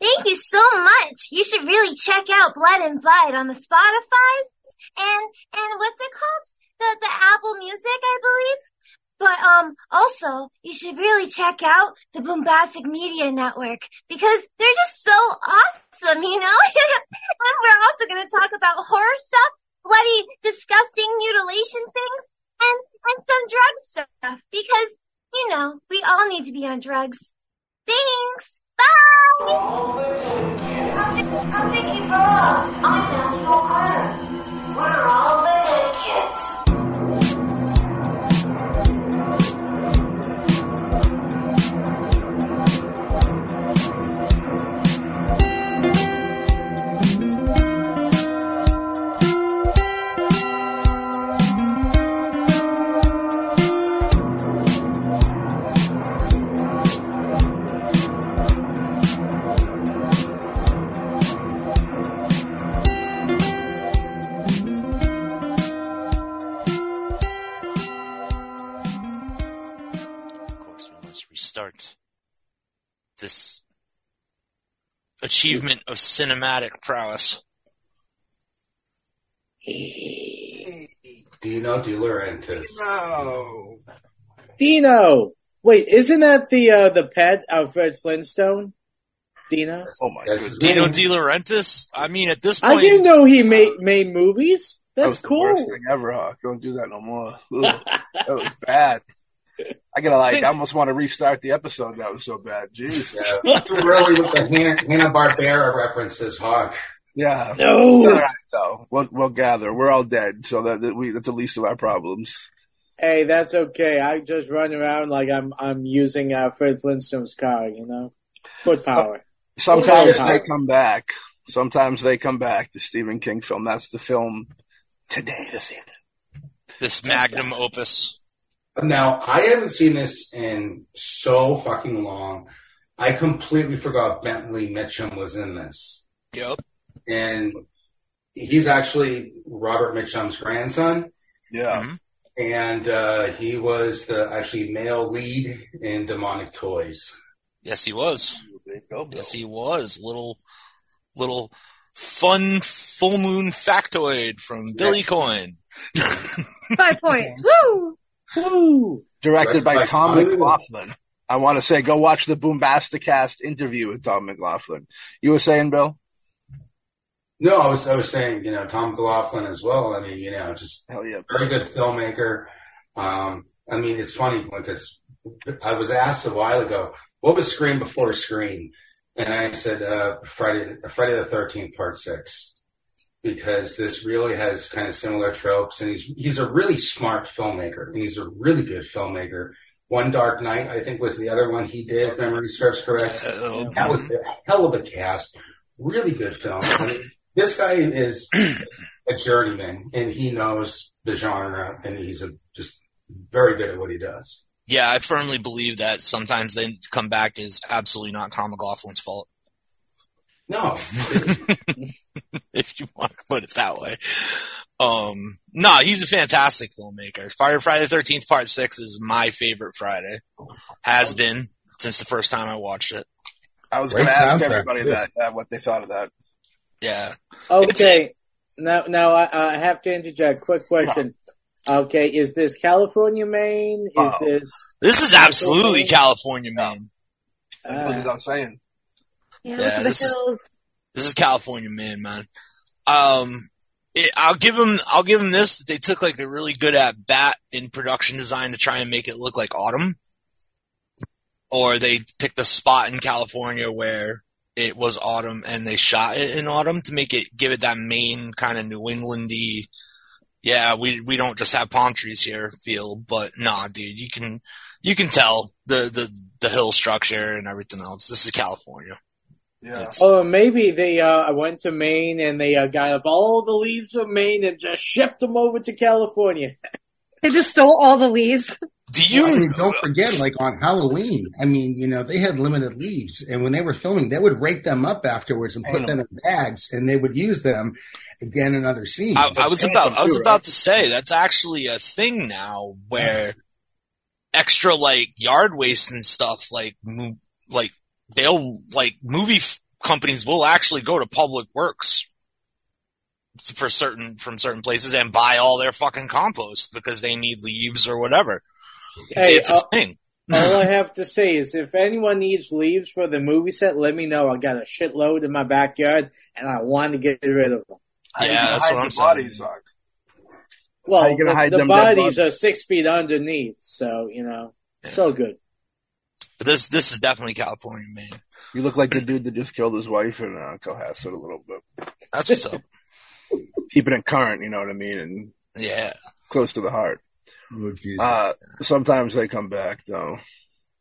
Thank you so much. You should really check out Blood and Bud on the Spotify's and and what's it called? The the Apple Music, I believe. But um also you should really check out the Bombastic Media Network because they're just so awesome, you know? and we're also gonna talk about horror stuff, bloody disgusting mutilation things, and and some drug stuff because you know, we all need to be on drugs. Thanks. Bye. I'm Vicky Burrows. I'm Natural Carter. We're all the dead kids. Of course, we must restart this achievement of cinematic prowess. Dino De Laurentiis. No. Dino. Wait, isn't that the uh, the pet Alfred Flintstone? Dino. Oh my That's- goodness. Dino De Laurentiis. I mean, at this I didn't point, know he made made movies. That That's was The cool. worst thing ever, huh? Don't do that no more. Ugh. that was bad. I gotta like, I almost want to restart the episode. That was so bad. Jeez. really with the Hanna, Hanna-Barbera references, huh? Yeah. All No. right, so we'll, we'll gather. We're all dead, so that, that we that's the least of our problems. Hey, that's okay. I just run around like I'm I'm using uh, Fred Flintstone's car. You know, foot power. Sometimes Yeah. they come back. Sometimes they come back. The Stephen King film. That's the film today, this evening. this magnum opus. Now, I haven't seen this in so fucking long. I completely forgot Bentley Mitchum was in this. Yep. And he's actually Robert Mitchum's grandson. Yeah. Mhm. And uh, he was the actually male lead in Demonic Toys. Yes, he was. Go, Bill. Yes, he was. Little, little fun full moon factoid from Billy Coin. Five points. Woo! Oh. Woo. Directed by, By Tom Tom. McLaughlin. I want to say, go watch the Boombasticast interview with Tom McLaughlin. You were saying, Bill? No, I was I was saying, you know, Tom Gloflin as well. I mean, you know, just Hell yeah. very good filmmaker. Um, I mean, it's funny because I was asked a while ago, what was Scream before Scream? And I said, uh, Friday, Friday the 13th, part six, because this really has kind of similar tropes. And he's, he's a really smart filmmaker and he's a really good filmmaker. One Dark Night, I think was the other one he did, if memory serves correct. Uh, That was a hell of a cast. Really good film. I mean, this guy is a journeyman, and he knows the genre, and he's a, just very good at what he does. yeah, I firmly believe that sometimes they come back is absolutely not Tom McLaughlin's fault, No, if you want to put it that way. Um, nah, he's a fantastic filmmaker. Fire Friday the 13th Part 6 is my favorite Friday. Has been since the first time I watched it. I was Great going to ask soundtrack, everybody too. that, uh, what they thought of that. Yeah. Okay. Now, now I, I have to interject. Quick question. Okay, is this California, Maine? Is Uh-oh. this? This is absolutely California, man. That's what I was saying. Yeah, Yeah, this is- This is California man, man. Um, it, I'll give them, I'll give them this. They took like a really good at bat in production design to try and make it look like autumn, or they picked a spot in California where it was autumn and they shot it in autumn to make it give it that main kind of New Englandy. Yeah, we we don't just have palm trees here feel, but nah, dude, you can you can tell the the the hill structure and everything else. This is California. Yeah. It's- Or Oh, maybe they uh, went to Maine and they uh, got up all the leaves of Maine and just shipped them over to California. They just stole all the leaves. do You you I mean, don't forget, like on Halloween, I mean, you know, they had limited leaves, and when they were filming, they would rake them up afterwards and put them in bags, and they would use them again in other scenes. I, I was about I was too, about to say that's actually a thing now where extra like yard waste and stuff like mo- like they'll like movie f- companies will actually go to public works for certain from certain places and buy all their fucking compost because they need leaves or whatever. It's, Hey, it's a uh, thing. All I have to say is if anyone needs leaves for the movie set, let me know. I got a shitload in my backyard and I want to get rid of them. How you Yeah, gonna that's hide what I'm the saying. bodies, Doc? Well, How you gonna the, hide the them dead bodies are six feet underneath, so, you know, so good. But this this is definitely California, man. You look like the dude that just killed his wife in uh, Cohasset a little bit. That's what's up. Keeping it current, you know what I mean, and Yeah. close to the heart. Oh, Jesus. Uh, sometimes they come back though.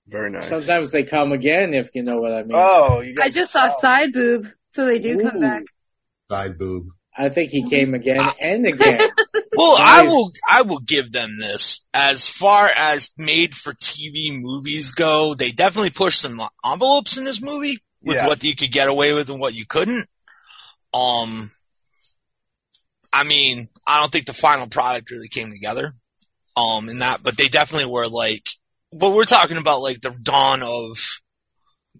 Very nice. Sometimes they come again, if you know what I mean. oh, you I got just saw side boob, so they do come Ooh. back. Side boob. I think he came again and again. Well, I Nice. will I will give them this. As far as made for TV movies go, they definitely pushed some envelopes in this movie with Yeah. what you could get away with and what you couldn't. Um I mean, I don't think the final product really came together um in that, but they definitely were like but we're talking about like the dawn of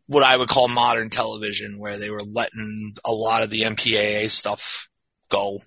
what I would call modern television where they were letting a lot of the MPAA stuff go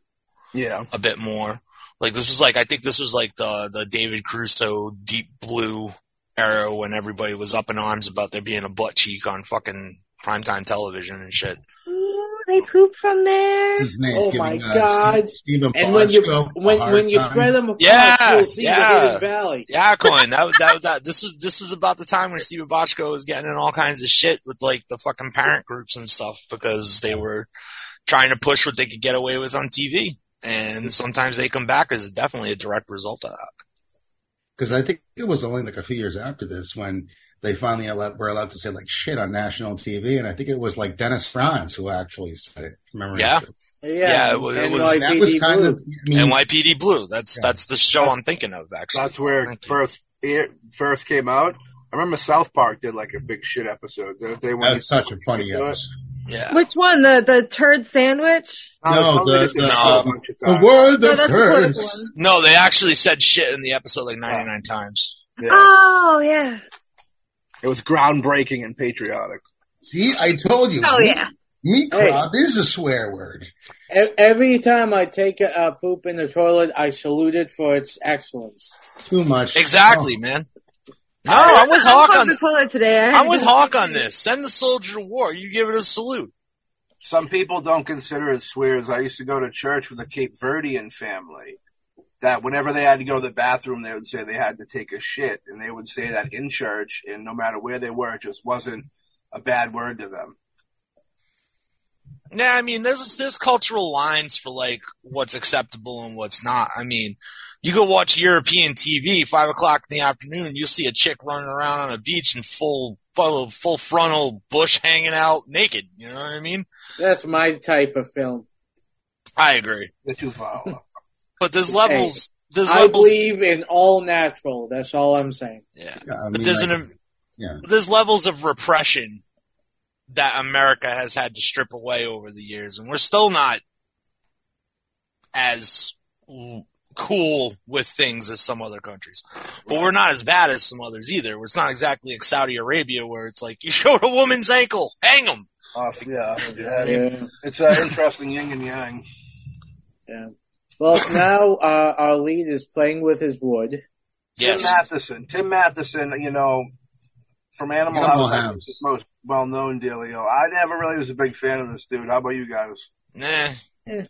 yeah. a bit more. Like this was like I think this was like the the David Crusoe Deep Blue era when everybody was up in arms about there being a butt cheek on fucking primetime television and shit. Ooh, they poop from there. His name Oh, my uh, God. Stephen and when you Barstow, a when hard when you time. spread them apart, Yeah, you'll see yeah. the hidden valley. Yeah, Cohen, that that that this was this was about the time when Steven Bochco was getting in all kinds of shit with like the fucking parent groups and stuff because they were trying to push what they could get away with on TV. And sometimes they come back as definitely a direct result of that. because I think it was only like a few years after this when they finally allowed, were allowed to say like shit on national TV, and I think it was like Dennis Franz who actually said it. Remember? Yeah. Yeah, Yeah, it was- it and was- And that was NYPD kind Blue. of. I mean, NYPD Blue. That's Mm-hmm. Yeah. that's the show I'm thinking of actually. That's where it Thank you. first it first came out. I remember South Park did like a big shit episode. They, they that went was such a funny episode. Yeah. Which one? The the turd sandwich? No, something the- they just the- um, did no. a bunch of The times. world No, of that's the political curse. one. No, they actually said shit in the episode like 99 times. Yeah. Oh yeah. It was groundbreaking and patriotic. See, I told you. Oh yeah. Meat Hey. crop is a swear word. E- Every time I take a, a poop in the toilet, I salute it for its excellence. Too much. Exactly, man. No, I'm with Oh, I Hawk clogged on. the toilet today. I had I'm to with go- Hawk on this. Send the soldier to war. You give it a salute. Some people don't consider it swears. I used to go to church with a Cape Verdean family that whenever they had to go to the bathroom, they would say they had to take a shit. And they would say that in church, and no matter where they were, it just wasn't a bad word to them. Nah, I mean, there's there's cultural lines for like what's acceptable and what's not. I mean, you go watch European TV five o'clock in the afternoon. You see a chick running around on a beach in full full full frontal bush hanging out naked. You know what I mean? That's my type of film. I agree. They're too far. But there's levels. There's I levels. believe in all natural. That's all I'm saying. yeah. Oh, Yeah, I But mean, there's like, an yeah. there's levels of repression that America has had to strip away over the years, and we're still not as l- cool with things as some other countries. But we're not as bad as some others either. It's not exactly like Saudi Arabia where it's like you showed a woman's ankle, hang 'em. Off, yeah. yeah. Yeah, It's an interesting yin and yang. yeah. Well, now uh, our lead is playing with his wood. Yes, Tim Matheson. Tim Matheson, you know, from Animal, Animal House, I think House. is the most well known dealio. I never really was a big fan of this dude. How about you guys? nah. Yeah.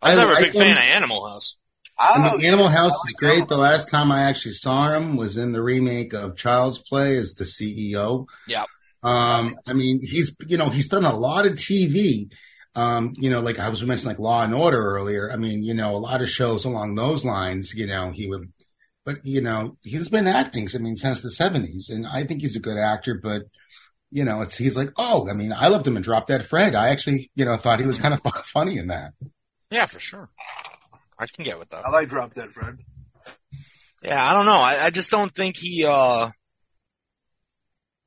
I was I never a like big fan them. of Animal House. I I mean, Animal House I is like great. Animal The last time I actually saw him was in the remake of Child's Play as the CEO. Yep. Um, I mean, he's you know he's done a lot of TV. Um, you know, like I was mentioning, like Law and Order earlier. I mean, you know, a lot of shows along those lines. You know, he would, but you know, he's been acting. I mean, since the seventies, and I think he's a good actor. But you know, it's he's like, oh, I mean, I loved him in Drop Dead Fred. I actually, you know, thought he was kind of fu- funny in that. Yeah, for sure. I can get with that. I like Drop Dead Fred. Yeah, I don't know. I, I just don't think he. uh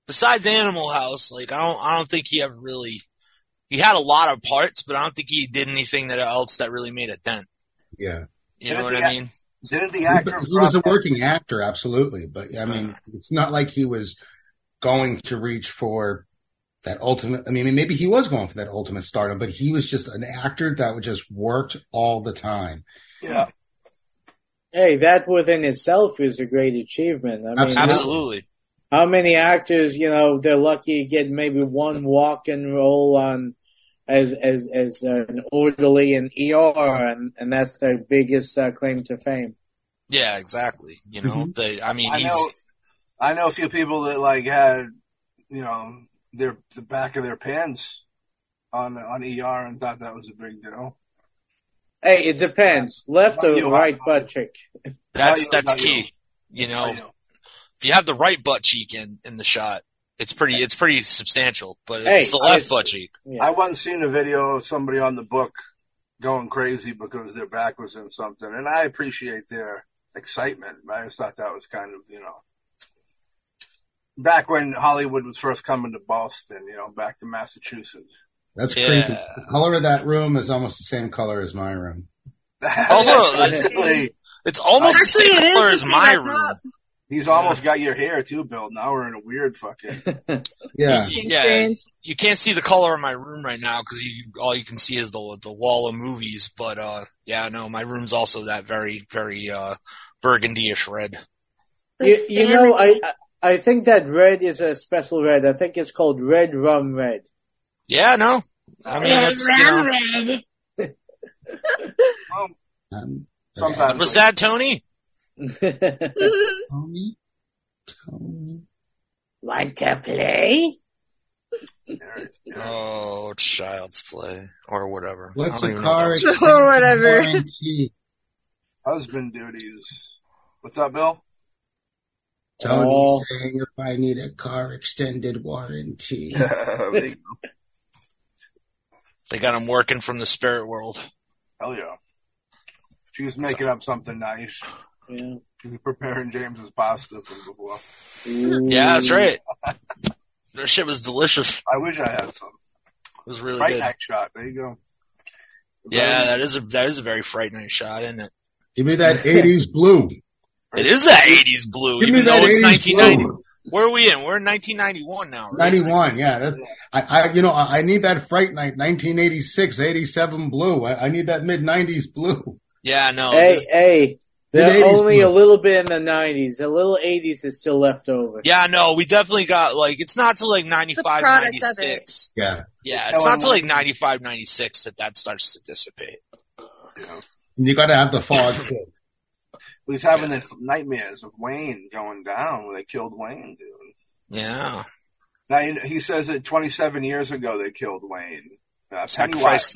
Besides Animal House, like I don't, I don't think he ever really. He had a lot of parts, but I don't think he did anything that else that really made a dent. Yeah. You know Yeah, what yeah. I mean? Didn't the He- actor he was a Drop Dead- working actor, absolutely. But I mean, it's not like he was going to reach for that ultimate. I mean, maybe he was going for that ultimate stardom, but he was just an actor that would just worked all the time. Yeah. Hey, that within itself is a great achievement. I mean, Absolutely. How many actors, you know, they're lucky to get maybe one walk and roll on as as as an orderly in ER, and and that's their biggest uh, claim to fame. Yeah, exactly. You know, they, I mean, I he's, know, I know a few people that like had, you know, their the back of their pants on on ER and thought that was a big deal. Hey, it depends, left or You are- right butt cheek. that's, Not you, that's not you. key. You know, if you have the right butt cheek in, in the shot, it's pretty, it's pretty substantial, but if Hey, it's the left I- butt cheek. I Yeah. once seen a video of somebody on the book going crazy because their back was in something, and I appreciate their excitement. but I just thought that was kind of, you know, back when Hollywood was first coming to Boston, you know, back to Massachusetts. That's Yeah. crazy. The color of that room is almost the same color as my room. Although, Actually, It's almost Actually, the it same is color the as same my on room. top. he's almost got your hair too, Bill. Now we're in a weird fucking. Yeah. Yeah, Strange. you can't see the color in my room right now because you all you can see is the the wall of movies. But uh, yeah, no, my room's also that very very uh, burgundy-ish red. You, Like you know, I salmon. I I think that red is a special red. I think it's called red rum red. Yeah, no, I mean Red, it's you red, know, red. Well, Um, sometimes was that Tony? Tony? Tony? Want to play? Oh, child's play or whatever. What's I don't a even know car? that was- Or whatever. warranty? husband duties. What's up, Bill? Tony Oh. saying if I need a car extended warranty. Hell They got him working from the spirit world. yeah. She was making up something nice. yeah. She's preparing James's pasta from before. Yeah, that's right. that shit was delicious. It I wish I had some. was really Fright good. night shot. There you go. Yeah, that is a that is a very fright night shot, isn't it? Give me that 80s blue. It is that '80s blue, Give me even that though it's 80s 1990. blue. Where are we in? We're in 1991 now, right? 91, yeah. That, I, I, you know, I, I need that Fright Night 1986, 87 blue. I, I need that mid 90s blue. Yeah, no. Hey, this- hey, The they're 80s only a blue. little bit in the nineties. A little eighties is still left over. yeah, no. We definitely got like it's not till like 95, product of 96. Yeah. Yeah, No, it's I'm not till not- like 95, 96 that that starts to dissipate. You got to have the fog. too. We was having the nightmares of Wayne going down where they killed Wayne, dude. Yeah, Now you know, he says that 27 years ago they killed Wayne. Uh, Pennywise. sacrifice.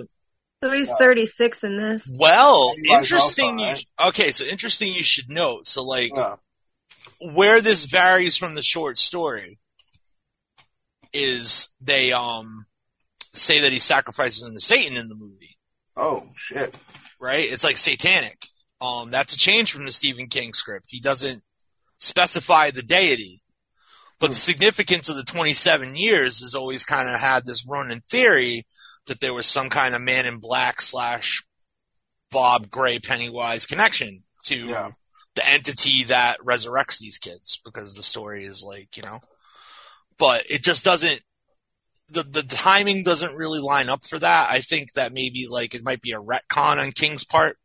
So he's 36 in this. Well, Pennywise interesting. also, right? you, okay, so interesting. You should note. So like Yeah. where this varies from the short story is they um say that he sacrifices him to Satan in the movie. Oh shit. right? It's like satanic. Um, that's a change from the Stephen King script. He doesn't specify the deity, but the significance of the 27 years has always kind of had this run in theory that there was some kind of man in black slash Bob Gray Pennywise connection to Yeah. the entity that resurrects these kids because the story is like, you know, but it just doesn't, the, the timing doesn't really line up for that. I think that maybe like it might be a retcon on King's part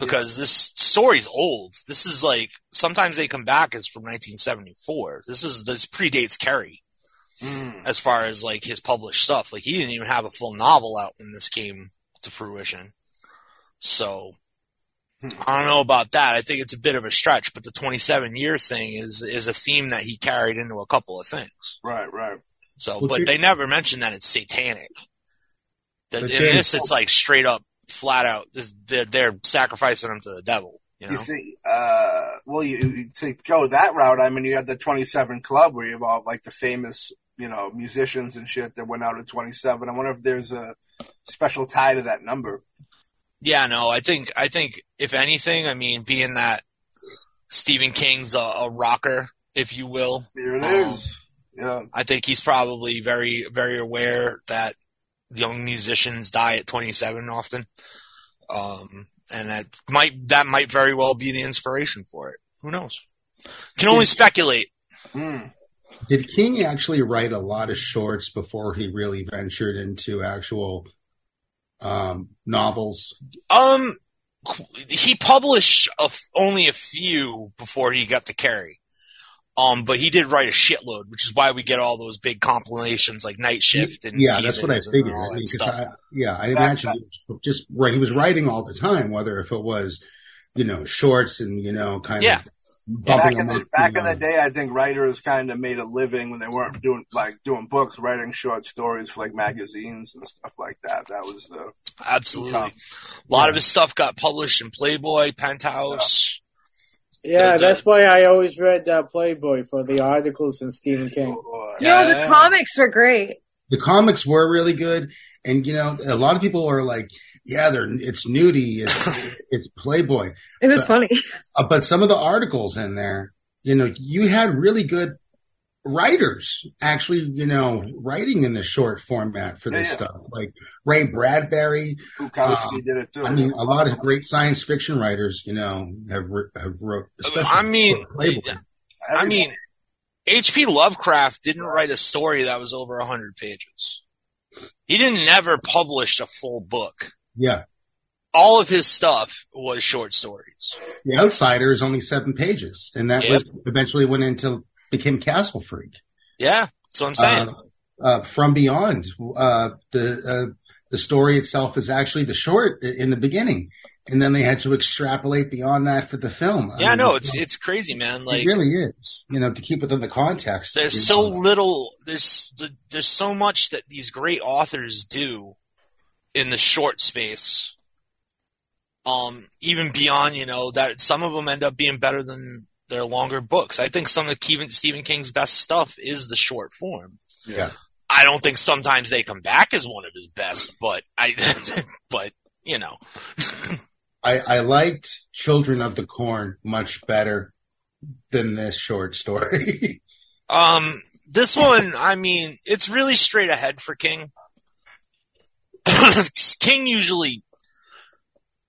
because this story's old. This is like, sometimes they come back as from 1974. This is, this predates Carrie Mm. as far as like his published stuff. Like he didn't even have a full novel out when this came to fruition. So Hmm. I don't know about that. I think it's a bit of a stretch, but the 27 year thing is is a theme that he carried into a couple of things. Right, right. So, Well, but Jim- they never mention that it's satanic. That But in Jim- this, it's like straight up, flat out. This, they're, they're sacrificing him to the devil. You You know? see, uh, well, you, you to go that route. I mean, you have the 27 Club where you have all like the famous, you know, musicians and shit that went out at 27. I wonder if there's a special tie to that number. Yeah, no, I think I think if anything, I mean, being that Stephen King's a, a rocker, if you will, There it Um, is. Yeah. I think he's probably very, very aware that young musicians die at 27 often. Um, and that might, that might very well be the inspiration for it. Who knows? Can only speculate. Mm. Did King actually write a lot of shorts before he really ventured into actual um, novels? Um, qu- he published a f only a few before he got to Carrie. Um, but he did write a shitload, which is why we get all those big compilations like Night Shift and yeah, that's what I Seasons and figured. all that I mean, 'cause stuff. I- yeah, I That- imagine just right. He was writing all the time, whether if it was you know shorts and you know kind Yeah. of bumping back in them the up, uh, back you in the know. day, I think writers kind of made a living when they weren't doing like doing books, writing short stories for like magazines and stuff like that. That was the Absolutely, a lot of his stuff got published in Playboy, Penthouse. But, Yeah, uh, that's why I always read uh, Playboy for the articles in Stephen King. or- No, Yeah. the comics were great. the comics were really good, and you know a lot of people are like, yeah, they're it's nudie, it's it's Playboy, It was But- funny. Uh, but some of the articles in there, you know, you had really good writers actually, you know, writing in the short format for this Yeah, yeah. stuff, like Ray Bradbury. Bukowski Um, did it too. I mean, a lot of great science fiction writers, you know, have wr- have wrote. especially I mean, Playboy. I Everybody- mean, H.P. Lovecraft didn't write a story that was over hundred pages. He didn't never published a full book. yeah, All of his stuff was short stories. The Outsider is only seven pages, and that Yep. was eventually went into became Castle Freak. Yeah, that's what I'm saying. Uh, uh, from Beyond. Uh, the uh, the story itself is actually the short i- in the beginning, and then they had to extrapolate beyond that for the film. yeah, mean, no, it's it's crazy, man. Like it really is. You know, to keep it in the context. you there's so know. little there's there's so much that these great authors do in the short space um even beyond you know that some of them end up being better than their longer books i think some of Kevin, stephen king's best stuff is the short form Yeah. i don't think sometimes they come back as one of his best but i but you know I, I liked Children of the Corn much better than this short story. Um, this one, I mean, it's really straight ahead for King. King usually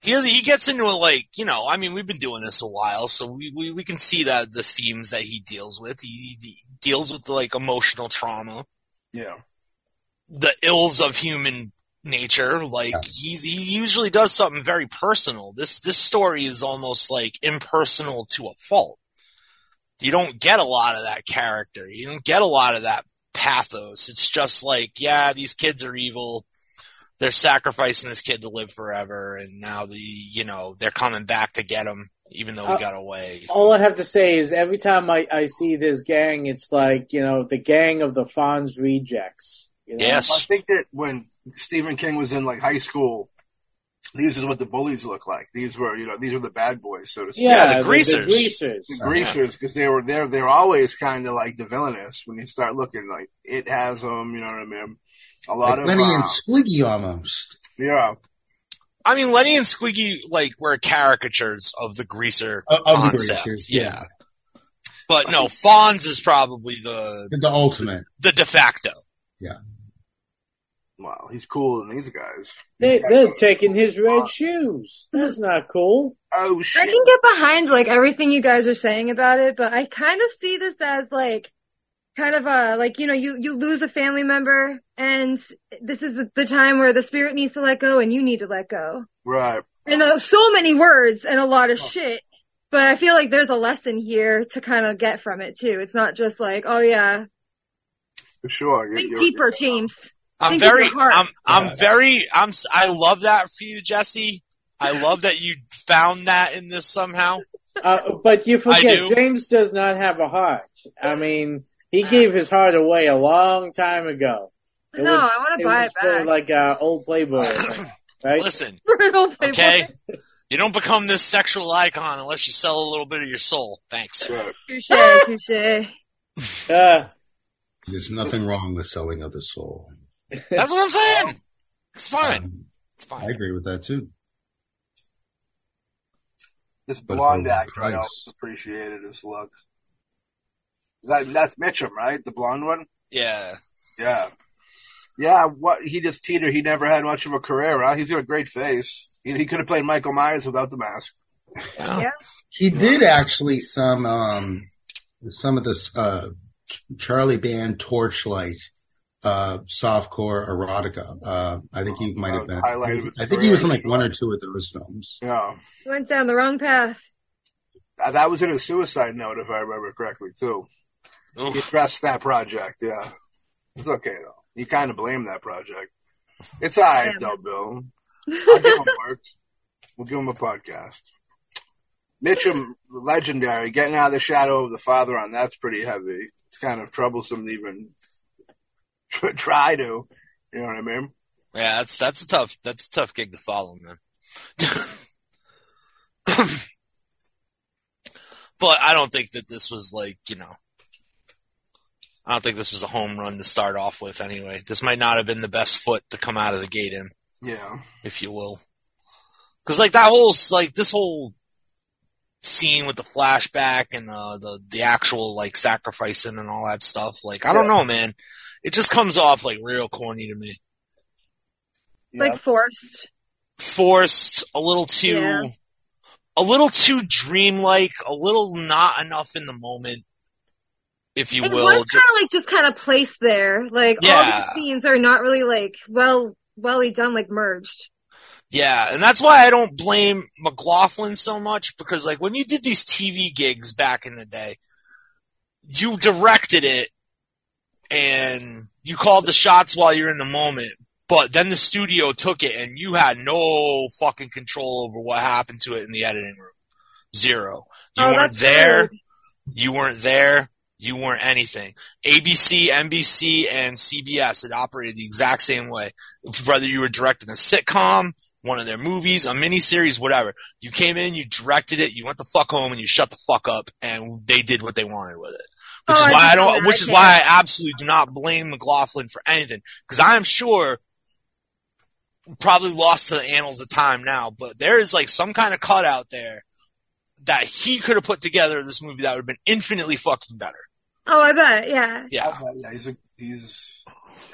he he gets into a like you know I mean we've been doing this a while so we we, we can see that the themes that he deals with he, he deals with like emotional trauma yeah, the ills of human nature like he's he usually does something very personal this this story is almost like impersonal to a fault you don't get a lot of that character you don't get a lot of that pathos it's just like yeah these kids are evil they're sacrificing this kid to live forever and now the you know they're coming back to get him even though he Uh, got away All I have to say is every time I, I see this gang, it's like, you know, the gang of the Fonz rejects. You know? I yes think that when Stephen King was in like high school, these is what the bullies looked like. These were you know these were the bad boys, so to speak. Yeah, the The, greasers. greasers. the greasers because they were there. They're always kind of like the villainous when you start looking. Like it has them, you know what I mean. A Like lot of Lenny uh, and um, Squiggy almost. yeah, I mean Lenny and Squeaky like were caricatures of the greaser Of- of the concept greasers, yeah But no, Fonz is probably the The ultimate. the de facto. wow, he's cooler than these guys. They, they're taking his red shoes. That's not cool. Oh I shit! can get behind like everything you guys are saying about it, but I kind of see this as like kind of a like you know you you lose a family member and this is the time where the spirit needs to let go and you need to let go. Right. And uh, so many words and a lot of shit, but I feel like there's a lesson here to kind of get from it too. It's not just like oh yeah, For sure. think You're- deeper, you're- James. I'm Think of very, your heart. I'm, I'm very, I'm, s- I love that for you, Jesse. I love that you found that in this somehow. Uh, but you forget, do. James does not have a heart. I mean, he gave his heart away a long time ago. It no, was- I want it to buy was it for, back. Like uh, old Playboy, I think, right? Listen, Don't pay for okay? it. You don't become this sexual icon unless you sell a little bit of your soul. Thanks. Right. Touche, touche. Uh, There's nothing wrong with selling of the soul. That's what I'm saying. It's fine. Um, It's I fine. agree with that too. This But blonde for actor I price. also appreciated his look. That that's Mitchum, right? The blonde one? Yeah. Yeah. Yeah, what he just teetered. He never had much of a career, huh? He's got a great face. He, he could have played Michael Myers without the mask. Yeah. He did actually some um some of this uh Charlie Band, Torchlight, uh, Softcore, Erotica. Uh, I think he might have been. Highlighted with I think he was in like one or two of those films. Yeah. Went down the wrong path. Uh, That was in a suicide note, if I remember correctly, too. He Oof. addressed that project, yeah. It's okay, though. You kind of blame that project. It's all right, Yeah. though, Bill. I'll give him work. We'll give him a podcast. Mitchum, legendary, getting out of the shadow of the father on that's pretty heavy. It's kind of troublesome to even tr- try to. You know what I mean? Yeah, that's that's a tough that's a tough gig to follow, man. but I don't think that this was like you know, I don't think this was a home run to start off with. Anyway, this might not have been the best foot to come out of the gate in, Yeah. if you will, because like that whole s- like this whole scene with the flashback and the the, the actual like sacrificing and all that stuff. Like I don't know, man. It just comes off like real corny to me. Yeah. Like forced. forced, a little too, Yeah. a little too dreamlike, a little not enough in the moment, if you it will. was kind of like just kind of placed there. Like all Yeah. the scenes are not really like well, welly done, like merged. yeah, and that's why I don't blame McLaughlin so much because, like, when you did these TV gigs back in the day, you directed it and you called the shots while you're in the moment. But then the studio took it and you had no fucking control over what happened to it in the editing room. Zero. You oh, weren't that's there. rude. You weren't there. You weren't anything. ABC, NBC, and CBS, it operated the exact same way. Whether you were directing a sitcom, one of their movies, a miniseries, whatever. You came in, you directed it, you went the fuck home, and you shut the fuck up, and they did what they wanted with it. Which Oh, is I why I didn't know don't, that. which I is can't. why I absolutely do not blame McLaughlin for anything. Cause I am sure probably lost to the annals of time now, but there is like some kind of cut out there that he could have put together in this movie that would have been infinitely fucking better. Oh, I bet. Yeah. Yeah. Yeah, he's a, he's,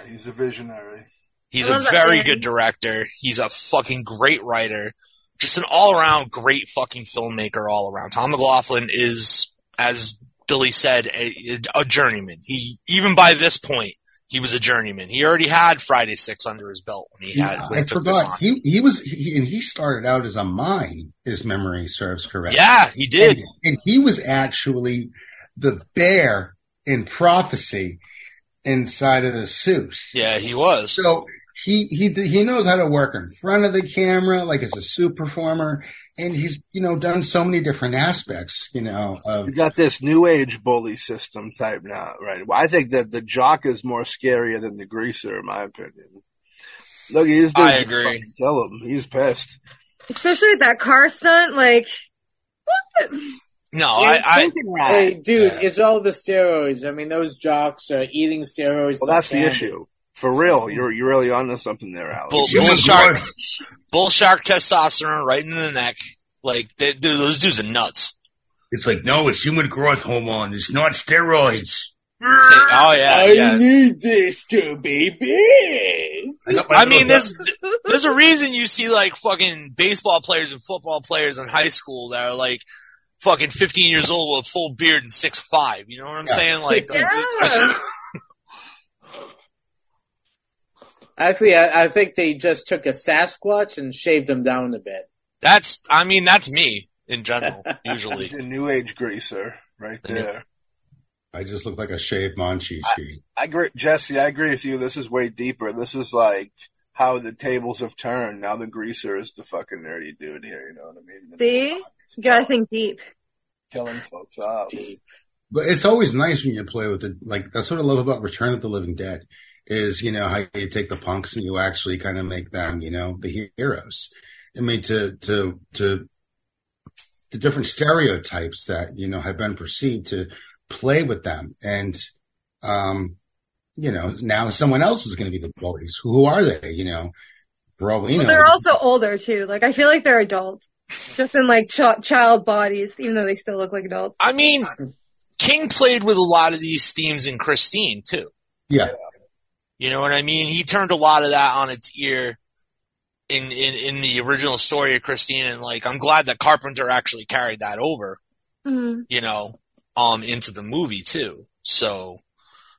he's a visionary. He's I a love that very man. good director. He's a fucking great writer. Just an all around great fucking filmmaker all around. Tom McLaughlin is, as Billy said, a, a journeyman. He, even by this point, he was a journeyman. He already had Friday Six under his belt when he had, when I he took this forgot on. he he was he, and he started out as a mime. His memory serves correct. Yeah, he did. And, and he was actually the bear in prophecy inside of the suit. Yeah, he was. So he he he knows how to work in front of the camera, like as a suit performer, and he's you know done so many different aspects, you know. Of You got this new age bully system type now, right? Well, I think that the jock is more scarier than the greaser, in my opinion. Look, he's I agree. Kill him. He's pissed. Especially with that car stunt, like No, I, I, Hey, I, dude, Yeah. it's all the steroids. I mean, those jocks are eating steroids. well, that's the Yeah. issue. For real, you're you're really onto something there, Alex. bull, bull shark, bull shark testosterone right in the neck. Like, they, dude, those dudes are nuts. It's like no, it's human growth hormone. It's not steroids. Oh yeah, I yeah. need this to be big. I mean, there's there's a reason you see like fucking baseball players and football players in high school that are like fucking 15 years old with a full beard and six five. You know what I'm Yeah. saying? Like, Yeah. Actually, I, I think they just took a Sasquatch and shaved him down a bit. that's I mean that's me in general usually. He's a new age greaser right Yeah. there. I just look like a shaved Manchi sheet. I agree, Jesse. I agree with you. This is way deeper. This is like how the tables have turned. Now the greaser is the fucking nerdy dude here. You know what I mean? See? It's you gotta think deep. killing folks up. But it's always nice when you play with the like. That's what I love about Return of the Living Dead is you know how you take the punks and you actually kind of make them you know the heroes. I mean to to to the different stereotypes that you know have been perceived to play with them and um you know now someone else is going to be the bullies. Who are they? You know, for all we But know, they're also older too. Like I feel like they're adults, just in like ch- child bodies, even though they still look like adults. I mean, King played with a lot of these themes in Christine too. Yeah. You know what I mean? He turned a lot of that on its ear in, in, in the original story of Christine and like I'm glad that Carpenter actually carried that over. Mm. you know, um, into the movie too. So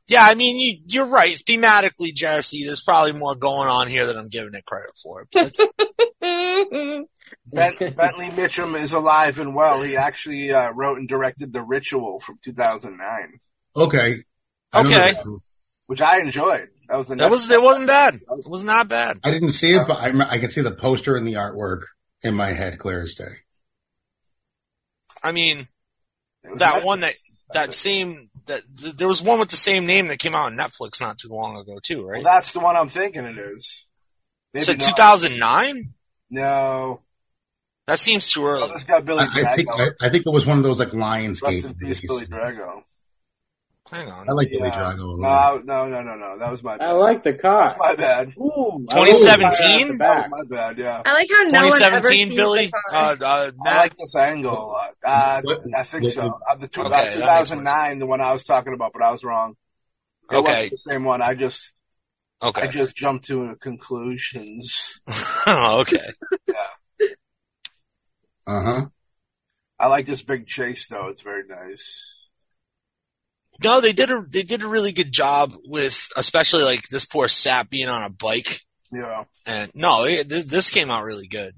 Yeah, I mean, you, you're right. Thematically, Jersey, there's probably more going on here than I'm giving it credit for. But it's- Ben, Bentley Mitchum is alive and well. He actually uh, wrote and directed The Ritual from 2009, Okay. I don't know Okay. that movie. which I enjoyed. That was the that next- was it wasn't bad. It was not bad. I didn't see it, but I, rem- I can see the poster and the artwork in my head clear as day. I mean, it was that Netflix. one that that same that th- there was one with the same name that came out on Netflix not too long ago too, Well, right? that's the one I'm thinking it is. Maybe so not. 2009. No, That seems too oh, early. it's got Billy I, Drago. I think I, I think it was one of those like Lionsgate. Rest in peace, movies. Billy Drago. Hang on. I like Billy Yeah. Drago a lot. No, no, no, no, no. That was my bad. I like the car. my bad. Ooh, 2017? That was I my bad. Yeah. I like how no one ever 2017, sees Billy. the car. Uh, uh, I Matt. like this angle a lot. Uh, What- I think what- so. Uh, the two, Okay, uh, that makes 2009, the one I was talking about, but I was wrong. It Okay. wasn't the same one. I just I Okay. just jumped to conclusions. okay. Uh huh. I like this big chase though. It's very nice. No, they did a they did a really good job with especially like this poor sap being on a bike. You know, And no, it, th- this came out really good.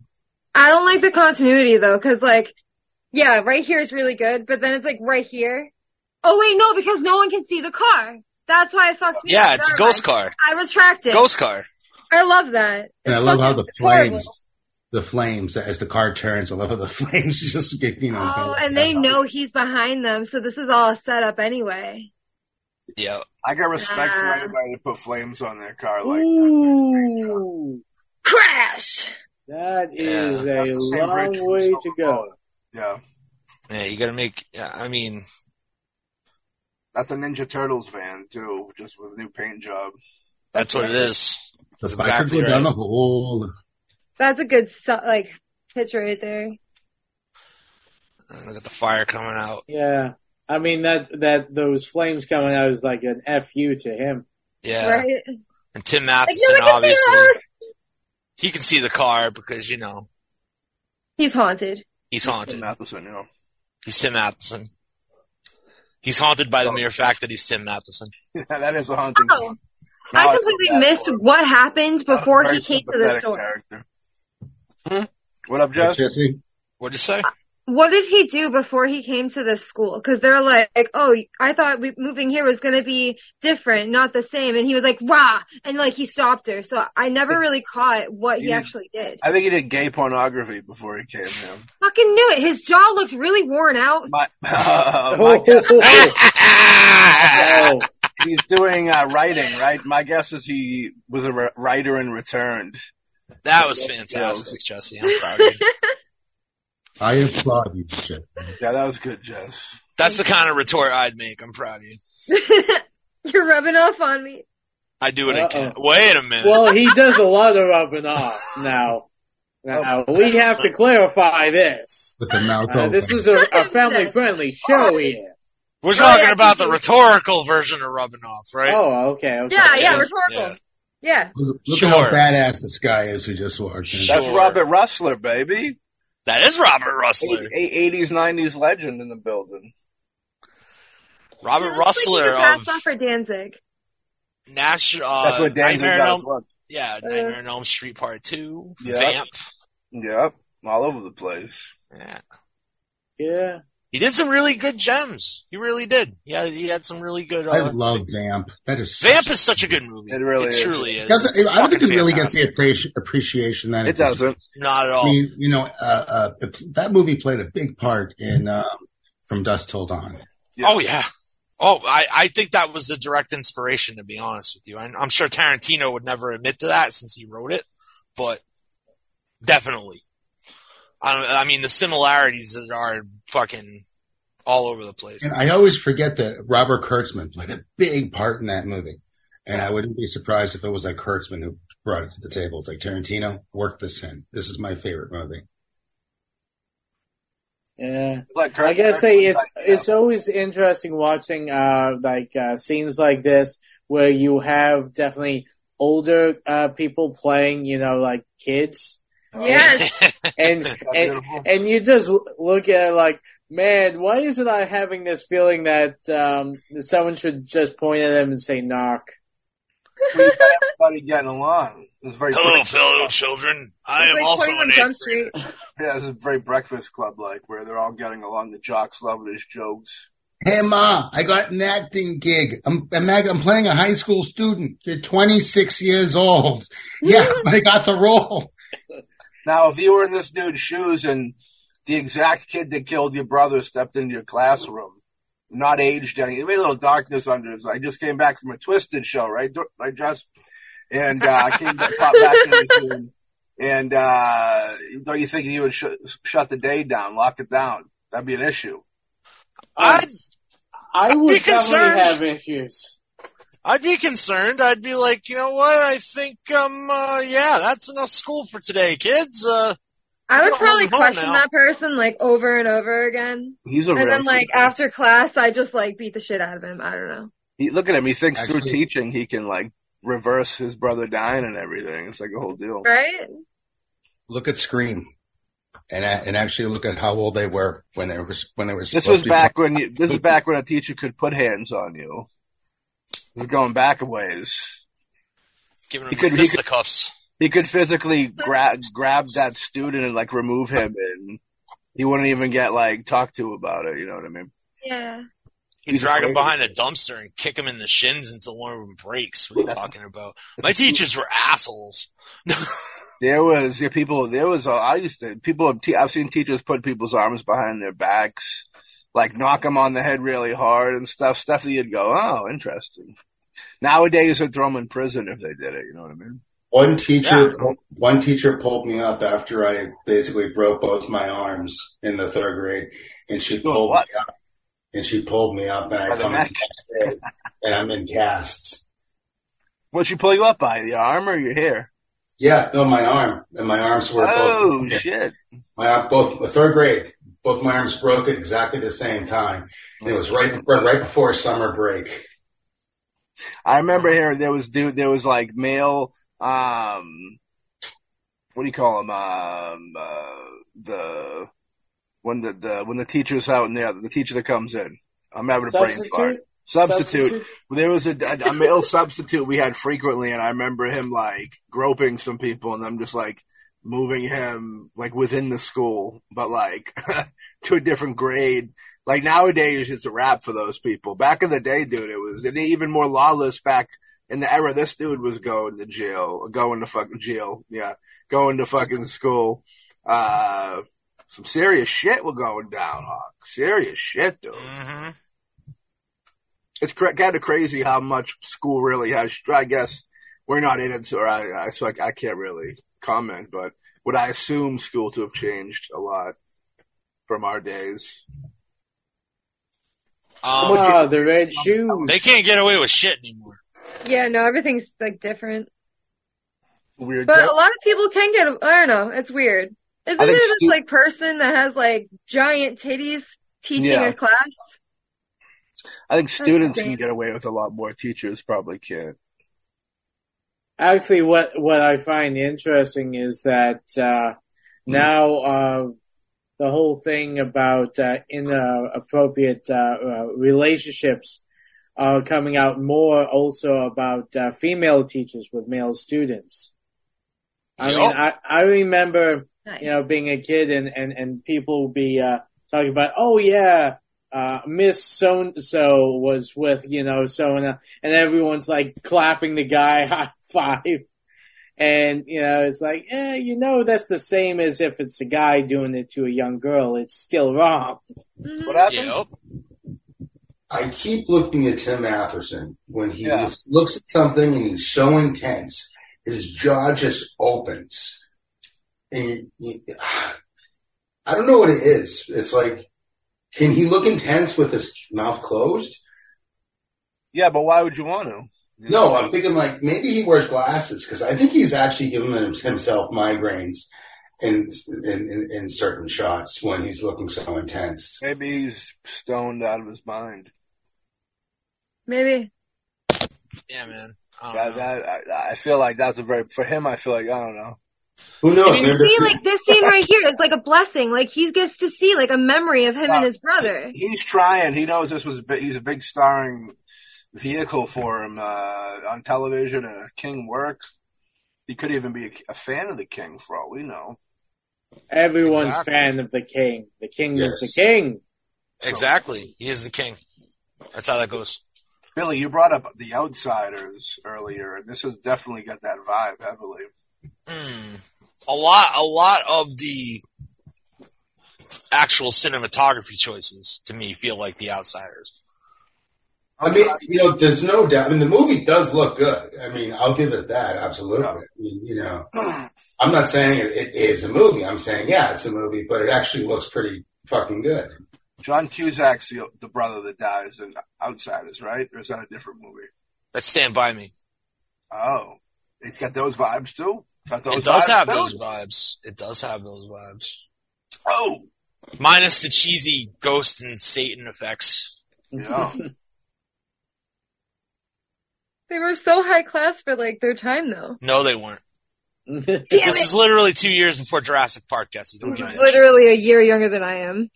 I don't like the continuity though, because like, yeah, right here is really good, but then it's like right here. Oh wait, no, because no one can see the car. That's why it fucks me. Yeah, up. it's a Never ghost mind. car. I retract it. Ghost car. I love that. And I It's love how fucking- the it's horrible. flames, the flames as the car turns. I love how the flames just get you know. Oh, and they know he's behind them, so this is all a setup anyway. Yeah. I got respect for Nah. anybody that put flames on their car. like Like Ooh, Crash! that Yeah. is That's a the same bridge long from way to Silver go. yeah, Yeah, you gotta make. Yeah, I mean, that's a Ninja Turtles van too, just with new paint job. that's what it is. the That's biker exactly go down right. the hole. That's a good su- like picture right there. And Look at Uh, the fire coming out. Yeah, I mean that that those flames coming out is like an fu to him. Yeah. Right? And Tim Like Matheson, no one can see obviously, her. he can see the car because you know He's haunted. he's haunted. Matheson, you know. He's Tim Matheson. He's haunted by the mere fact that he's Tim Matheson. Yeah, that is a haunting. Oh, Now feel I completely bad for missed him. what happened Not a before very he came to the sympathetic store. character. Hmm? What up, Jeff? Jesse? What'd you say? What did he do before he came to this school? Because they're like, oh, I thought we, moving here was going to be different, not the same. And he was like, rah! And like, he stopped her. So I never really caught what he Yeah. actually did. I think he did gay pornography before he came here. Fucking knew it. His jaw looks really worn out. My, uh, my Oh, guess, yeah, oh, he's doing uh, writing, right? My guess is he was a re- writer and returned. that was fantastic, Jesse. I'm proud of you. I applaud you, Jesse. Yeah, that was good, Jess. That's the kind of retort I'd make. I'm proud of you. You're rubbing off on me. I do what I can. Uh-oh. Wait a minute. well, he does a lot of up and off now. Now we have to clarify this. with the mouth Uh, open. this is a, a family-friendly show here. We're Oh, yeah, talking about the thank you. rhetorical version of rubbing off, right? Oh, okay, okay. Yeah, yeah, Yeah. rhetorical. Yeah. Look at how Sure. badass this guy is who just walked in. That's Sure. Robert Russler, baby. That is Robert Russler. Eight- 80s, 90s legend in the building. Robert He looks like Russler he could pass of off for Danzig. Nash, That's uh, what Dan's Nightmare on got Elm, as well. yeah, Nightmare on Elm Street Part Two, Yeah. Vamp. Yep, all over the place. Yeah, yeah. he did some really good gems. He really did. Yeah, he had some really good. I Uh, love Vamp. That is such- Vamp is such a good movie. It really is. truly is. Doesn't- It's I don't think it fucking really gets the fantastic. appreci- appreciation that It doesn't. Not at all. I mean, you know, uh, uh, that movie played a big part in uh, From Dusk Till Dawn. Yeah. Oh yeah. Oh, I, I think that was the direct inspiration, to be honest with you. I, I'm sure Tarantino would never admit to that since he wrote it, but definitely. I, I mean, the similarities that are fucking all over the place. And I always forget that Robert Kurtzman played a big part in that movie. And I wouldn't be surprised if it was like Kurtzman who brought it to the table. It's like Tarantino, work this in. This is my favorite movie. yeah. Like I gotta say, it's it's always interesting watching uh like uh, scenes like this where you have definitely older uh, people playing, you know, like kids, Yes. and Oh. That's and "Oh, beautiful. and you just l- look at it like, man, why isn't I having this feeling that um, that someone should just point at them and say knock? Everybody getting along. It's very Hello, breakfast fellow club. children. I It's am like also 21 an Jump eighth Street. Yeah, this is very breakfast club like where they're all getting along. The jocks loving his jokes. Hey ma, I got an acting gig. I'm I'm, act- I'm playing a high school student. You're 26 years old. Yeah, but I got the role. Now, if you were in this dude's shoes and the exact kid that killed your brother stepped into your classroom, not aged any, it made a little darkness under his. I just came back from a twisted show, right? Dor- Right, Jess? And uh, I came back, popped back in the room. And uh, don't you think you would sh- shut the day down, lock it down? That'd be an issue. I'd, I I'd would be concerned. definitely have issues. I'd be concerned. I'd be like, you know what? I think, um, uh, yeah, that's enough school for today, kids. Uh, I would Well, probably no, question now. that person like over and over again. He's a And then racist. like after class, I just like beat the shit out of him. I don't know. He, look at him. He thinks through Actually- teaching he can like reverse his brother dying and everything. It's like a whole deal. Right? Look at Scream, and a- and actually look at how old they were when they were when they were. This supposed was to be- back when you, this is back when a teacher could put hands on you. This is going back a ways. giving He them could- he could- fisticuffs. He could physically grab grab that student and like remove him, and he wouldn't even get like talked to about it. You know what I mean? Yeah. You could He's drag him afraid. behind a dumpster and kick him in the shins until one of them breaks. What are you talking about? My teachers were assholes. There was yeah, people. There was uh, I used to people. have te- I've seen teachers put people's arms behind their backs, like knock them on the head really hard and stuff. Stuff that you'd go, oh, interesting. Nowadays, they'd throw them in prison if they did it. You know what I mean? One teacher, one teacher pulled me up after I basically broke both my arms in the third grade, and she Doing pulled what? me up, and she pulled me up, and By I the come neck. upstairs, and I'm in casts. What'd she pull you up by? The arm or your hair? Yeah, no, my arm and my arms were Oh both. shit! My arm- both the third grade, both my arms broke at exactly the same time. And it was right right, right before summer break. I remember here there was dude there was like male um what do you call them um uh, the when the, the when the teacher's out and the the teacher that comes in I'm having a brain fart Substitute? substitute there was a, a, a male substitute we had frequently, and I remember him like groping some people, and I'm just like moving him like within the school, but like to a different grade. Like nowadays, it's a wrap for those people. Back in the day, dude, it was and even more lawless back in the era. This dude was going to jail, going to fucking jail, yeah, going to fucking school. Uh, some serious shit was going down, Hawk. Serious shit, dude hmm it's cra- kind of crazy how much school really has. I guess we're not in it, so I, I so I, I can't really comment. But would I assume school to have changed a lot from our days? Um, Ah, the red shoe. they can't get away with shit anymore. Yeah, no, everything's like different. Weird. But a lot of people can get I don't know, it's weird. Isn't I there think this stu- like person that has like giant titties teaching Yeah. a class? I think students can insane. get away with a lot more. Teachers probably can't. Actually, what what I find interesting is that uh, now uh, the whole thing about uh, inappropriate uh, uh, relationships are coming out more also about uh, female teachers with male students. I mean, Yup. I, I remember Nice. you know, being a kid and, and, and people will be, uh, talking about, oh yeah, uh, Miss so so was with, you know, so and and everyone's like clapping the guy high five. And, you know, it's like, eh, you know, that's the same as if it's a guy doing it to a young girl. It's still wrong. Mhm. What happened? Yep. I keep looking at Tim Atherson when he Yeah. just looks at something and he's so intense, his jaw just opens. And you- you- I don't know what it is. It's like, can he look intense with his mouth closed? Yeah, but why would you want to? No, I'm thinking like maybe he wears glasses because I think he's actually giving him- himself migraines in, in in in certain shots when he's looking so intense. Maybe he's stoned out of his mind. Maybe. Yeah, man. I don't That, know. that I, I feel like that's a very for him. I feel like I don't know. Who knows? I mean, Maybe- See, like this scene right here is like a blessing. Like he gets to see like a memory of him and his brother. He's trying. He knows this was. a bi- He's a big starring vehicle for him uh, on television and a King work. He could even be a, a fan of the King for all we know. Everyone's Exactly. fan of the king. The king is the Yes. king. Exactly. He is the king. That's how that goes. Billy, you brought up the Outsiders earlier, and this has definitely got that vibe heavily. Hmm. A lot, a lot of the actual cinematography choices to me feel like The Outsiders. I mean, you know, there's no doubt. I mean, the movie does look good. I mean, I'll give it that. Absolutely. Yeah. I mean, you know, I'm not saying it, it is a movie. I'm saying, yeah, it's a movie, but it actually looks pretty fucking good. John Cusack's the, the brother that dies in Outsiders, right? Or is that a different movie? That Stand By Me. Oh, it's got those vibes too. Got those It does vibes, have too? those vibes. It does have those vibes. Oh, Minus the cheesy ghost and Satan effects. yeah. They were so high class for like their time though. No, they weren't. Damn This it! is literally two years before Jurassic Park, Jesse. Don't give me that. shit. Literally a year younger than I am.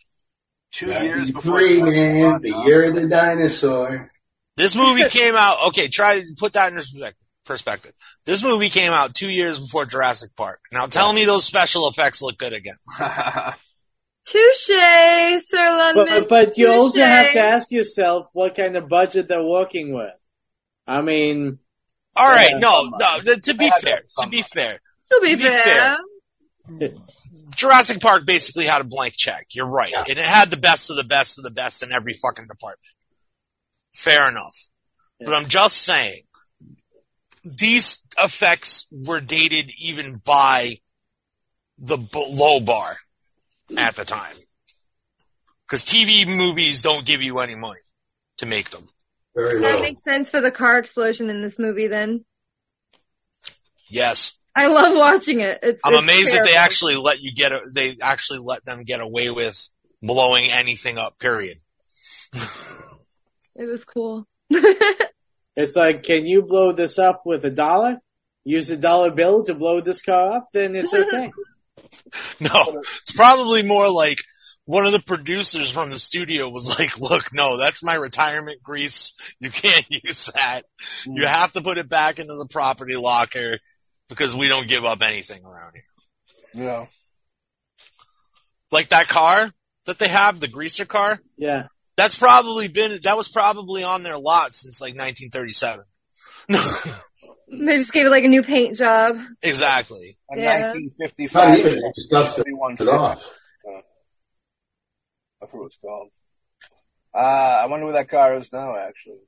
Two years before. Three, Jurassic man. Park, The huh? year of the dinosaur. This movie came out. Okay, try to put that in perspective. Perspective. This movie came out two years before Jurassic Park. Now tell me those special effects look good again. Touche, Sir Lundman. But, but you also Touche. have to ask yourself what kind of budget they're working with. I mean, All right, Yeah, no, no. th- To be Yeah, fair, to come be fair, To be to be fair, fair. Jurassic Park basically had a blank check. You're right, Yeah. and it had the best of the best of the best in every fucking department. Fair enough, but Yeah. I'm just saying these effects were dated even by the b- low bar at the time, because TV movies don't give you any money to make them. Very that little. makes sense for the car explosion in this movie. Then Yes, I love watching it. It's, I'm it's amazed that they terrible. actually let you get. a- They actually let them get away with blowing anything up. Period. It was cool. it's like, can you blow this up with a dollar? Use a dollar bill to blow this car up, then it's okay. No, it's probably more like one of the producers from the studio was like, "Look, no, that's my retirement grease. You can't use that. Mm. You have to put it back into the property locker because we don't give up anything around here." Yeah. Like that car that they have, the greaser car. yeah. That's probably been that was probably on their lot since like 1937. they just gave it like a new paint job. exactly. In Yeah. 1955. Not even. It just dusted Everyone it off. I forgot what it's called. Uh, I wonder where that car is now, actually.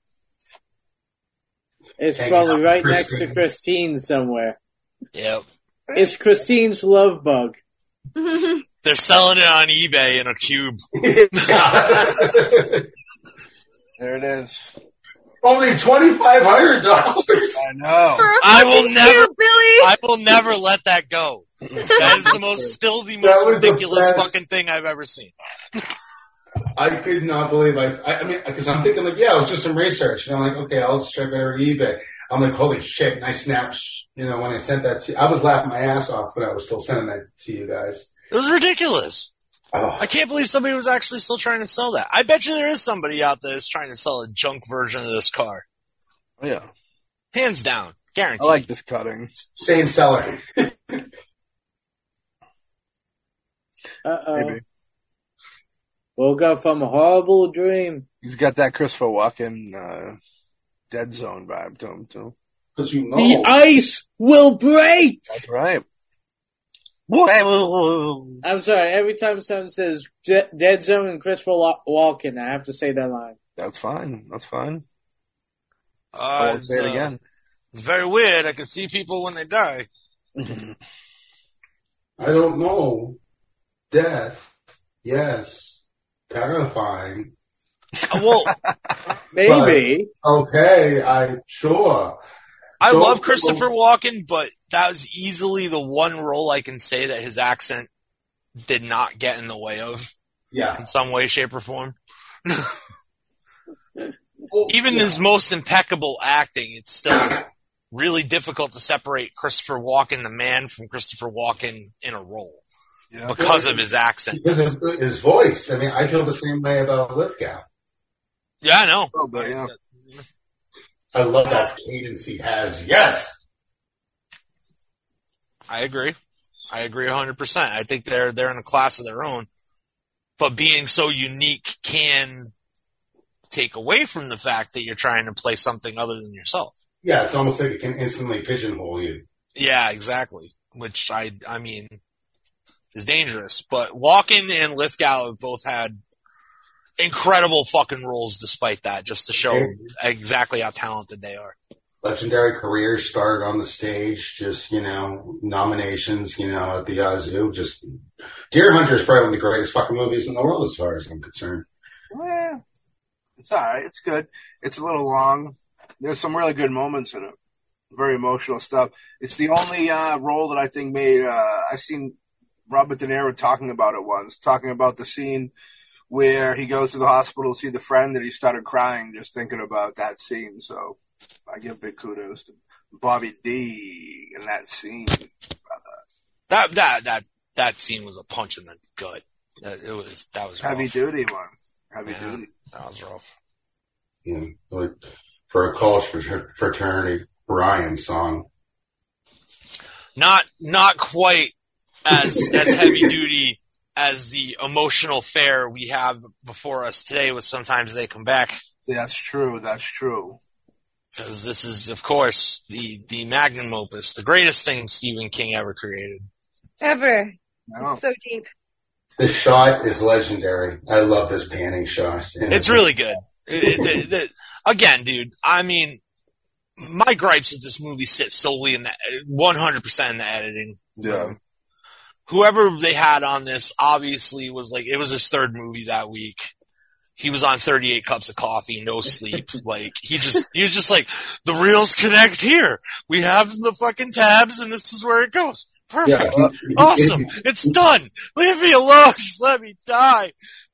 It's Hanging out probably with right next Christine. to Christine somewhere. Yep. It's Christine's love bug. They're selling it on eBay in a cube. There it is. Only twenty five hundred dollars. I know. I will never- Billy. I will never let that go. That is the most, still the That most was the ridiculous best. fucking thing I've ever seen. I could not believe I. I, I mean, because I'm thinking like, yeah, it was just some research, and I'm like, okay, I'll just check out her eBay. I'm like, holy shit! And I snapped. You know, when I sent that to, you. I was laughing my ass off, but I was still sending that to you guys. It was ridiculous. Oh, I can't believe somebody was actually still trying to sell that. I bet you there is somebody out there that's trying to sell a junk version of this car. Yeah. Hands down. I Guaranteed. like this cutting. same seller. Uh oh. Maybe. Woke up from a horrible dream. He's got that Christopher Walken uh, Dead Zone vibe to him, too. Because you know, The ice will break. That's right. Uh, Whoa. I'm sorry. Every time someone says Je- Dead Zone and Christopher Lo- Walken, I have to say that line. That's fine. That's fine. I Uh, won't say uh, it again. It's very weird. I can see people when they die. I don't know. Death, yes, terrifying. Uh, Well, Maybe. Okay, I sure. I Don't- love Christopher Walken, but that was easily the one role I can say that his accent did not get in the way of. Yeah, in some way, shape, or form. Oh, Even his most impeccable acting, it's still really difficult to separate Christopher Walken the man from Christopher Walken in a role Yeah. because of his accent. Because his, his voice. I mean, I feel the same way about Lithgow. Yeah, I know. Oh, but, yeah. I love that cadence he has. Yes. I agree. I agree 100%. I think they're they're in a class of their own. But being so unique can take away from the fact that you're trying to play something other than yourself. Yeah, it's almost like it can instantly pigeonhole you. Yeah, exactly. Which I I mean is dangerous. But Walken and Lithgow have both had incredible fucking roles despite that, just to show exactly how talented they are. Legendary career started on the stage, just, you know, nominations, you know, at the Yazoo. Just Deer Hunter is probably one of the greatest fucking movies in the world as far as I'm concerned. Eh, it's all right. It's good. It's a little long. There's some really good moments in it. Very emotional stuff. It's the only uh, role that I think made. Uh, I've seen Robert De Niro talking about it once, talking about the scene where he goes to the hospital to see the friend that he started crying just thinking about that scene. So I give big kudos to Bobby D in that scene. That that that that scene was a punch in the gut. That, it was that was Heavy rough. duty one. Heavy Yeah. duty. That was rough. You know, like for a college frater- fraternity, Brian song. Not not quite as as heavy duty as the emotional fare we have before us today with sometimes they come back. That's true. That's true. because this is, of course, the the magnum opus, the greatest thing Stephen King ever created. Ever. Oh. No. So deep. This shot is legendary. I love this panning shot. And It's really good. It- it- it- it- again, dude, I mean, my gripes with this movie sit solely in that 100% in the editing. Yeah. Whoever they had on this obviously was like, it was his third movie that week. He was on 38 cups of coffee, no sleep. Like, he just, he was just like, the reels connect here. We have the fucking tabs and this is where it goes. Perfect. Yeah. Awesome. It's done. Leave me alone. Just let me die.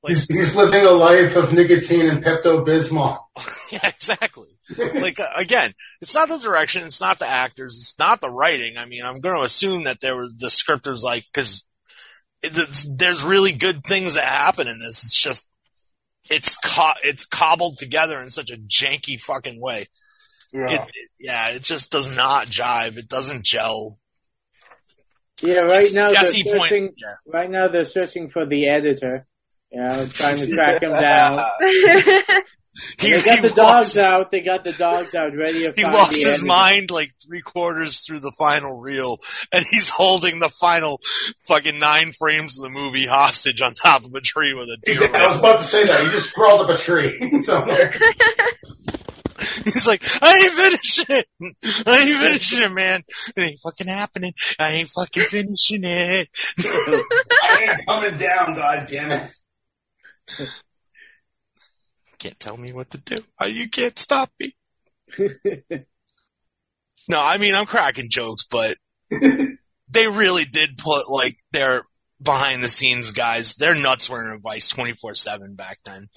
He's, he's living a life of nicotine and Pepto Bismol. Yeah, exactly. Like uh, again, it's not the direction. It's not the actors. It's not the writing. I mean, I'm going to assume that there were the script was like because there's really good things that happen in this. It's just it's co- it's cobbled together in such a janky fucking way. Yeah. It, it- yeah, it just does not jive. It doesn't gel. Yeah, right now they're Jesse point. searching. Yeah. Right now they're searching for the editor. You know, trying to track him down. He, they got he the dogs lost- out. They got the dogs out ready to He find lost the his editor. mind like three quarters through the final reel, and he's holding the final fucking nine frames of the movie hostage on top of a tree with a deer. I was rifle. about to say that. He just crawled up a tree somewhere. He's like, I ain't finishing it. I ain't finishing it, man. It ain't fucking happening. I ain't fucking finishing it. I ain't coming down, god damn it. Can't tell me what to do. Oh, You can't stop me. no, I mean I'm cracking jokes, but they really did put like their behind the scenes guys. Their nuts were in a vice twenty four seven back then.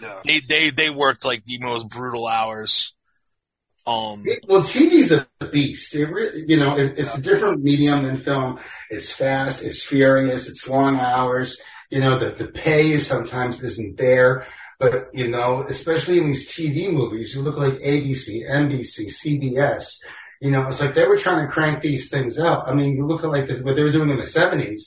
yeah. they they they worked like the most brutal hours. Um, Well, TV's a beast. It really, you know, it, it's a different medium than film. It's fast, it's furious, it's long hours. You know, the, the pay sometimes isn't there. But, you know, especially in these TV movies, you look like ABC, NBC, CBS. You know, it's like they were trying to crank these things out. I mean, you look at like this, what they were doing in the 70s,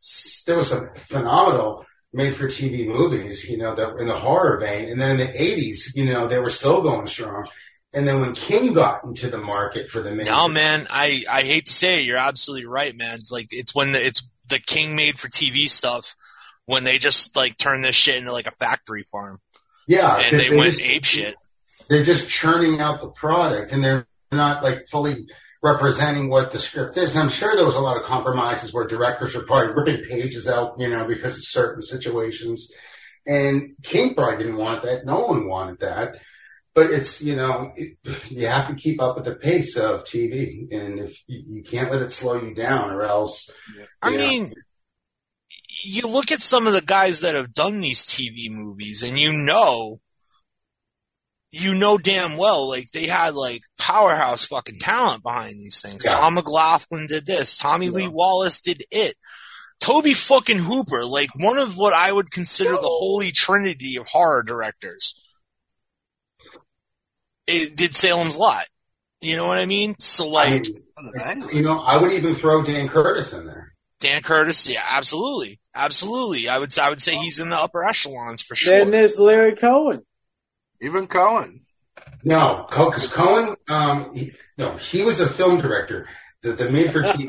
s- there was some phenomenal made for TV movies, you know, that were in the horror vein. And then in the 80s, you know, they were still going strong. And then when King got into the market for the main, no man, I I hate to say it, you're absolutely right, man. It's Like it's when the, it's the king made for TV stuff when they just like turned this shit into like a factory farm yeah, and 'cause Uh, they went just- ape shit. They're just churning out the product, and they're not like fully representing what the script is. And I'm sure there was a lot of compromises where directors were probably ripping pages out, you know, because of certain situations. And King probably didn't want that. No one wanted that. But it's you know it, you have to keep up with the pace of TV, and if you, you can't let it slow you down, or else I Yeah. mean, you look at some of the guys that have done these TV movies, and you know you know damn well, like they had like powerhouse fucking talent behind these things. Yeah. Tom McLaughlin did this. Tommy Lee Wallace did it. Toby fucking Hooper, like one of what I would consider the holy trinity of horror directors, it did Salem's Lot. You know what I mean? So like, I mean, On the bang. you know, I would even throw Dan Curtis in there. Dan Curtis, yeah, absolutely, absolutely. I would I would say he's in the upper echelons for sure. Then there's Larry Cohen. Even Cohen. No, because Cohen, um, he, no, he was a film director. The, the made for TV,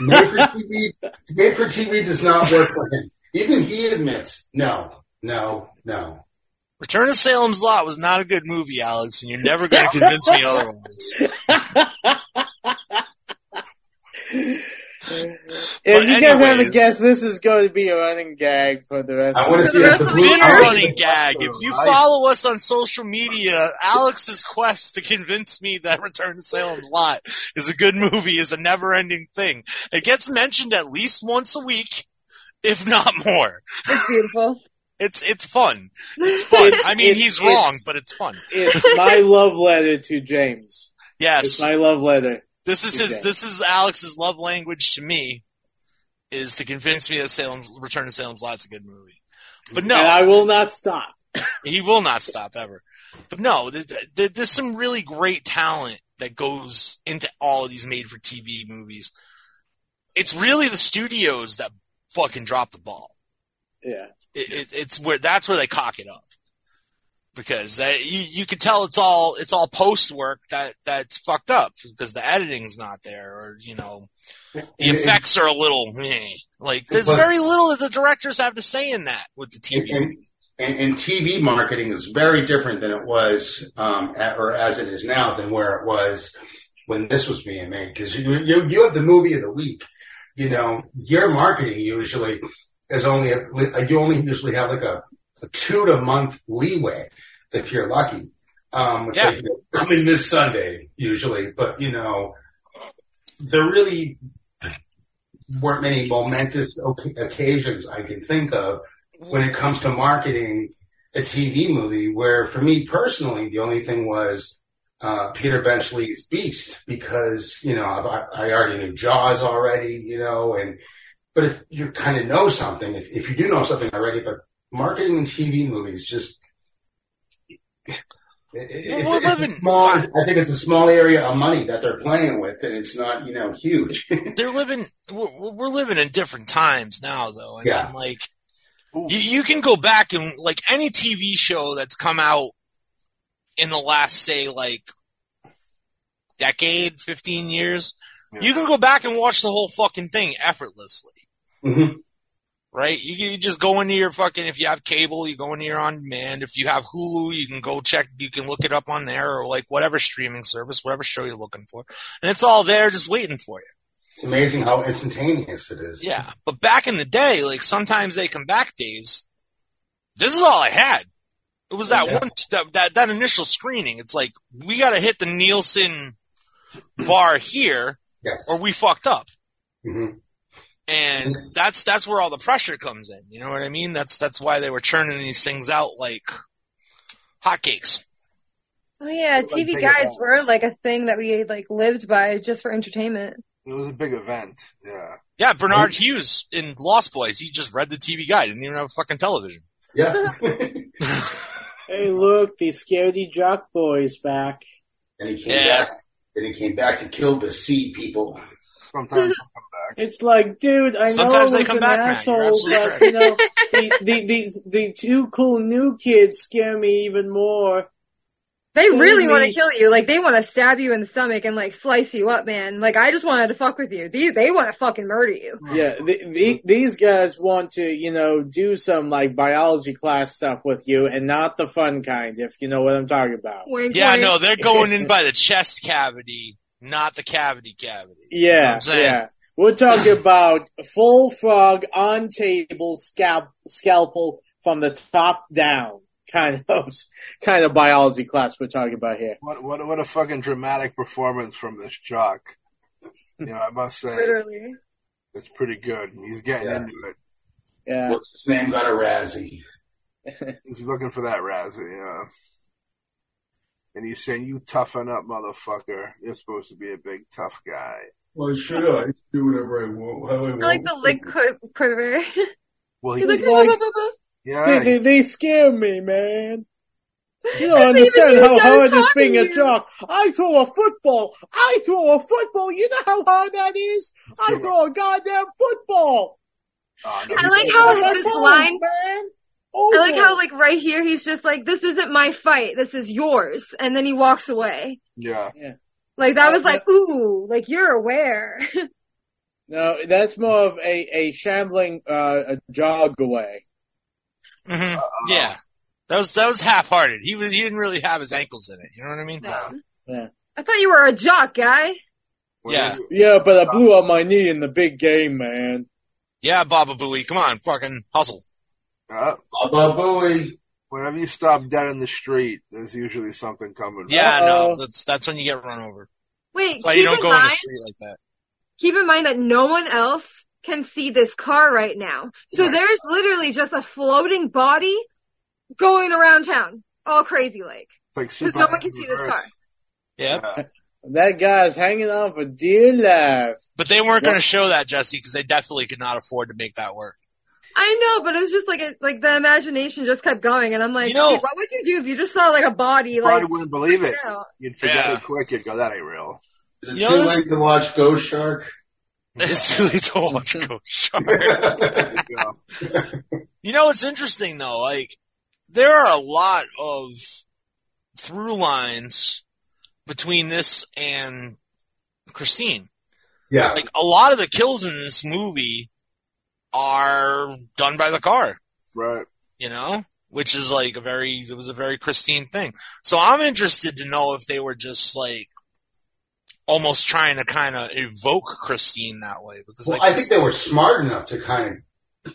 made for TV, made for TV does not work for him. Even he admits, no, no, no. Return to Salem's Lot was not a good movie, Alex, and you're never going to convince me otherwise. If But you guys have a anyways- guess, this is going to be a running gag for the rest I of want to the see it. That's weird. Been a Alright. running gag. If you follow us on social media, Alex's quest to convince me that Return to Salem's Lot is a good movie is a never-ending thing. It gets mentioned at least once a week, if not more. It's beautiful. It's it's fun. It's fun. I mean, It's- he's it's- wrong, but it's fun. It's my love letter to James. It's Yes, my love letter. this is his. Okay. This is Alex's love language to me, is to convince me that Salem Return to Salem's Lot's a good movie. But no, And I will not stop. he will not stop ever. But no, th- th- th- there's some really great talent that goes into all of these made for TV movies. It's really the studios that fucking drop the ball. Yeah. It, it, it's where that's where they cock it up because uh, you you can tell it's all it's all post work that that's fucked up because the editing's not there or you know the And- effects are a little meh. like there's But- very little that the directors have to say in that with the And, TV. and, and, and TV marketing is very different than it was, um, at, or as it is now, than where it was when this was being made. Because you, you you have the movie of the week. You know, your marketing usually is only a, you only usually have like a, a two to month leeway if you're lucky. Um, it's Yeah. like, coming this Sunday usually, but you know, there really weren't many momentous oc- occasions I can think of when it comes to marketing a TV movie, where for me personally, the only thing was uh, Peter Benchley's Beast because you know I, I already knew Jaws already, you know, and but if you kind of know something, if, if you do know something already, but marketing in TV movies just. it- it- It's, Well, it's a living- small, I think it's a small area of money that they're playing with, and it's not, you know, huge. they're living we're, we're living in different times now though I Yeah. mean, like Ooh. you, you can go back and like any tv show that's come out in the last say like decade 15 years Yeah. you can go back and watch the whole fucking thing effortlessly Mhm. right? You, you just go into your fucking, if you have cable, you go into your on demand. If you have Hulu, you can go check, you can look it up on there or like whatever streaming service, whatever show you're looking for. And it's all there just waiting for you. It's amazing how instantaneous it is. Yeah. But back in the day, like sometimes they come back days. This is all I had. It was that Yeah. one, that, that, that initial screening. It's like, we got to hit the Nielsen bar here Yes. or we fucked up. hmm and that's that's where all the pressure comes in. You know what I mean? That's that's why they were churning these things out like hotcakes. Oh yeah, Like TV big guides events. were like a thing that we like lived by just for entertainment. It was a big event. Yeah. Yeah, Oh. Bernard Hughes in Lost Boys, he just read the TV guide, didn't even have a fucking television. Yeah. Hey, look, the Scaredy Jock Boy's back. and he came Yeah. back. And he came back to kill the sea people. Sometimes It's like, dude, I Sometimes they know I was come an back, Matt. You're asshole, absolutely but you know, the, the the the two cool new kids scare me even more. They Kill really me. want to kill you. Like they want to stab you in the stomach and like slice you up, man. Like I just wanted to fuck with you. These they want to fucking murder you. Yeah, the, the, these guys want to, you know, do some like biology class stuff with you, and not the fun kind, if you know what I'm talking about. Wink, Yeah, wink. no, they're going in by the chest cavity, not the cavity cavity. You know what Yeah, I'm saying? yeah. We're talking about full frog on table scalp scalpel from the top down kind of kind of biology class we're talking about here. What what what a fucking dramatic performance from this jock. You know, I must say Literally. it's pretty good. He's getting Yeah. into it. Yeah. What's his name? Got a Razzie. He's looking for that Razzie. Yeah. and he's saying, "You toughen up, motherfucker. You're supposed to be a big tough guy." Why should I do whatever I want? How I want. I like the lip qui- quiver. Well, He's he, like, like- They, yeah, they, they scare me, man. You don't I don't even understand think how you guys hard it's talk being to a you. jock. I throw a football. I throw a football. You know how hard that is? I good. throw a goddamn football. oh, no, I he's like good. how Over his my line- balls, man. I like Over. how like right here he's just like, this isn't my fight, this is yours, and then he walks away. yeah. Like that was like, ooh, like you're aware. No, that's more of a, a shambling uh, a jog away. hmm Yeah, that was that was half-hearted. He was he didn't really have his ankles in it. You know what I mean? Yeah. I thought you were a jock guy. What Yeah. is it? Yeah, but I blew out my knee in the big game, man. Yeah, Baba Booey, come on, fucking hustle. Uh, Baba Booey. whenever you stop dead in the street, there's usually something coming. Yeah, Uh-oh. no, that's that's when you get run over. Wait, That's why you keep don't in go in the mind, street like that. keep in mind that no one else can see this car right now. So Right. there's literally just a floating body going around town, all crazy like. It's like Because no Superman one can see this reverse. car. Yeah, Yeah. That guy's hanging on for dear life. but they weren't going Yeah. to show that Jesse because they definitely could not afford to make that work. I know, but it was just like it, like the imagination just kept going, and I'm like, You know- dude, what would you do if you just saw like a body You like? probably wouldn't believe it. out? You'd forget Yeah. it quick. You'd go, "That ain't real." Is it You know, too this- late to watch Ghost Shark? It's too late to watch Ghost Shark. yeah, You know? You know, it's interesting though. Like there are a lot of through lines between this and Christine. Like a lot of the kills in this movie are done by the car. right. you know, which is like a very, it was a very Christine thing. So I'm interested to know if they were just like almost trying to kind of evoke Christine that way because well, like, I think they were smart enough to kind of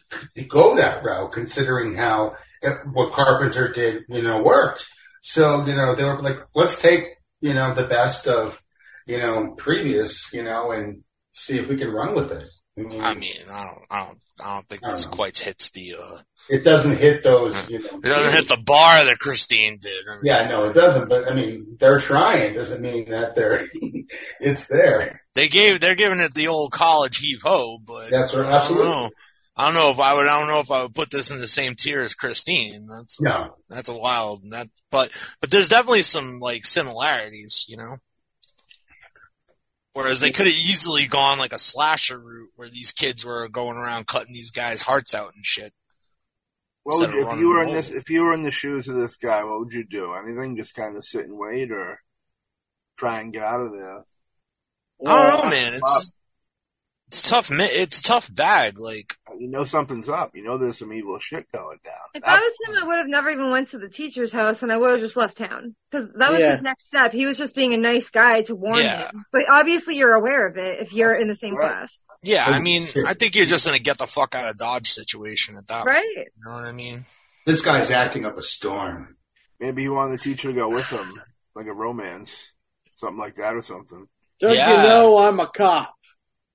go that route, considering how eh, what Carpenter did, you know, worked. So you know, they were like, let's take you know the best of you know previous, you know, and see if we can run with it. I mean, I mean, I don't, I don't, I don't think I don't this know. quite hits the, uh, it doesn't hit those, you know. it doesn't hit the bar that Christine did. I mean, Yeah, no, it doesn't. But I mean, they're trying. Doesn't mean that they're. it's there. They gave, they're giving it the old college heave ho, but That's right. I don't Absolutely. know. I don't know if I would, I don't know if I would put this in the same tier as Christine. That's, No. that's a wild, that, but, but there's definitely some like similarities, you know? Whereas they could have easily gone like a slasher route where these kids were going around cutting these guys' hearts out and shit. What would, Instead of if you were in running this? If you were in the shoes of this guy, what would you do? Anything? Just kind of sit and wait, or try and get out of there? I Well, don't know, man. It's it's a tough. mi- It's a tough bag. Like You know something's up. You know there's some evil shit going down. If I That- was him, I would have never even went to the teacher's house, and I would have just left town because that was Yeah. his next step. He was just being a nice guy to warn Yeah. him. But obviously, you're aware of it if you're in the same Right. class, yeah, I Oh, mean, shit. I think you're just in a get the fuck out of dodge situation at that. point. right? You know what I mean? This guy's acting up a storm. Maybe he wanted the teacher to go with him, like a romance, something like that, or something. Don't Yeah. you know I'm a cop?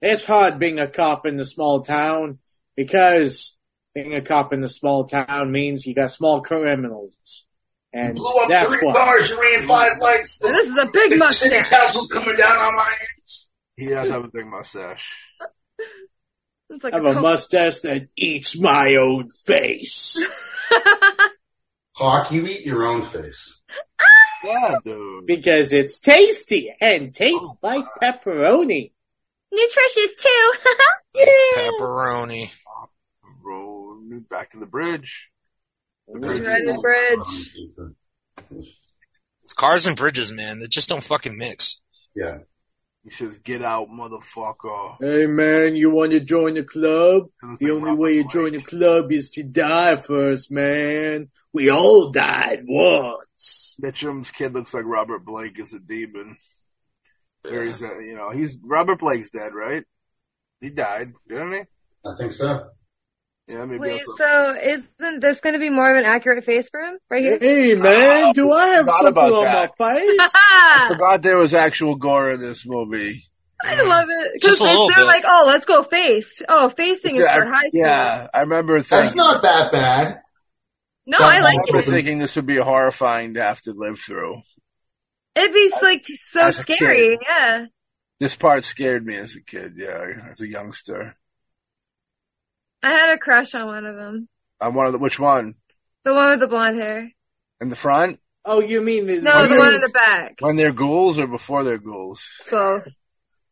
It's hard being a cop in the small town because being a cop in the small town means you got small criminals. And Blew up that's three what. cars. You ran five lights. And this The, is a big the city mustache. council's coming down on my hands. He does have a big mustache. It's like I have a coat. mustache that eats my own face. Hawk, you eat your own face. Yeah, dude. Because it's tasty and Oh. tastes like pepperoni. Nutritious too. Pepperoni. Roll back to the bridge. Dreaded Um, Bridge. It's cars and bridges, man. They just don't fucking mix. Yeah. He says, "Get out, motherfucker." Hey man, you want to join the club? The only way you join a club is to die first, man. We all died once. Mitchum's kid looks like Robert Blake is a demon. There he's, uh, you know, he's Robert Blake's dead, right? He died, didn't he? I think so. Yeah, maybe. Wait, that's- so isn't this going to be more of an accurate face for him right here? Hey man, do I have Forgot something about on that. my face? uh, I forgot there was actual gore in this movie. I love it because Just a they're little bit. like, "Oh, let's go face." Oh, facing is yeah, for high school. yeah, I remember That's thinking. not that bad. No, I like I it. remember thinking this would be horrifying to have to live through. It'd be like so As a kid. scary. Yeah. This part scared me as a kid. Yeah, as a youngster. I had a crush on one of them. I wanted the, which one The one with the blonde hair. in the front Oh, you mean the No, the you- one in the back. when they're ghouls or before they're ghouls. Both.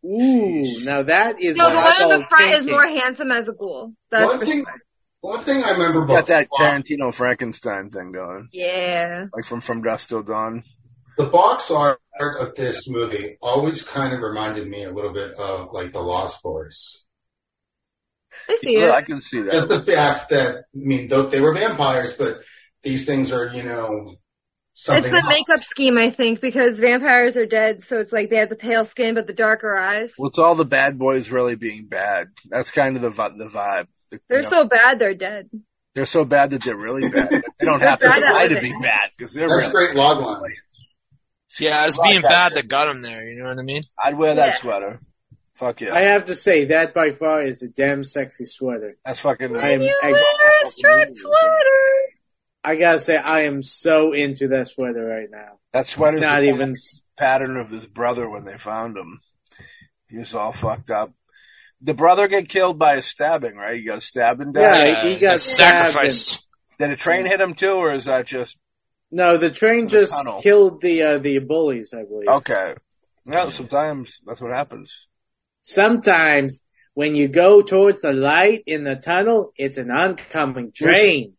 Ooh, now that is No, what the I one in call the front is thinking. more handsome as a ghoul. That's one for thing, sure. one thing I remember about Got that the, box, Tarantino Frankenstein thing going, Yeah. like from From Dusk Till Dawn. the box art of this movie always kind of reminded me a little bit of like the Lost Boys. I see Yeah, I it. can see Just that. the fact that I mean, though they were vampires, but these things are you know something. It's the else. makeup scheme, I think, because vampires are dead, so it's like they have the pale skin but the darker eyes. Well, it's all the bad boys really being bad. That's kind of the vi- the vibe. The- They're you know, so bad they're dead. they're so bad that they're really bad. They don't They're have to bad at try to be living. bad because they're That's really. great log line. Yeah, it's being bad that got him there. You know what I mean? I'd wear that Yeah. sweater. Fuck yeah, I have to say that by far is a damn sexy sweater. that's fucking. I am. You wear I, a striped sweater. I gotta say, I am so into that sweater right now. That It's sweater's not the even. pattern of his brother when they found him. He was all fucked up. The brother get killed by a stabbing, right? He got stabbed and died. Yeah, he got that's stabbed sacrificed. Did a train hit him too, or is that just No, the train The just tunnel. killed the uh, the bullies. I believe. okay? No, sometimes that's what happens. Sometimes when you go towards the light in the tunnel, it's an oncoming train.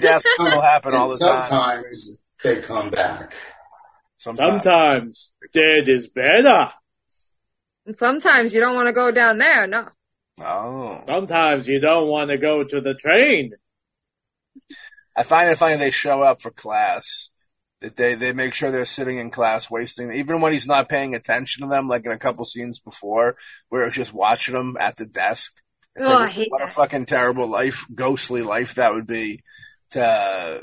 deaths will happen all the And time. sometimes they come back. Sometimes dead is better. And sometimes you don't want to go down there. No. Oh, Sometimes you don't want to go to the train. I find it funny they show up for class. That they they make sure they're sitting in class, wasting even when he's not paying attention to them, like in a couple scenes before, where it was just watching them at the desk. It's Oh, like, I hate what a that. fucking terrible life, ghostly life that would be. To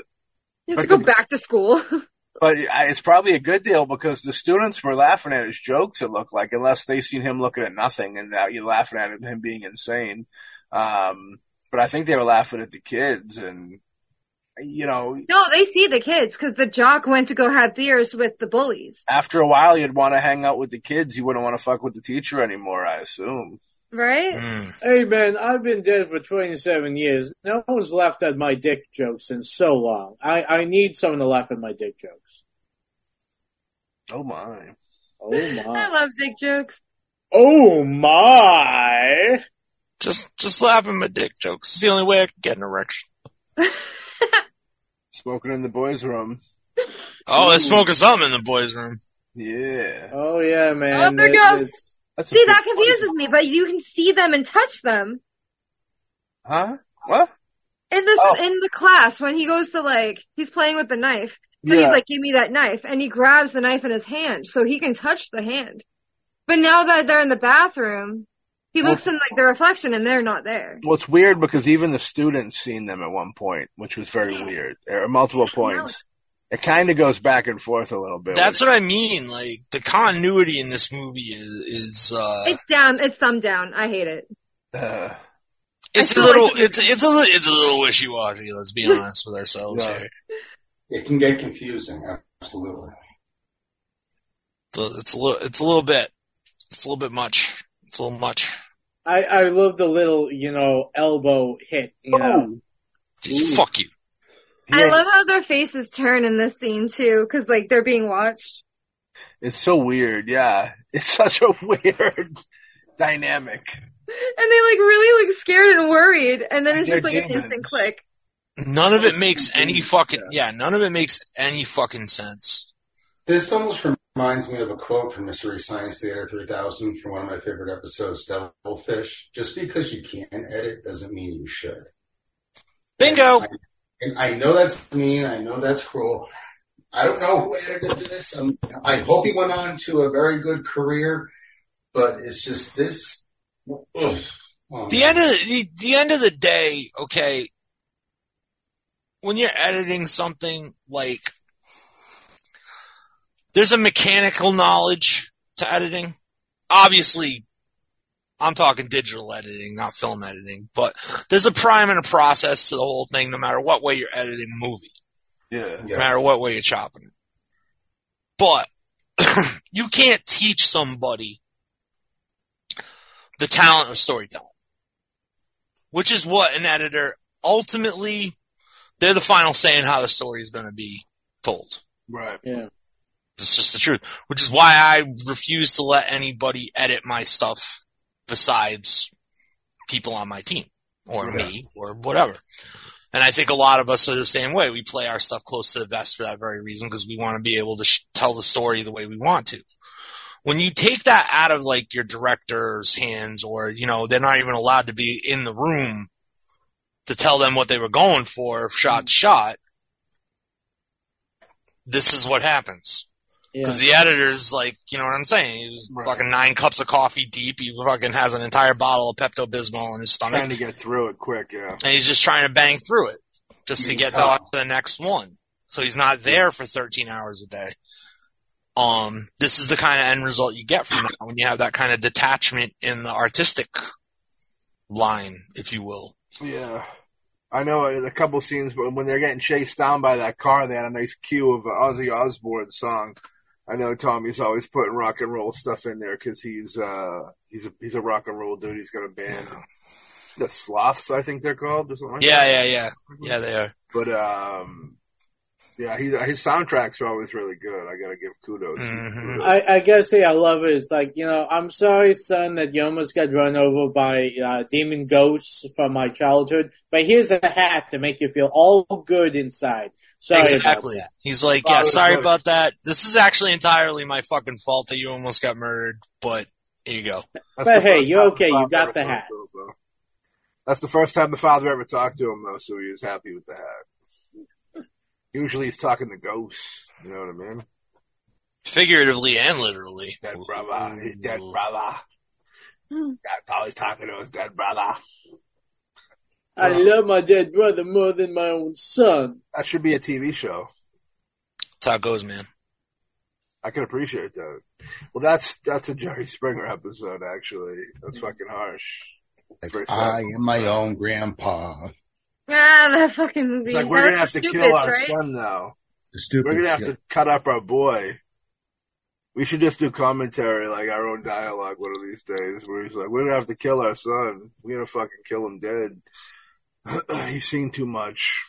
You have to Like go a- back to school. but I- it's probably a good deal because the students were laughing at his jokes. It looked like, unless they seen him looking at nothing and now you're laughing at him being insane. Um, but I think they were laughing at the kids, and you know, No, they see the kids because the jock went to go have beers with the bullies, after a while, you'd want to hang out with the kids. You wouldn't want to fuck with the teacher anymore, I assume. right? Mm. Hey man, I've been dead for 27 years. No one's laughed at my dick jokes in so long. I, I need someone to laugh at my dick jokes. Oh my! Oh I my. love dick jokes. Oh my. Just just laughing my dick jokes. It's the only way I can get an erection. Smoking in the boys' room. Oh, they're smoking something in the boys' room. Yeah, Oh yeah, man. Oh, there It- goes. it's- That's a See, big that boys' confuses room. me, but you can see them and touch them Huh? What? in this Oh. in the class when he goes to like he's playing with the knife. So he's like, "Give me that knife," and he grabs the knife in his hand so he can touch the hand. But now that they're in the bathroom, he looks in like the reflection and they're not there. Well, it's weird because even the students seen them at one point, which was very weird, or multiple points. It kind of goes back and forth a little bit. That's what I mean. Like the continuity in this movie is is uh, It's down. It's thumb down. I hate it. uh, it's a feel little like- it's it's a li- it's a little wishy washy. Let's be honest with ourselves Yeah. here. It can get confusing. Absolutely. It's a, it's a little it's a little bit it's a little bit much. It's a little much. I, I love the little, you know, elbow hit, you know. Jeez, fuck you. I oh, yeah, love how their faces turn in this scene too, because like they're being watched. it's so weird. Yeah, it's such a weird dynamic. And they like really like scared and worried, and then it's They're just like an instant demons. click. None of it makes any fucking yeah. None of it makes any fucking sense. This almost reminds me of a quote from Mystery Science Theater 3000 from one of my favorite episodes, Devilfish. Just because you can edit doesn't mean you should. Bingo. And I, and I know that's mean. I know that's cruel. I don't know who edited this. Um, I hope he went on to a very good career, but it's just this. ugh. Um, Oh, the end of the, the, the end of the day, okay. When you're editing something, like there's a mechanical knowledge to editing. Obviously, I'm talking digital editing, not film editing, but there's a prime and a process to the whole thing, no matter what way you're editing a movie Yeah, no yeah. matter what way you're chopping it. But you can't teach somebody the talent of storytelling, which is what an editor ultimately they're the final say in how the story is going to be told. Right. Yeah. It's just the truth, which is why I refuse to let anybody edit my stuff besides people on my team or me or whatever. And I think a lot of us are the same way. We play our stuff close to the vest for that very reason because we want to be able to sh- tell the story the way we want to. When you take that out of like your director's hands or, you know, they're not even allowed to be in the room to tell them what they were going for shot to shot, this is what happens. Yeah. Because the editor's like, you know what I'm saying? He was Right. fucking nine cups of coffee deep. He fucking has an entire bottle of Pepto Bismol in his stomach Trying to get through it quick, yeah. and he's just trying to bang through it just to get to the next one. So he's not there for 13 hours a day. Um, this is the kind of end result you get from that when you have that kind of detachment in the artistic line, if you will. Yeah. I know a couple scenes, but when they're getting chased down by that car, they had a nice cue of an Ozzy Osbourne song. I know Tommy's always putting rock and roll stuff in there because he's uh he's a he's a rock and roll dude. He's got a band, the Sloths, I think they're called, or something like Yeah, that. yeah, yeah, yeah. They are. But um, yeah, he's his soundtracks are always really good. I gotta give kudos. Mhm. I, I guess yeah, I love it. It's like you know, I'm sorry, son, that you almost got run over by uh, demon ghosts from my childhood. But here's a hat to make you feel all good inside. Sorry exactly. about He's like, Oh, yeah, it was sorry good. about that. This is actually entirely my fucking fault that you almost got murdered, but here you go. That's But the hey, first you're time okay, you father got ever the talked hat. to him, though. That's the first time the father ever talked to him, though, so he was happy with the hat. Usually he's talking to ghosts. You know what I mean? Figuratively and literally. Dead brother. He's dead brother. That's always talking to his dead brother. that. I love my dead brother more than my own son. That should be a TV show. That's how it goes, man. I can appreciate that. Well, that's that's a Jerry Springer episode, actually. That's fucking harsh. That's very sad. I am my own grandpa. Ah, that fucking movie. It's like That we're was gonna have to stupid, kill our right? son now. The stupid. We're gonna have shit. to cut up our boy. We should just do commentary, like our own dialogue, one of these days, where he's like, "We're gonna have to kill our son. We're gonna fucking kill him dead. he's seen too much."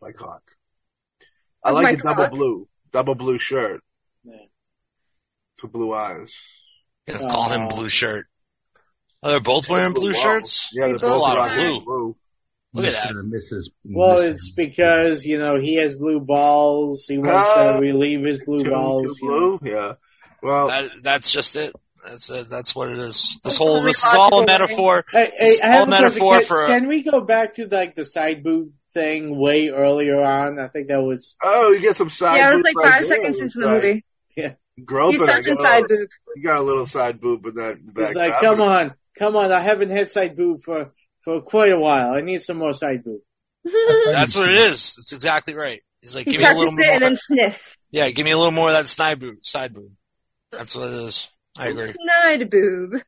Like Hawk. I That's like my the double Hawk. blue, double blue shirt Yeah. for blue eyes. Gonna call him Aw. blue shirt. Oh, they're both wearing blue Wow. shirts? Yeah, they're That's both a lot of wearing blue. blue. Look at that. Mr. and Mrs. Mm-hmm. Well, Mr. it's because you know he has blue balls. He wants Ah. Uh, to relieve his blue Two- balls. two you know. blue. Yeah. Well, That, that's just it. That's it. That's what it is. This That's whole really this is all a logical, metaphor. Hey, hey, I Small have a question. metaphor Can, for a- can we go back to like the side boob thing way earlier on? I think that was oh, you get some side. Yeah, it was boob like right five there. seconds into It's the like movie. Groping. He's I touching go, side boob. You got a little side boob in that. that He's like, that- come on, come on. I haven't had side boob for, for quite a while. I need some more side boob. That's what it is. That's exactly right. He's like, He give me a touches little it more. and then sniffs. yeah, give me a little more of that side boob. Side boob. That's what it is. I agree. Side boob.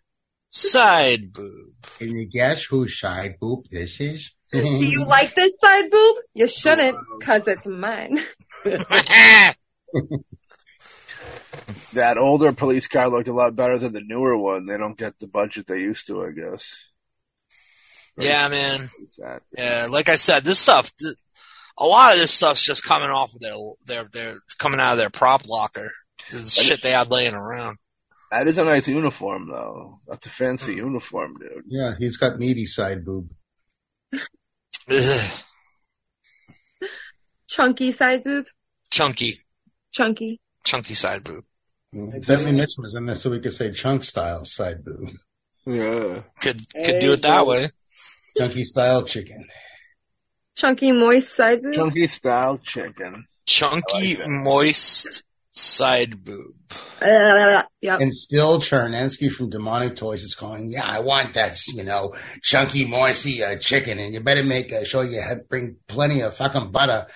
Side boob. Can you guess whose shy boop this is? Do Mm-hmm. you like this side boob? You shouldn't, cause it's mine. That older police car looked a lot better than the newer one. They don't get the budget they used to, I guess. yeah, man. It's sad. Yeah, like I said, this stuff. th- a lot of this stuff's just coming off of their their their coming out of their prop locker. This shit they had laying around. That is a nice uniform, though. That's a fancy uniform, dude. yeah, he's got meaty side boob. Ugh, Chunky side boob. chunky, Chunky. chunky side boob. Then we miss him, isn't it? So we could say chunk style side boob. Yeah. Could could do it that way. Chunky style chicken. Chunky moist side boob. Chunky style chicken. Chunky, I like that. moist side boob. Uh, yep. And still Chernansky from Demonic Toys is calling, yeah, I want that, you know, chunky, moisty uh, chicken. And you better make uh, sure you have, bring plenty of fucking butter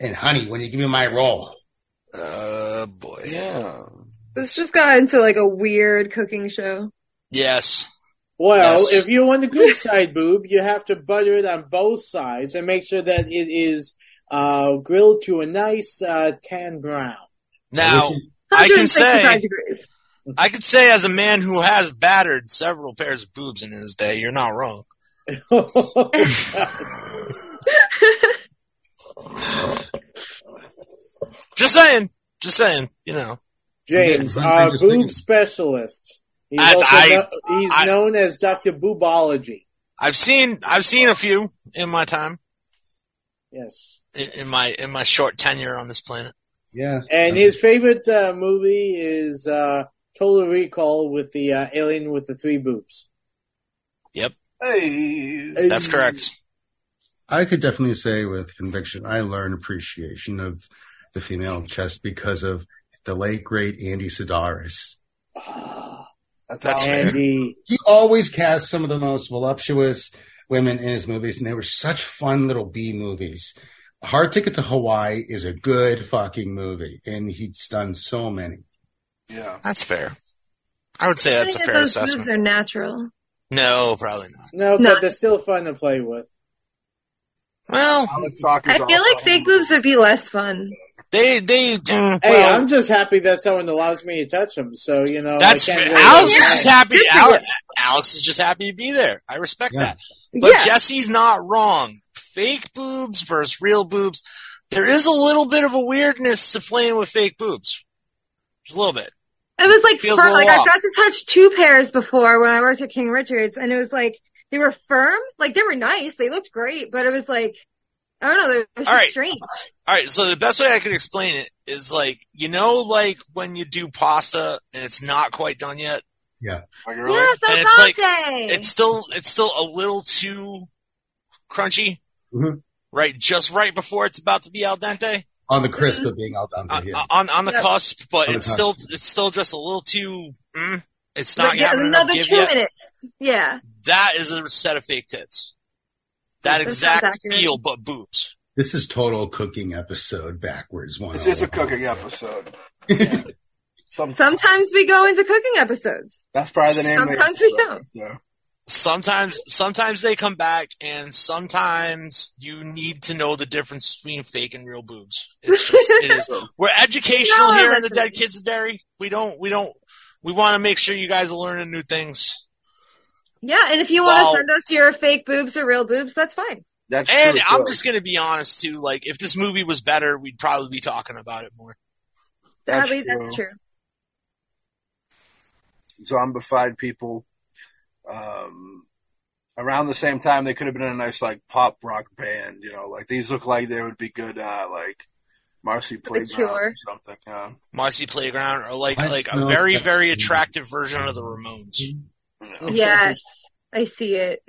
and honey when you give me my roll. Oh boy. Yeah. This just got into like a weird cooking show. Yes. Well, Yes. if you want a good side boob, you have to butter it on both sides and make sure that it is uh, grilled to a nice uh, tan brown. Now We can- I can say- 165 degrees. I could say as a man who has battered several pairs of boobs in his day, you're not wrong. Just saying. Just saying. You know. James, Yeah, our I'm just boob thinking. specialist. He's, That's- also I- kno- he's I- known as Doctor Boobology. I've seen I've seen a few in my time Yes, in, in my in my short tenure on this planet. Yeah. and his favorite uh, movie is uh, Total Recall with the uh, alien with the three boobs. Hey. That's correct. I could definitely say with conviction, I learned appreciation of the female chest because of the late great Andy Sidaris. That's all. fair. Andy, He always cast some of the most voluptuous women in his movies, and they were such fun little B movies. Hard Ticket to Hawaii is a good fucking movie, and he's done so many. Yeah. That's fair. I would say that's a Many of fair those boobs assessment. are natural. No, probably not. no, No. but they're still fun to play with. Well, Alex Hawk is I feel also- like fake boobs would be less fun. they they. mm, Hey, well, I'm just happy that someone allows me to touch them. So you Oh, know, I that's can't fair. really Alex is complain. just happy. Good for Alex, Alex is just happy to be there. I respect Yeah. that. But yeah. Jesse's not wrong. Fake boobs versus real boobs. There is a little bit of a weirdness to playing with fake boobs. Just a little bit. It was like Feels firm. a Like little I off. got to touch two pairs before when I worked at King Richards, and it was like they were firm. Like they were nice. They looked great, but it was like I don't know. It was just All right. strange. All right, so the best way I could explain it is like you know, like when you do pasta and it's not quite done yet. Like, really? Yeah, so And it's it's like- all day. It's still it's still a little too crunchy, Mhm. right? Just right before it's about to be al dente On the crisp of being all done Uh, on, here. on on the Yeah. cusp, but On the it's cusp. still it's still just a little too. Mm, it's Like, not yeah, having enough another give two yet. minutes. Yeah. That is a set of fake tits. That That sounds exact accurate. feel, but boobs. This is total cooking episode backwards. One. This is a cooking episode. Yeah. Some, Sometimes we go into cooking episodes. that's probably the name. of the sometimes we episode don't. right there. Sometimes, sometimes they come back, and sometimes you need to know the difference between fake and real boobs. It's just, it is. We're educational No, here in that's the Dead right. Kids of Dairy. We don't, we don't, we want to make sure you guys are learning new things. Yeah, and if you want to Wow. send us your fake boobs or real boobs, that's fine. That's And true, I'm too. just gonna be honest too. Like, if this movie was better, we'd probably be talking about it more. That's Probably that's true. zombified people. Um, around the same time, they could have been in a nice like pop rock band. You know, like these look like they would be good. Uh, like Marcy Playground Cure. or something. Yeah. Marcy Playground, or like, I like a know very, that- very attractive version of the Ramones. Yeah. Yes, I see it.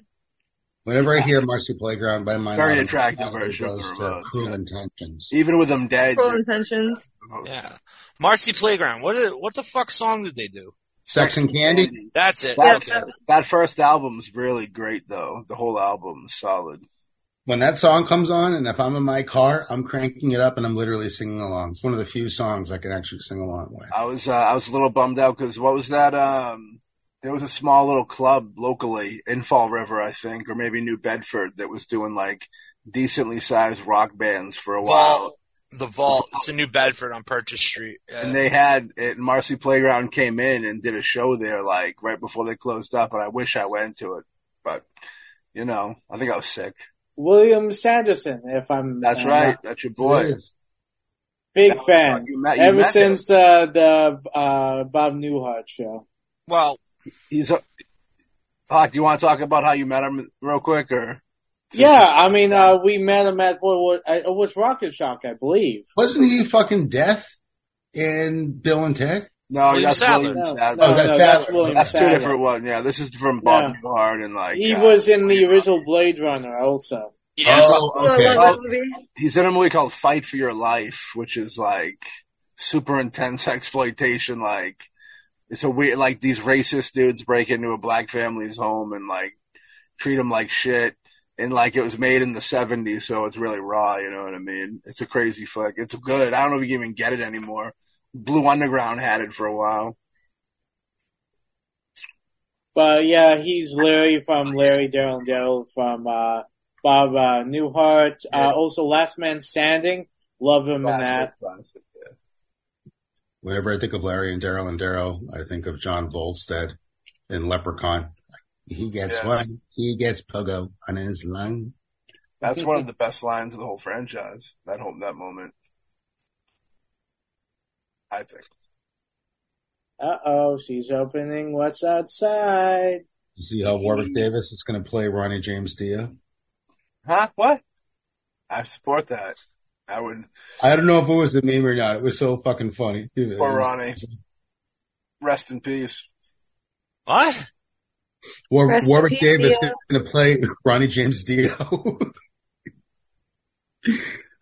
Whenever I hear Marcy Playground by my Very mom, attractive it version of goes the to Ramones, Cruel yeah. intentions. Even with them dead. Cruel intentions. Yeah, Marcy Playground. What, did- what the fuck song did they do? Sex and candy? That's it. That, Yeah. that first album's really great though. The whole album's solid. When that song comes on, and if I'm in my car, I'm cranking it up and I'm literally singing along. It's one of the few songs I can actually sing along with. I was uh, I was a little bummed out because what was that? Um, there was a small little club locally in Fall River, I think, or maybe New Bedford, that was doing like decently sized rock bands for a while, Vault. The Vault. It's in New Bedford on Purchase Street. Uh, and they had it. Marcy Playground came in and did a show there, like right before they closed up, and I wish I went to it, but you know, I think I was sick. William Sanderson, if I'm That's I'm right, not- that's your boy. It is. big That was fan. how you met- you Ever met since uh, the uh, Bob Newhart show, well, He's a. Hawk, do you want to talk about how you met him real quick, or? yeah, I mean, uh, we met him at what was, uh, it was Rocket Shock, I believe. Wasn't he fucking deaf in Bill and Ted? No, William that's Sadler. William No, Sadler. no, Oh, that's no, that's Sadler. William That's two Sadler. different one. Yeah, this is from Bob Yeah. Newhart and like He uh, was in the original Blade Runner, also. yes. Oh, Well, okay. what Oh. movie? He's in a movie called Fight for Your Life, which is like super intense exploitation. Like it's a weird, like these racist dudes break into a black family's home and like treat them like shit. And like it was made in the '70s, so it's really raw. You know what I mean? It's a crazy flick. It's good. I don't know if you can even get it anymore. Blue Underground had it for a while. But yeah, he's Larry from Larry Daryl and Daryl from uh, Bob uh, Newhart. Uh, also, Last Man Standing. Love him in that. Classic, classic, yeah. Whenever I think of Larry and Daryl and Daryl, I think of John Volstead in Leprechaun. He gets Yes. one. He gets Pogo on his lung. That's one of the best lines of the whole franchise. That whole that moment, I think. Uh oh, she's opening what's outside. You see how Mm-hmm. Warwick Davis is going to play Ronnie James Dio? Huh? What? I support that. I would I don't know if it was the meme or not. It was so fucking funny. Poor Ronnie. rest in peace. What? War- Rest in Warwick peace, Davis Dio. is going to play Ronnie James Dio.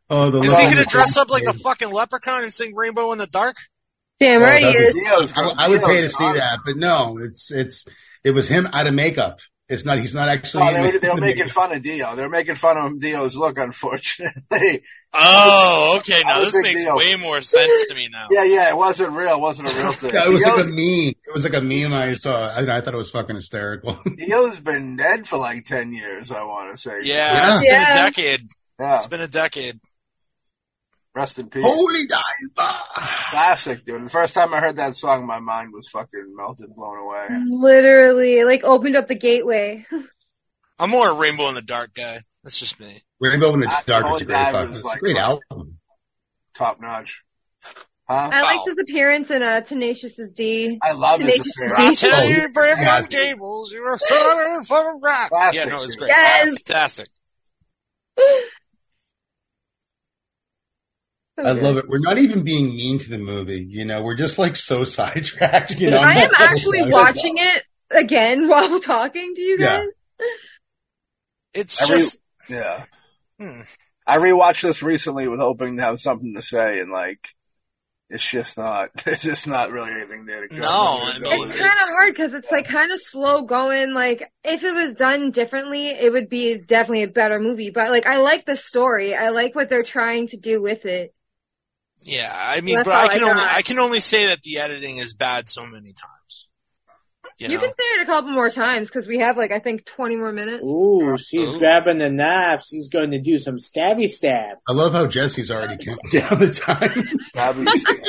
oh, the Is he little- gonna dress up like a fucking leprechaun and sing Rainbow in the Dark? Damn Oh, right he that'd is. be- Dio's I, gonna- I would pay to Dio's see gone. that, but no, it's it's it was him out of makeup. It's not. He's not actually. Oh, in they, it. they were making fun of Dio. They're making fun of Dio's look, unfortunately. Oh, okay. I Now would this think makes Dio- way more sense to me now. yeah, yeah, it wasn't real. It wasn't a real thing. Yeah, it was like Dio's, a meme. It was like a meme I saw. I, I thought it was fucking hysterical. Dio's been dead for like 10 years, I want to say. Yeah, it's Yeah. been a decade. Yeah. It's been a decade. Rest in peace. Holy diver! Classic, dude. The first time I heard that song, my mind was fucking melted, blown Mm-hmm. away. Literally, like opened up the gateway. I'm more a Rainbow in the Dark guy. That's just me. Rainbow in the That Dark Holy is a great, Diver fucking- is it's like- a great album. Top notch. Huh? I Wow. liked his appearance in uh, Tenacious D. I love this Tenacious appearance. I D. tell you, yeah. Rainbow Gables, you're a son of a rock. Classic, Yeah, no, it's dude. great. Yes. Fantastic. I love it. We're not even being mean to the movie. You know, we're just like so sidetracked. You know, I am actually Sorry. watching it again while talking to you Yeah. guys. It's Every- just Yeah. Hmm. I rewatched this recently with hoping to have something to say, and like, it's just not. It's just not really anything there to go. No, Nothing to I go mean- It's with kind it. of hard because it's like kind of slow going. Like if it was done differently, it would be definitely a better movie. But like I like the story. I like what they're trying to do with it. yeah. I mean, That's but I all can I only got. I can only say that the editing is bad so many times. You, You, know? can say it a couple more times because we have like I think twenty more minutes. Ooh, she's Ooh. grabbing the knife. She's going to do some stabby stab. I love how Jesse's already counting down the time. That'd be sick.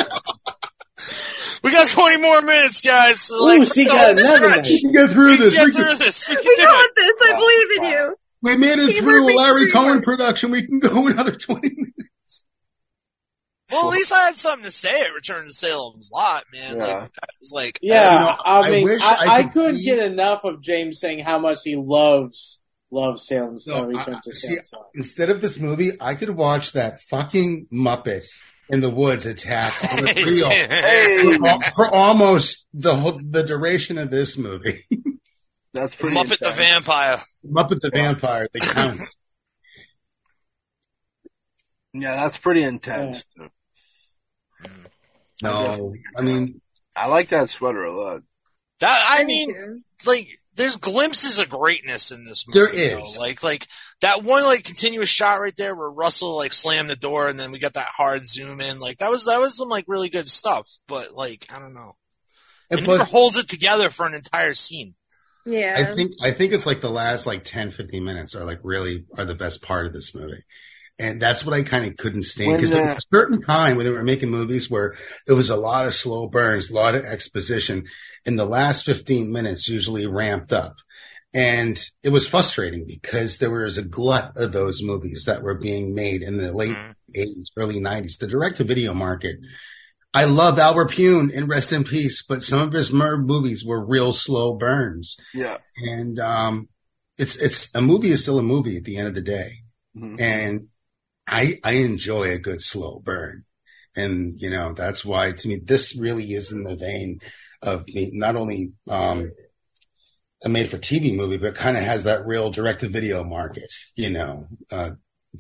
we got 20 more minutes, guys. So Ooh, like, she no, got another stretch. we knife. can get through We can this. get We, through can, this. We We can do got it. this. I Wow. believe in Wow. you. we made it Keep through moving Larry Cohen forward. production. We can go another twenty minutes. Well, at least I had something to say at Return to Salem's Lot, man. Like, Yeah. that was like, Yeah, You know, I I mean, wish I, I I, could couldn't see- get enough of James saying how much he loves loves Salem's No, uh, Return I- to see, Salem's Lot. Instead of this movie, I could watch that fucking Muppet in the woods attack on a reel Hey, for, for almost the whole, the duration of this movie. that's pretty. Muppet the intense. Vampire. Muppet the Vampire, they count. Yeah, that's pretty intense. dude. No, I mean, I like that sweater a lot. That I Me mean, too. like, there's glimpses of greatness in this movie. There though. is. like, like that one like continuous shot right there where Russell like slammed the door, and then we got that hard zoom in. Like that was that was some like really good stuff. But like, I don't know, and it plus, never holds it together for an entire scene. yeah. I think I think it's like the last like 10, 15 minutes are like really are the best part of this movie. And that's what I kind of couldn't stand because When, there was a certain time when they were making movies where it was a lot of slow burns, a lot of exposition, and the last 15 minutes usually ramped up. And it was frustrating because there was a glut of those movies that were being made in the late Mhm. 80s, early 90s, the direct to video market. I love Albert Pune and rest in peace, but some of his mer- movies were real slow burns Yeah. and um, it's it's a movie is still a movie at the end of the day, Mhm. and I I enjoy a good slow burn, and you know that's why to me this really is in the vein of me not only um, a made for TV movie, but kind of has that real direct to video market, you know, uh,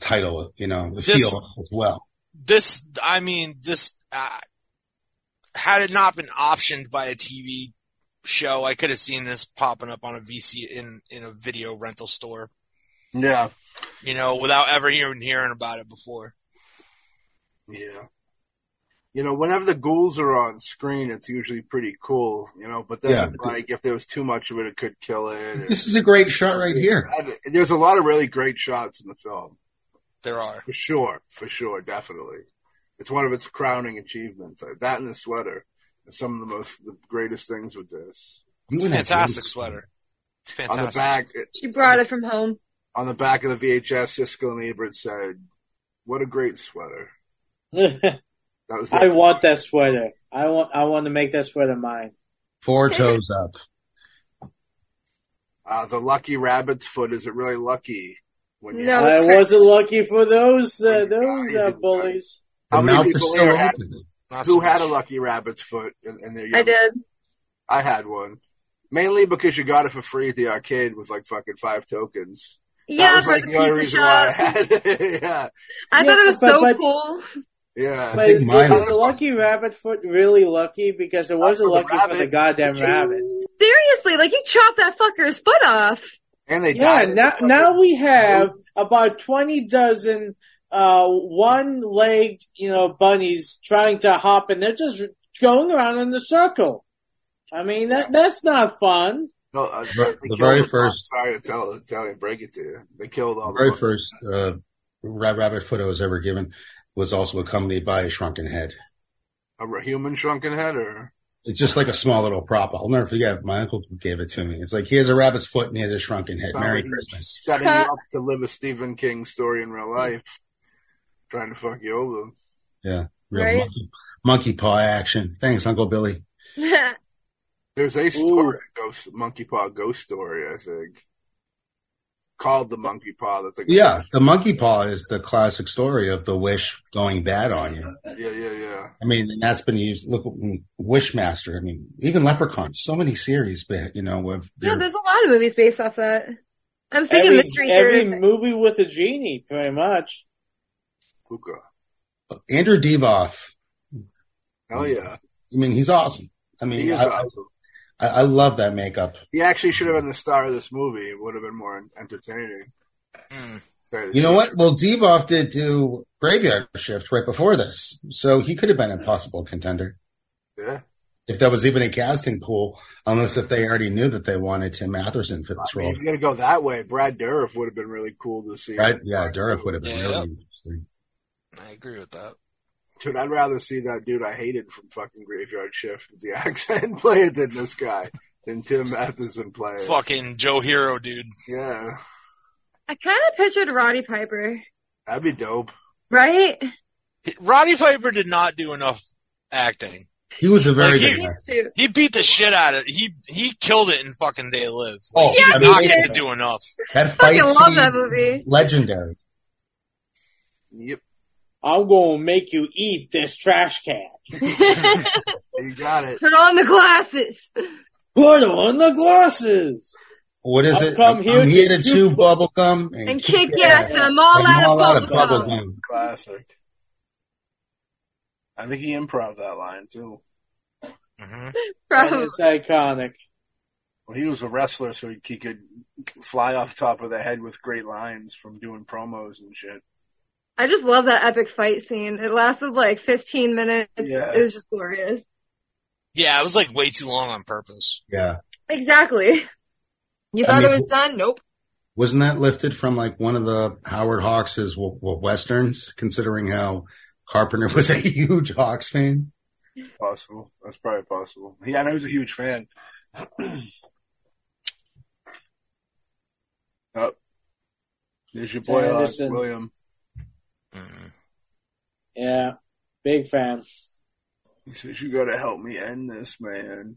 title, you know, the This- feel as well. this i mean this uh, had it not been optioned by a tv show i could have seen this popping up on a vc in in a video rental store Yeah. you know without ever even hearing about it before Yeah. You know, whenever the ghouls are on screen, it's usually pretty cool. You know, but then Yeah. it's like if there was too much of it, it could kill it. or- This is a great shot right here. I- there's a lot of really great shots in the film. there are For sure, for sure, definitely. It's one of its crowning achievements. Uh, That and the sweater are some of the most the greatest things with this. You It's a and that fantastic baby- sweater. It's On the fantastic. back, She brought it from home. on the back of the VHS, Siskel and Ebert said, "What a great sweater." That was I want that sweater. I want. I want to make that sweater mine. Four toes up. uh, the lucky rabbit's foot. Is it really lucky? When No. I it's- wasn't lucky for those uh, those Yeah, uh, you- bullies. How The many mouth people is still here had- open. Not who so had a much. lucky rabbit's foot in, in their young I did. I had one. Mainly because you got it for free at the arcade with like fucking five tokens. Yeah, that was for like the the only pizza reason why I shop. had it. yeah, I Yeah, thought it was but- so but- cool. yeah. I think But mine was is- the lucky rabbit foot really lucky because it wasn't for the lucky for the rabbit. goddamn rabbit. Seriously, like you chopped that fucker's foot off. and they Yeah, died. now now we have about twenty dozen uh one-legged, you know, bunnies trying to hop, and they're just going around in a circle. I mean, that that's not fun. No, uh, they The killed very them. first- I'm sorry to tell, tell you, break it to you. They killed all The very the first uh, ra- rabbit foot I was ever given was also accompanied by a shrunken head. a human shrunken head, or It's just like a small little prop. I'll never forget. My uncle gave it to me. It's like here's a rabbit's foot and here's a shrunken head. Sounds Merry like he's Christmas. setting you up to live a Stephen King story in real life, trying to fuck you over. Real Right. monkey, monkey paw action. Thanks, Uncle Billy. That's There's a story, ghost monkey paw ghost story, I think, called the monkey paw. That's like Yeah, the monkey paw is the classic story of the wish going bad on you. yeah, yeah, yeah. I mean, and that's been used. Look, Wishmaster. I mean, even Leprechaun. So many series, but you know, of no, there's a lot of movies based off that. I'm thinking Every, Mystery every Theater. movie with a genie, pretty much. Puka. Andrew Devoff. Hell yeah, I mean, he's awesome. Mm-hmm. I he mean, is I, awesome. I, I love that makeup. He actually should have been the star of this movie. It would have been more entertaining. Mm. You know what? Well, Devoff did do Graveyard Shift right before this, so he could have been a possible contender Yeah. if there was even a casting pool. Unless if they already knew that they wanted Tim Atherson for this I mean, role, if you're gonna go that way, Brad Dourif would have been really cool to see. right? Yeah, Durek would have been Yeah. really interesting. I agree with that. Dude, I'd rather see that dude I hated from fucking Graveyard Shift with the accent play it than this guy than Tim Matheson play it. Fucking Joe Hero, dude. Yeah, I kind of pictured Roddy Piper, that'd be dope. right? Roddy Piper did not do enough acting. He was a very Like, good. he- actor. These two. He beat the shit out of he he killed it in fucking Day Live. Oh, he I did mean, not get listen, to do enough. that fight Fucking love scene, that movie. legendary. Yep, I'm gonna make you eat this trash can. Put you got it. on the glasses. Put on the glasses. What is I'll it? Um, come here I'm to here to chew chew bu- bubble gum and, And kick your ass, and I'm all I'm out of all out bubble of bubble gum. gum. Classic. I think he improv that line too. hmm And Probably. it's iconic. Well, he was a wrestler, so he, he could fly off the top of the head with great lines from doing promos and shit. I just love that epic fight scene. It lasted like 15 minutes. Yeah. It was just glorious. Yeah, it was like way too long on purpose. Yeah, Exactly. You I thought mean, it was done? Nope. wasn't that lifted from like one of the Howard Hawks's w- w- westerns? Considering how Carpenter was a huge Hawks fan. Possible. That's probably possible. Yeah, I know he's a huge fan. oh, there's your boy uh, Anderson. William. Mhm. Yeah, big fan. He says you gotta help me end this, man.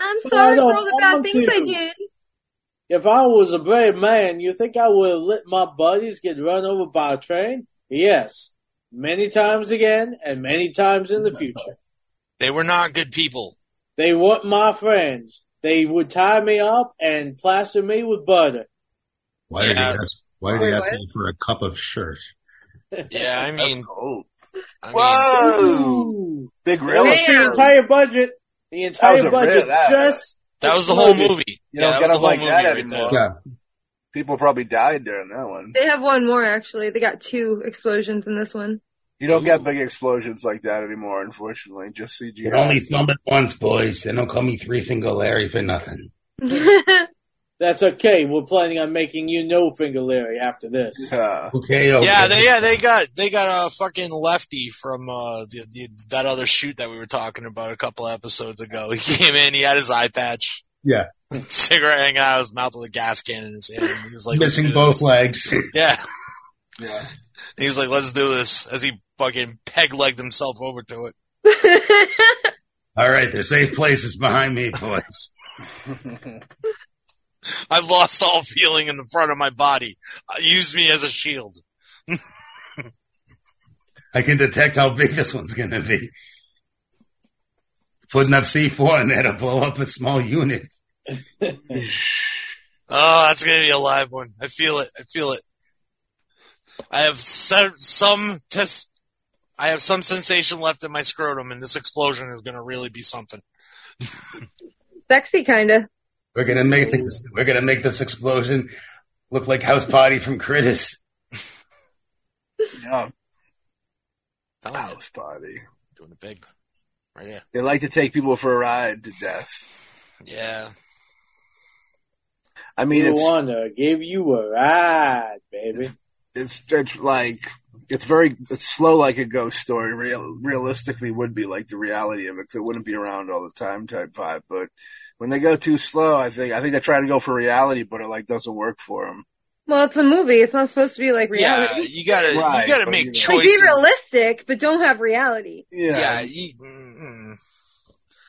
I'm But I sorry for don't all the bad want things I to. did. If I was a brave man, you think I would have let my buddies get run over by a train? Yes. Many times again and many times in the future. They were not good people. They weren't my friends. They would tie me up and plaster me with butter. Why did Yeah. he? Ask, why did he Wait, ask what? me for a cup of shirt? Yeah, I That's mean, cold. I mean Whoa! Ooh. Big That was the relative. entire budget. The was entire a budget real- that- just that was the whole exploded. movie. You yeah, don't that get was the up whole like movie that right anymore. there. Yeah, People probably died during that one. They have one more actually. They got two explosions in this one. You don't get big explosions like that anymore, unfortunately. Just CGI. only filmed it once, boys. They don't call me Three Finger Larry for nothing. That's That's okay. We're planning on making you no finger Larry after this. Uh, Okay, Oh, okay. Yeah, they, yeah, they got they got a fucking lefty from uh the, the, that other shoot that we were talking about a couple episodes ago. He came in, he had his eye patch, Yeah. cigarette hanging out of his mouth with a gas can in his hand. and He was like missing "Let's do both this." legs. Yeah, yeah. he was like, "Let's do this," as he fucking peg legged himself over to it. All right, the safe place is behind me, boys. I've lost all feeling in the front of my body. Uh, Use me as a shield. I can detect how big this one's going to be. Putting up C4 in there to blow up a small unit. Oh, that's gonna be a live one. I feel it. I feel it. I have some, some test. I have some sensation left in my scrotum, and this explosion is gonna really be something. Sexy, kinda. We're going to make this. We're going to make this explosion look like House Party from Critis. yeah. Wow, House party. doing it big, right here. They like to take people for a ride to death. Yeah, I mean, You it's wanna give you a ride, baby. it's it's like it's very it's slow like a ghost story. Real, realistically, would be like the reality of it 'cause it wouldn't be around all the time type vibe. But when they go too slow, I think I think they're trying to go for reality, but it like doesn't work for them. Well, it's a movie. It's not supposed to be like yeah. reality. You gotta, Right, you gotta but you- make Like, be like, be choices. realistic, but don't have reality. Yeah, you, mm, mm.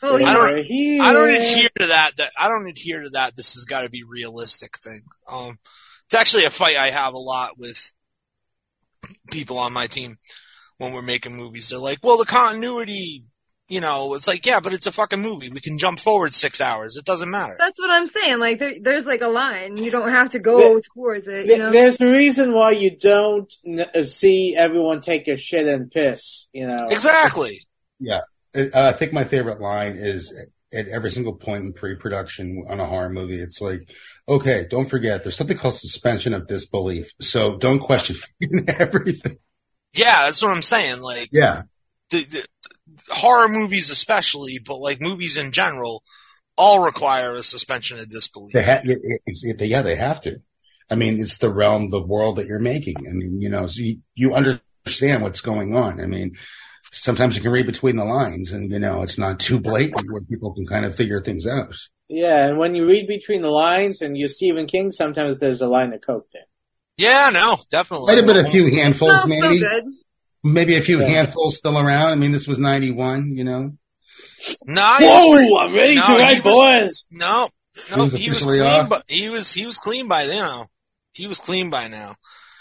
Oh, I yeah. don't- Over here. I don't adhere to that. That I don't adhere to that. This has got to be realistic thing. Um, it's actually a fight I have a lot with people on my team when we're making movies. They're like, "Well, the continuity, you know." It's like, yeah, but it's a fucking movie. We can jump forward six hours. It doesn't matter. That's what I'm saying. Like, there, there's like a line. You don't have to go There- towards it. You Th- know. There's a reason why you don't n- uh, see everyone take a shit and piss. You know, Exactly. Uh, I think my favorite line is at every single point in pre-production on a horror movie. It's like, okay, don't forget, there's something called suspension of disbelief. So don't question everything. Yeah, that's what I'm saying. Like Yeah, the, the horror movies, especially, but like movies in general, all require a suspension of disbelief. they ha- it- it- it's, it, yeah, they have to. I mean, it's the realm, the world that you're making. I mean, you know, so you, you understand what's going on. I mean, sometimes you can read between the lines, and you know, it's not too blatant where people can kind of figure things out. yeah. And when you read between the lines, and you're Stephen King, sometimes there's a line of coke there. Yeah, no, definitely. Might have been a few handfuls, Smells so maybe. good. maybe a few Yeah. handfuls still around. I mean, this was '91, you know. No, I Whoa! I'm ready No, to he write, was- boys. No, no, He was he was officially uh, clean. off. But he was he was clean by now. He was clean by now.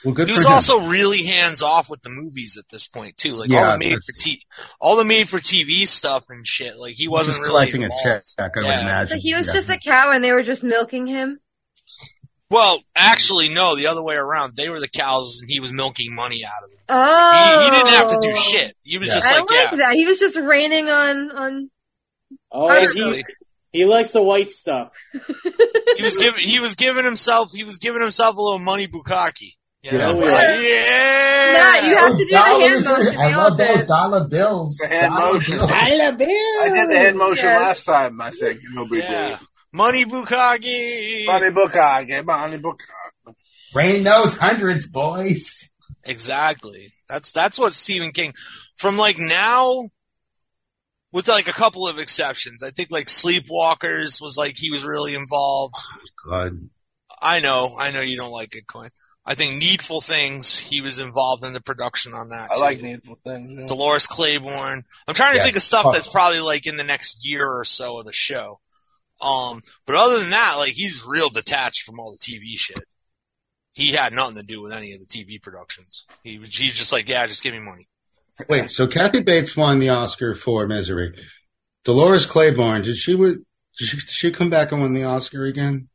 Well, good he for was him. also really hands off with the movies at this point too. Like all Yeah, the made for that's- T, all the made for TV stuff and shit. Like he wasn't Just really collecting his check. involved. I would Yeah. imagine. Like he was Yeah. just a cow, and they were just milking him. Well, actually, no, the other way around. They were the cows, and he was milking money out of them. Oh, He, he didn't have to do shit. He was Yeah. just I like, like yeah, that. He was just raining on on. Oh, he, basically. he likes the white stuff. he was giving he was giving himself he was giving himself a little money bukkake. You Yeah. know? Oh, yeah. Like, yeah. Matt, you have to do the Dollars. hand motion. We I all love those did. dollar bills. The hand Dollar motion. bills. I did the hand motion Yeah. last time. I think nobody yeah. did. Money bukkake. Money book, I get money book. Rain those hundreds, boys. Exactly. That's that's what Stephen King from like now with like a couple of exceptions. I think like Sleepwalkers was like he was really involved. God, I know, I know you don't like it, Coin. I think Needful Things, he was involved in the production on that. I too. like needful things. yeah. Dolores Claiborne. I'm trying to Yeah. think of stuff Fuck. that's probably like in the next year or so of the show. Um, but other than that, like he's real detached from all the TV shit. He had nothing to do with any of the TV productions. He was he's just like, yeah, just give me money. wait. So Kathy Bates won the Oscar for Misery. Dolores Claiborne. Did she? Would did she, did she come back and win the Oscar again?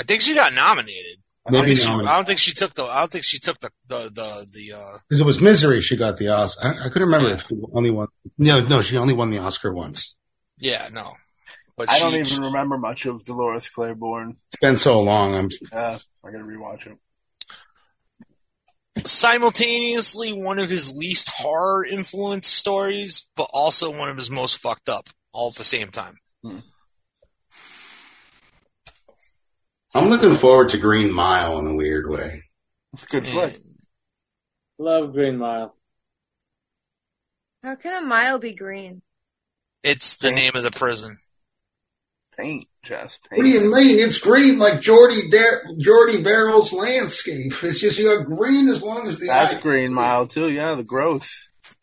I think she got nominated. I, Maybe think she, not. I don't think she took the. I don't think she took the the the, the uh, Because it was Misery. She got the Oscar. I, I couldn't remember Yeah. if she only won. No, no, she only won the Oscar once. yeah no. But I she, don't even remember much of Dolores Claiborne. It's been so long. I'm Uh, I gotta rewatch it. simultaneously one of his least horror influence stories, but also one of his most fucked up all at the same time. I'm looking forward to Green Mile in a weird way. It's a good play. Love Green Mile. How can a mile be green? It's the name of the prison. Paint, just paint. What do you mean? It's green like Jordy Dar- Jordy Barrel's landscape. It's just you're green as long as the That's eye. Green Mile too. Yeah, the growth,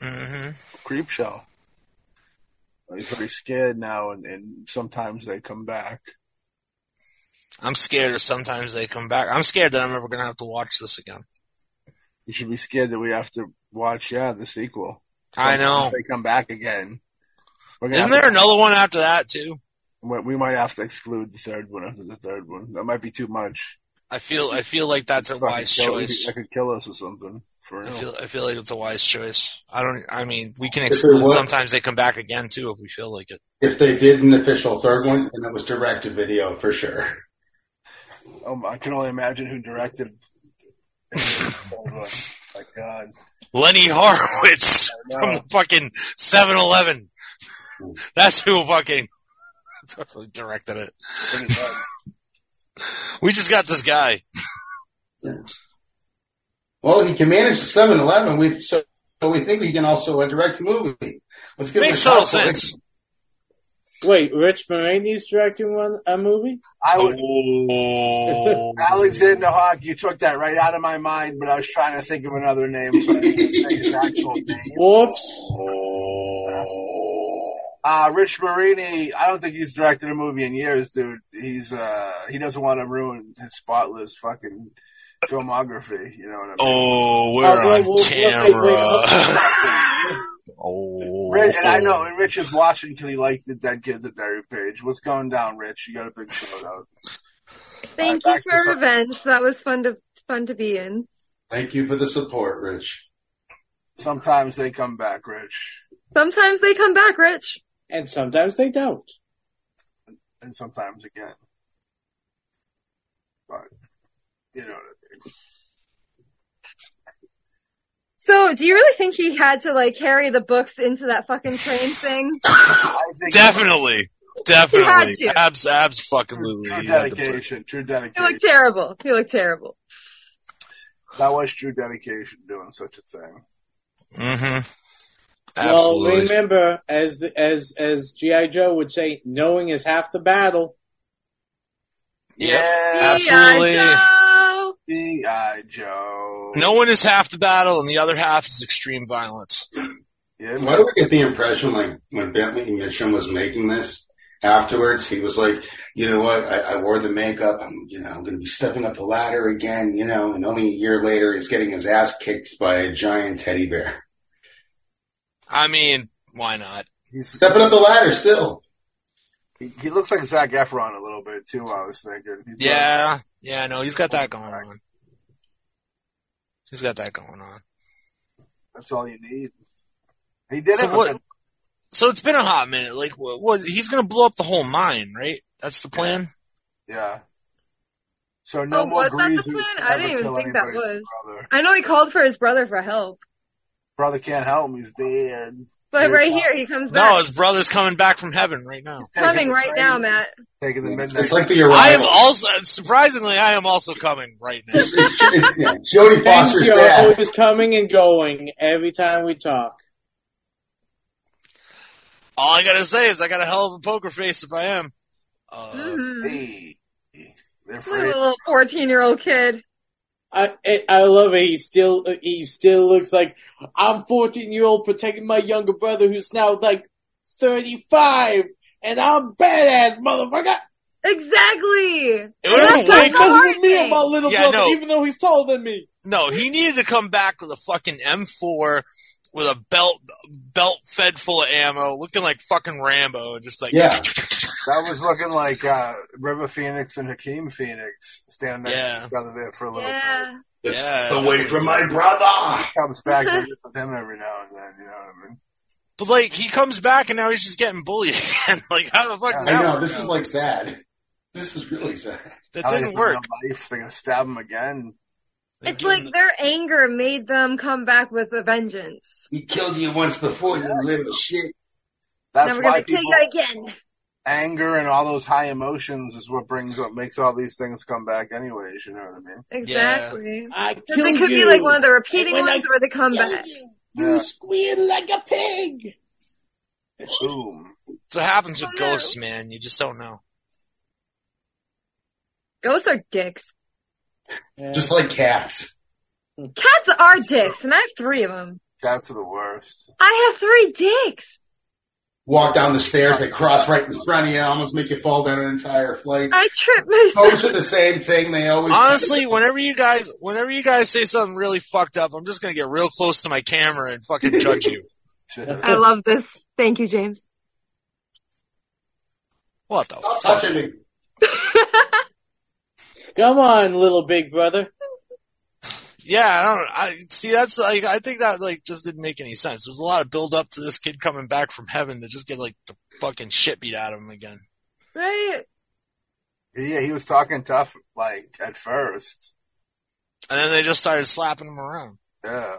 Mm-hmm. hmm creep show. He's very scared now, and, and sometimes they come back. I'm scared that sometimes they come back. I'm scared that I'm never going to have to watch this again. You should be scared that we have to watch, yeah, the sequel. I know. Sometimes They come back again. We're gonna Isn't have there to- another one after that too? We we might have to exclude the third one after the third one. That might be too much. I feel I feel like that's a Fucking wise kill- choice. That could kill us or something. For I real. feel I feel like it's a wise choice. I don't. I mean, we can If it exclude. was- Sometimes they come back again too if we feel like it. If they did an official third one, then it was direct to video for sure. Um, I can only imagine who directed. Oh, my God. Lenny Horowitz Oh. I from know. the fucking 7-Eleven. That's who fucking directed it. Pretty much. We just got this guy. Well, he can manage the 7-Eleven. We so so we think we can also uh, direct the movie. Let's give him Makes a shot. total sense. Wait, Rich Morani's directing one a movie? I would, Oh. Alexander Hawk, you took that right out of my mind, but I was trying to think of another name, so I didn't say his actual name. Whoops. Oh, Uh, Rich Marini, I don't think he's directed a movie in years, dude. He's uh, he doesn't want to ruin his spotless fucking filmography. You know what I mean? Oh, we're Uh, on well, well, wait, camera. oh. Rich, and I know, and Rich is watching because he liked the Dead Kids at Diary Page. What's going down, Rich? You got a big shout out. Thank All you right, back to for some- revenge. That was fun to fun to be in. Thank you for the support, Rich. Sometimes they come back, Rich, Sometimes they come back, Rich. And sometimes they don't. and sometimes again. But you know, So, do you really think he had to like carry the books into that fucking train thing? I think Definitely. had Definitely. to. Abs, abs, fucking Lulu. True He had to put- dedication. True He dedication. looked terrible. He looked terrible. that was true dedication doing such a thing. Mm-hmm. Absolutely. Well, remember, as the, as as GI Joe would say, knowing is half the battle. yeah. Absolutely. Absolutely. B.I. Joe. No one is half the battle, and the other half is extreme violence. Yeah, Why do I get the impression, like when Bentley Mitchum was making this, afterwards he was like, you know what? I, I wore the makeup. I'm, you know, I'm going to be stepping up the ladder again. You know, and only a year later, he's getting his ass kicked by a giant teddy bear. I mean, why not? He's, Stepping up the ladder, still. he, he looks like Zach Efron a little bit too. I was thinking. He's Yeah, yeah, no, he's got that going on. He's got that going on. not- that's all you need. He did So have a what- good- So it's been a hot minute. Like, what? what he's gonna blow up the whole mine, right? That's the plan. Yeah. So no Oh, more. was that the Greasers plan? can I ever didn't even kill think that anybody's was. Brother. I know he called for his brother for help, brother can't help him. He's dead. but Here right it here he comes No, back. his brother's coming back from heaven right now. Taking coming the right train, now, Matt. Taking the midnight. It's like the arrival. I am also surprisingly, I am also coming right now. It's, it's, it's, yeah, Jodie Thanks, Foster's Joe. dad. Always coming and going every time we talk. All I gotta say is I got a hell of a poker face if I am. Uh, Mhm. Hey. They're What a free. little fourteen-year-old kid. I I- I love it. He still he still looks like I'm 14 year old protecting my younger brother who's now like 35, and I'm badass motherfucker. Exactly. It would have That's been not great. Ain't the hard nothing me thing. and my little Yeah, brother, no. even though he's taller than me. No, he needed to come back with a fucking M4 with a belt belt fed full of ammo, looking like fucking Rambo, and just like Yeah. That was looking like uh, River Phoenix and Hakeem Phoenix standing next Yeah. to each other there for a little bit. Yeah. Yeah. Away from my brother. comes back and hits with him every now and then. You know what I mean? But like he comes back and now he's just getting bullied again. like how the fuck? Yeah, does I that know work this is out? like sad. This is really sad. that Now they didn't have a real work. Knife, they're gonna stab him again. They It's give him Mm-hmm. like their anger made them come back with a vengeance. We killed you once before, you little shit. That's now we're why gonna kill people. you again. anger and all those high emotions is what brings up makes all these things come back anyways, you know what I mean? Exactly. I Because killed it could you. be like one of the repeating When I ones or the Killed comeback. You, Yeah. you squeal like a pig. Boom. That's what happens with Oh, no. ghosts, man. You just don't know. Ghosts are dicks. Yeah. Just like cats. Cats are dicks, and I have three of them. Cats are the worst. I have three dicks. Walk down the stairs, they cross right in front of you, almost make you fall down an entire flight. I trip myself. Boats are the same thing. They always Honestly, whenever you guys, whenever you guys say something really fucked up, I'm just gonna get real close to my camera and fucking judge you. Oh. I love this. Thank you, James. What the Stop fuck? touching me. Come on, little big brother. Yeah, I don't. I see. That's like I think that like just didn't make any sense. There was a lot of build up to this kid coming back from heaven to just get like the fucking shit beat out of him again. Right? yeah, he was talking tough like at first. And then they just started slapping him around. Yeah.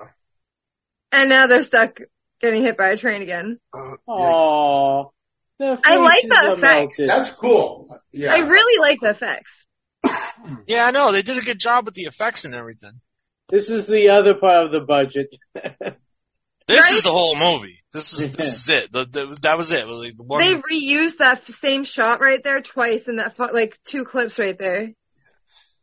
And now they're stuck getting hit by a train again. Uh, yeah. Aww. Their I like faces that are effect. melted. That's cool. Yeah. I really like the effects. Yeah, I know. They did a good job with the effects and everything. This is the other part of the budget. This Right? is the whole movie. This is this is it. The, the, that was it. Like, the one, They reused that f- same shot right there twice in that, fu- like, two clips right there.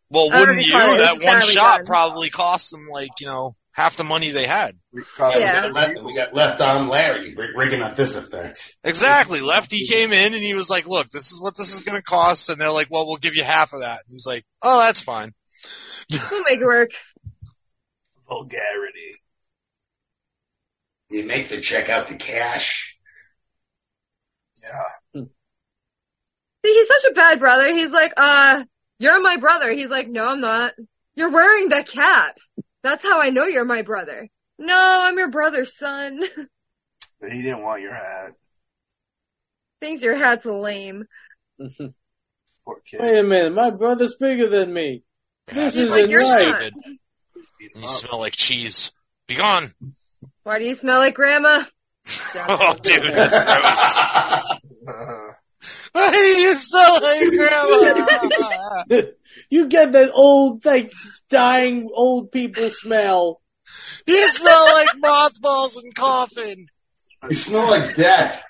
well, I wouldn't already you? thought it That was one badly shot done. probably cost them like you know half the money they had. We caught Yeah. him. We got left, we got left on Larry rig- rigging up this effect. Exactly. Lefty came in and he was like, "Look, this is what this is going to cost," and they're like, "Well, we'll give you half of that." And he's like, "Oh, that's fine." We'll make it work. vulgarity. You make the check out the cash. Yeah. See, he's such a bad brother. He's like, uh, you're my brother. He's like, no, I'm not. You're wearing the cap. That's how I know you're my brother. No, I'm your brother's son. But he didn't want your hat. Thinks your hat's lame. Wait Poor kid. a minute, my brother's bigger than me. This That's isn't fucking You're not. stupid. Beat him And you up. smell like cheese. Be gone. Why do you smell like grandma? Oh, dude, that's gross. Uh, Why do you smell like grandma? you get that old, like, dying old people smell. you smell like mothballs and coffin. You smell like death.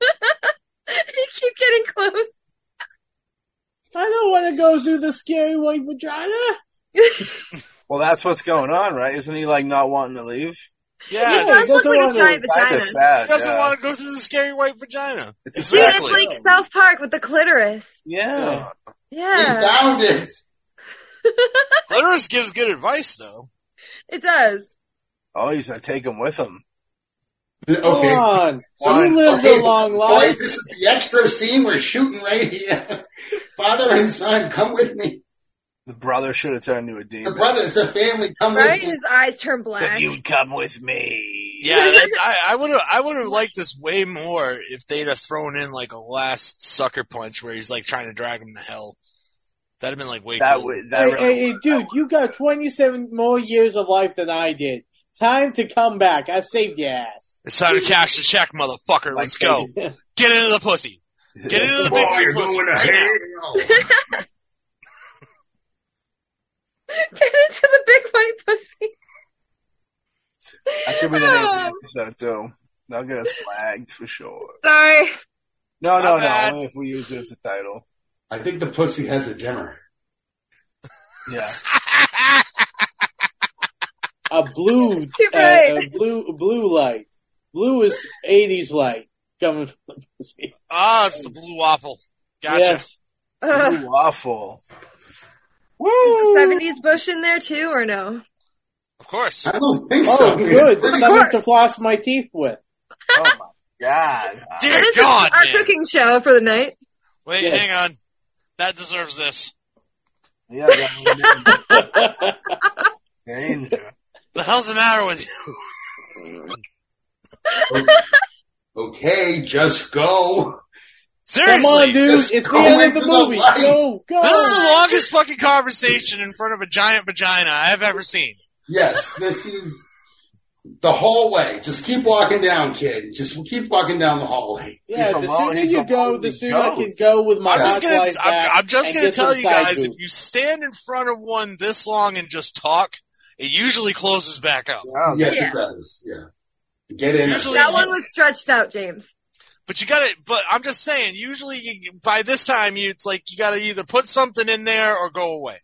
you keep getting close. I don't want to go through the scary white vagina. well, that's what's going on, right? Isn't he like not wanting to leave? It Yeah, Yeah, does look that's what I like a wanna- giant Kinda vagina. he sad. doesn't yeah. want to go through the scary white vagina. It's Dude, Exactly. it's like South Park with the clitoris. yeah. We Yeah, found it. Clitoris gives good advice though. it does. Oh, he's gonna take him with him. Come Okay. Oh, on. Fine. You lived Okay, a long Boys, life. this is the extra scene we're shooting right here. Father and son, come with me. The brother should have turned to a The demon. brothers, the family, come Right? with me. His eyes turn Then black. you come with me. Yeah, that- I would have I would have liked this way more if they'd have thrown in like a last sucker punch where he's like trying to drag him to hell. That'd have been like way That cool. would. That Hey, really hey, hey, dude, you got 27 more years of life than I did. Time to come back. I saved your ass. It's time to cash the check, motherfucker. Let's go. Get into the pussy. Get into the Boy, big you're pussy. going to right now. hell. Get into the big white pussy. That could be the name Oh. of the episode too. They'll get us flagged for sure. Sorry. No, Not no, bad. no. Only if we use it as the title. I think the pussy has a dimmer. Yeah. A blue, Too uh, bright. a blue, blue light. Blue is 80s light coming from the pussy. Ah, it's the blue waffle. Gotcha. Yes. Ugh. Ooh, wafful. Woo! 70s bush in there too, or no? Of course. I don't think Oh, so. good. It's- There's something to floss my teeth with. Oh my god. Dear This is God, our man. cooking show for the night. Wait, Yes. hang on. That deserves this. Yeah. That danger. The hell's the matter with you? Okay, just go. Seriously. Come on, dude. It's just the go end into of the the movie. light. Go, go. This is the longest fucking conversation in front of a giant vagina I've ever seen. Yes, this is the hallway. Just keep walking down, kid. Just keep walking down the hallway. He's Yeah, the alone, sooner he's you go, alone, the he sooner I can goes. go with my I'm just hot gonna, light I'm, back I'm just and gonna get tell some you side guys, if boob. you stand in front of one this long and just talk, it usually closes back up. Oh, Wow, Yes, Yeah. it does. Yeah. Get in. Usually- That one was stretched out, James. But you gotta, but I'm just saying, usually you, by this time you, it's like you gotta either put something in there or go away.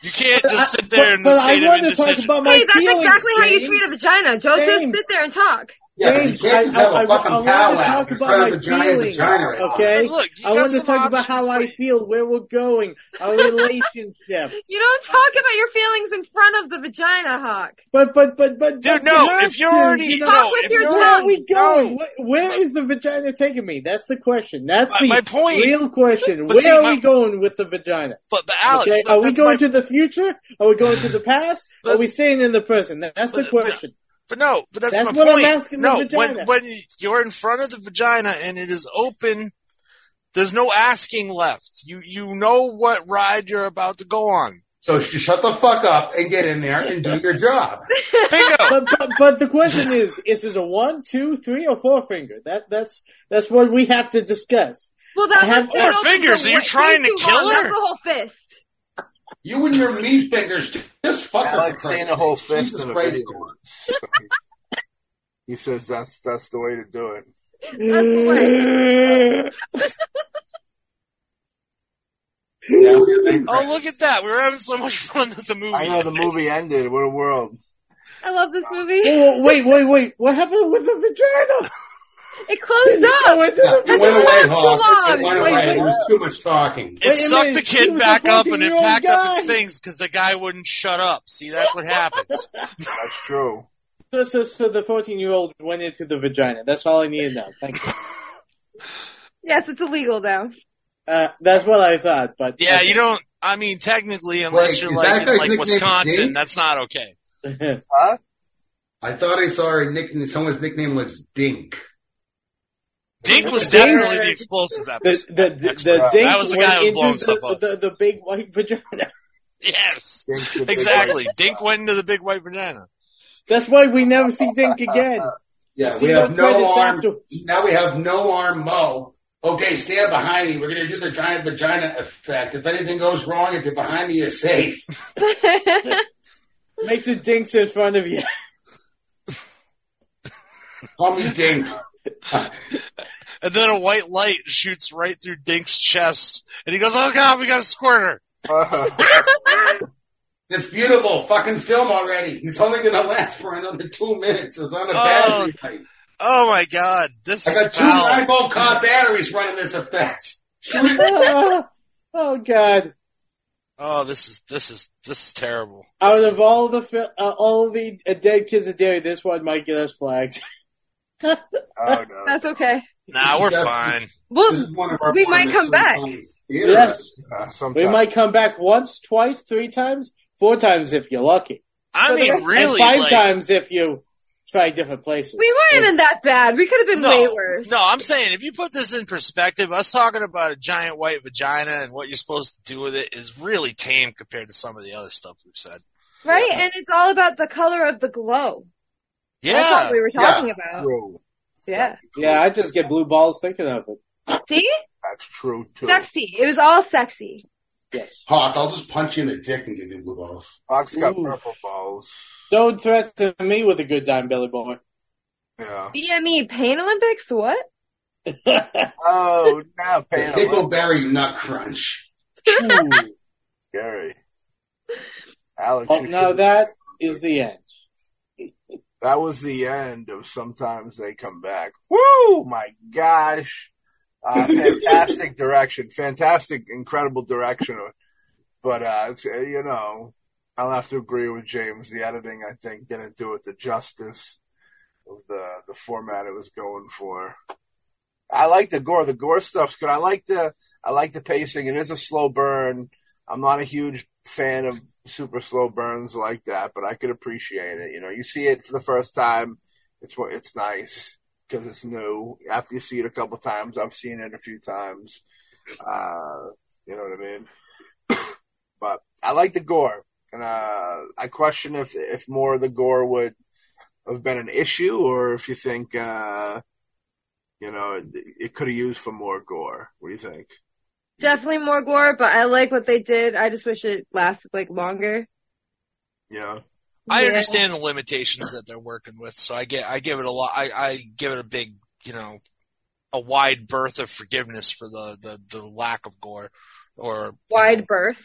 You can't just sit there in but, the but state I of want to talk indecision. about my Hey, that's feelings, exactly how you James. treat a vagina. Joe, just James. sit there and talk. Yeah, but James, you can't just I- have a I- I fucking wanted to powwow talk in about front of my a giant feelings, vagina right now. okay? Hey, look, you I got want to some talk about options, how I wait. feel, where we're going, our relationship. You don't talk about your feelings in front of the vagina, Hawk. But but but but Dude, but no, you have if you're to, already- you know, no, Talk with if your you're where are tongue. we going? No. Wh- Where is the vagina taking me? That's the question. That's My- the my point- real question. But Where see, are my- we going with the vagina? But, but Alex, okay, but are we that's going my- to the future? Are we going to the past? But- are we staying in the present? That's the but- question. But no, but that's, That's my what I'm point. asking the no, vagina. when when you're in front of the vagina and it is open, there's no asking left. You you know what ride you're about to go on. So sh- shut the fuck up and get in there and do your job. Bingo. But, but but the question is: Is it a one, two, three, or four finger? That that's that's what we have to discuss. Well, I that have was four went on for fingers. Are you way- trying way to too kill long. her? That's the whole fist. You and your meat fingers, just fuck her Alex for Christ's seen a whole sake. fist Jesus in a Christ. video once. he says that's that's the way to do it. That's the way. Now we're angry. Oh, look at that! We were having so much fun with the movie. I know the movie ended. What a world! I love this movie. Wait, wait, wait, wait! What happened with the vagina? It closed No, up. it didn't- It That's went just away, not too Hawk. It long. went Wait, away. wait. There was too much talking. It Wait a sucked the minute, he kid was a back up and it 14-year-old packed up its guy. things because the guy wouldn't shut up. See, that's what happens. That's true. So, so, so the fourteen-year-old went into the vagina. That's all I need to know. Thank you. Yes, it's illegal though. Uh, that's what I thought. But uh, Yeah, you don't. I mean, technically, unless Wait, you're is like that in guy's like nickname Wisconsin, Jake? that's not okay. don't. Huh? I thought I saw her nickname. Someone's nickname was Dink. Dink was Dink- definitely the explosive The episode. the the, expert. the dink That was the went guy who was into blowing the, stuff up. The, the big white vagina. Yes, Dink's the big exactly. white- Dink went into the big white vagina. That's why we never see Dink again. Yeah, See we no have no credits arm. afterwards. Now we have no arm Mo. Okay, stand behind me. We're going to do the giant vagina effect. If anything goes wrong, if you're behind me, you're safe. Makes it dinks in front of you. Call me Dink. And then a white light shoots right through Dink's chest, and he goes, "Oh God, we got a squirter!" It's beautiful. Fucking film already. It's only going to last for another two minutes. It's on a Oh. battery life. Oh my God, this I is got two foul. 9 volt car batteries running this effect. Shoot it. Ah, oh God! Oh, this is this is this is terrible. Out of all the fil- uh, all the uh, dead kids of dairy, this one might get us flagged. Oh no! That's okay. Nah, we're fine. This Well, is one of our We might finest come back. songs. Yes, Uh, we sometimes might come back once, twice, three times, four times if you're lucky, I For the mean, rest- and really, five like, times if you try different places. we weren't in that bad. We could have been no, way worse. no. I'm saying if you put this in perspective, us talking about a giant white vagina and what you're supposed to do with it is really tame compared to some of the other stuff we've said. Right? And it's all about the color of the glow. That's Yeah, what we were talking about. true. Yeah. Yeah, I just get blue balls thinking of it. See? That's true too. Sexy. It was all sexy. Yes. Hawk, I'll just punch you in the dick and give you blue balls. Fox got Ooh. purple balls. Don't threaten me with a good time, Billy Boy. Yeah. BME E, Pain Olympics? What? Oh, now pain. Pickle Pickleberry nut crunch. Ooh. scary. Alex, Well, you now should- that is the end. that was the end of sometimes they come back. Woo! My gosh, uh, fantastic direction, fantastic, incredible direction. But uh, it's, uh, you know, I'll have to agree with James. The editing, I think, didn't do it the justice of the the format it was going for. I like the gore. The gore stuff's good. I like the I like the pacing. It is a slow burn. I'm not a huge fan of super slow burns like that, but I could appreciate it. You know, you see it for the first time, it's what it's nice because it's new. After you see it a couple times, I've seen it a few times. Uh, you know what I mean? but I like the gore, and uh, I question if if more of the gore would have been an issue, or if you think uh, you know it, it could have used for more gore. What do you think? Definitely more gore, but I like what they did. I just wish it lasted like longer. Yeah, I Yeah. understand the limitations that they're working with, so I get I give it a lot. I, I give it a big, you know, a wide berth of forgiveness for the the, the lack of gore, or Wide berth.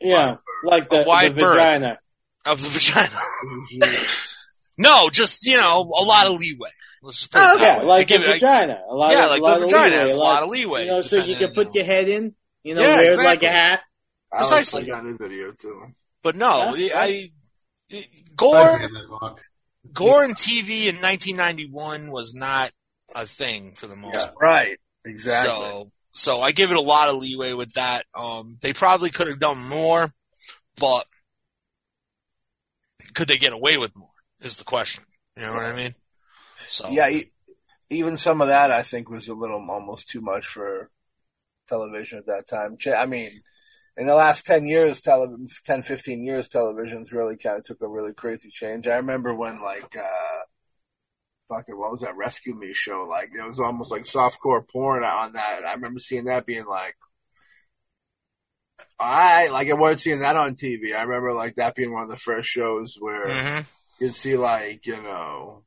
Yeah, like the, A wide the berth. vagina. of the vagina. Mm-hmm. no, just you know, a lot of leeway. Let's just put it that Oh, okay. Yeah, way. I like the give it- I- vagina. A lot yeah, of, like lot the vagina leeway, has a lot lot of leeway. You know, so you depending can put on- your head in. You know, Yeah, wear it like exactly. a hat. Precisely. I like that video too. But no, Yeah, I, I gore gore in TV in 1991 was not a thing for the most part. right. Exactly. So, so I give it a lot of leeway with that. Um, they probably could have done more, but could they get away with more? Is the question. You know what I mean? So Yeah, e- even some of that I think was a little almost too much for television at that time. Ch- I mean, in the last 10 years, tele- 10, 15 years, television's really kind of took a really crazy change. I remember when, like, uh, fucking, what was that Rescue Me show? Like, it was almost like softcore porn on that. I remember seeing that being like, all right, like I wasn't seeing that on TV. I remember like that being one of the first shows where Mhm. you'd see like you know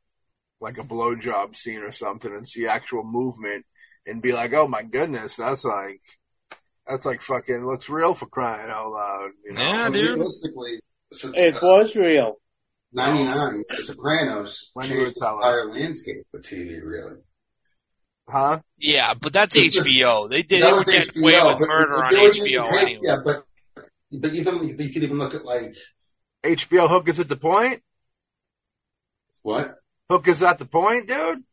like a blowjob scene or something and see actual movement and be like oh my goodness that's like that's like fucking looks real for crying out loud you know Yeah, I mean, dude. realistically, so, It uh, was real. 99, The Sopranos When you were changed the telling entire landscape of TV, really. huh Yeah, but that's HBO. They did. They That were was getting HBO, away with but- murder but on they were- HBO yeah, anyway. Yeah, but, but even, you could even look at like, hbo hook is at the point what? hook is at the point dude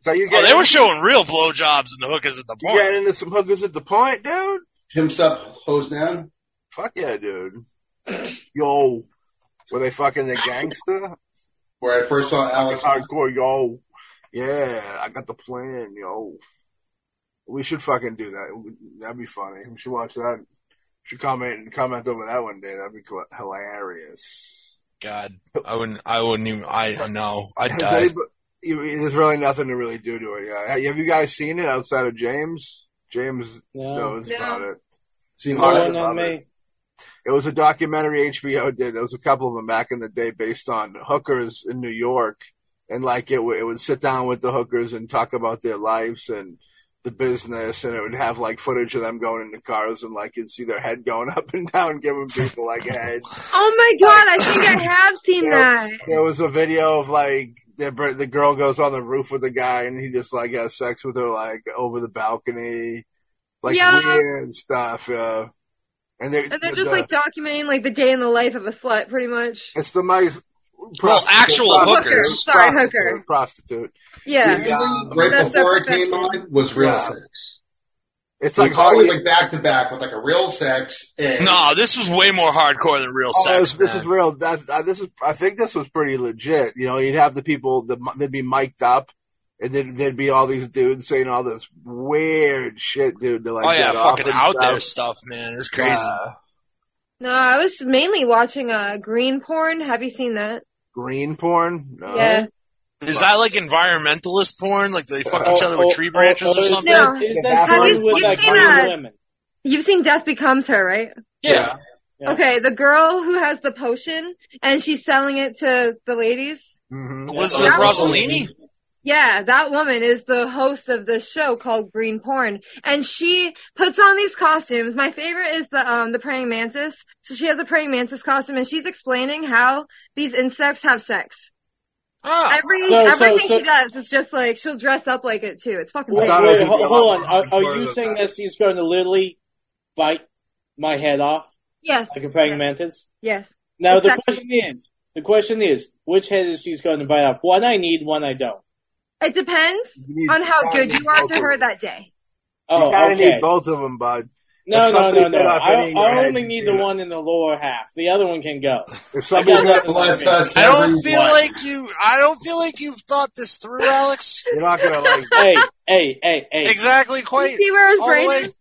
so you Oh, get they were showing real blowjobs in the hookers at the you point. getting into some hookers at the point dude Pimps up, hose down? fuck yeah dude yo were they fucking the gangster Where I first saw Fucking Alex. Oh, hardcore, yo. Yeah, I got the plan, yo. We should fucking do that. That'd be funny. We should watch that. We should comment and comment over that one day. That'd be cl- hilarious. God, I wouldn't. I wouldn't even. I know. I'd Has die. anybody- you- there's really nothing to really do to it. Yeah. Have- Have you guys seen it outside of James? James No, knows No. about it. See, Hard- my- no, not Robert. me. It was a documentary HBO did. There was a couple of them back in the day based on hookers in New York, and like it, w- it would sit down with the hookers and talk about their lives and the business, and it would have like footage of them going into cars and like you'd see their head going up and down, giving people like a head. Oh my god, I think I have seen that. There was a video of like the br- the girl goes on the roof with the guy, and he just like has sex with her like over the balcony, like Yeah. weird stuff. Yeah, and they And they're the- just like documenting like the day in the life of a slut, pretty much. It's the nice. Well, actual prostitute- hookers. Sorry, prostitute, hooker. Prostitute. Yeah. Yeah. right That's their before it came perfection. on was real Yeah. sex. It's It's like like oh, Holly hardly. went back to back with like a real sex and No, this was way more hardcore than real Oh, sex. this, this man. is real. That, uh, this is. I think this was pretty legit. You know, you'd have the people. The, they'd be mic'd up, and then there'd be all these dudes saying all this weird shit, dude. To like oh yeah, get off fucking and out stuff. Uh, there stuff, man. It's crazy. Yeah. No, I was mainly watching uh green porn. Have you seen that? green porn. No. Yeah. Is that like environmentalist porn? Like they fuck each Oh, other with oh, tree oh, branches oh, or is something? that- Yeah. Is that Have the one you- with you've like seen uh, young that? women? You've seen Death Becomes Her, right? yeah. Yeah. Okay, the girl who has the potion and she's selling it to the ladies. hmm Elizabeth Yeah. Rossellini? Yeah, that woman is the host of this show called Green Porn, and she puts on these costumes. My favorite is the um the praying mantis. So she has a praying mantis costume, and she's explaining how these insects have sex. Ah, So- Every so- everything so- she does is just like she'll dress up like it too. It's fucking. Wait, thought it was wait, gonna be ho- a lot hold on. more Are, are hardcore you than saying that. that she's going to literally bite my head off Yes, like a praying mantis? yes. Now the Exactly. question is, the question is, which head is she's going to bite off? One I need, one I don't. It depends You need- on how kinda good you need are both to of her them. that day. You Oh, kind of okay. need both of them, bud. No, If no, somebody no, no. bit off I, any of your I head, only you need do the it. one in the lower half. The other one can go. If I somebody got bit, nothing on bless me. us. I don't everyone. feel like you. I don't feel like you've thought this through, Alex. you're not gonna like. Hey, hey, hey, hey! Exactly. Quite. See where his all brain the way. is?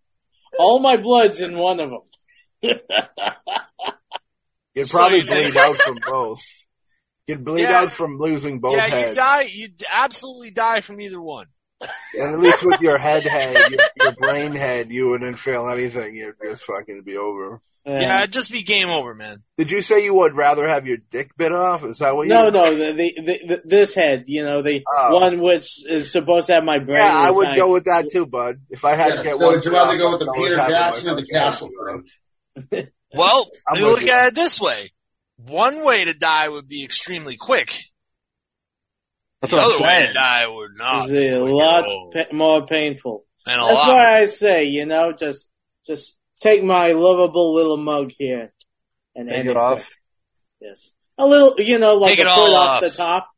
All my blood's in one of them. You'd So probably you did. bleed out from both. You'd bleed Yeah. out from losing both yeah, heads. you die. You absolutely die from either one. And at least with your head head, your, your brain head, you wouldn't fail anything. You'd just fucking be over. Yeah, it'd just be game over, man. Did you say you would rather have your dick bit off? Is that what No, you? no, the, the, the, the, this head, you know, the Oh. one which is supposed to have my brain. Yeah, I would inside. go with that too, bud. If I had Yeah, to get so one, would you rather go with I the would Peter have it Jackson or the myself. Castle Crow? Well, I'm you with look you. at it this way: one way to die would be extremely quick. That's the what I'm other way to saying. die would not. It's be a quick at lot all. pa- more painful. and a That's lot. why I say, you know, just just take my lovable little mug here and Take end it off. Yes, a little, you know, like Take a it foot all off. the off. top.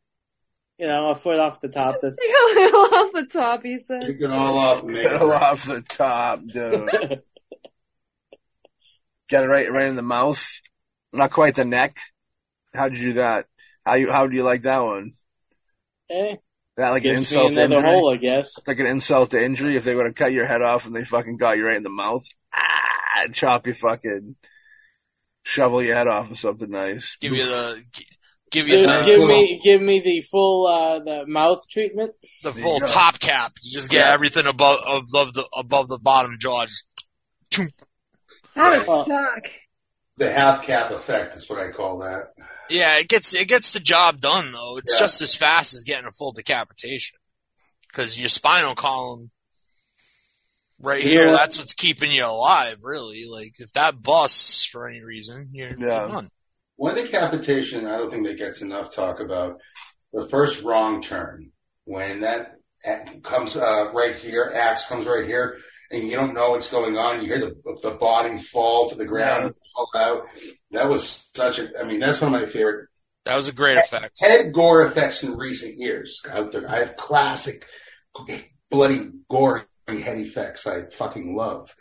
You know, a foot off the top. That's Take a little off the top, he said. Take it all off, and make Get it it off the top, dude. Get it right, right in the mouth. Not quite the neck. How did you do that? How you? How do you like that one? eh, That like an gives me insult to another injury. hole, I guess. Like an insult to injury. If they would have cut your head off and they fucking got you right in the mouth, ah, chop your fucking, shovel your head off with something nice. Give you the. Give you Dude, the, give me, give me the full uh, the mouth treatment. the There full you go. top cap. You just get Yeah. everything above above the above the bottom jaw. Just- That Well- would suck. the half cap effect is what I call that. yeah, it gets it gets the job done though. It's Yeah. just as fast as getting a full decapitation because your spinal column right You here. know what? That's what's keeping you alive, really. Like if that busts for any reason, you're, Yeah. you're done. One decapitation, I don't think that gets enough talk about the first wrong turn when that a- comes uh, right here, axe comes right here, and you don't know what's going on. You hear the the body fall to the ground, fall out. That was such a. I mean, that's one of my favorite That was a great effect. Ted Gore effects in recent years out there. I have classic bloody gory head effects I fucking love,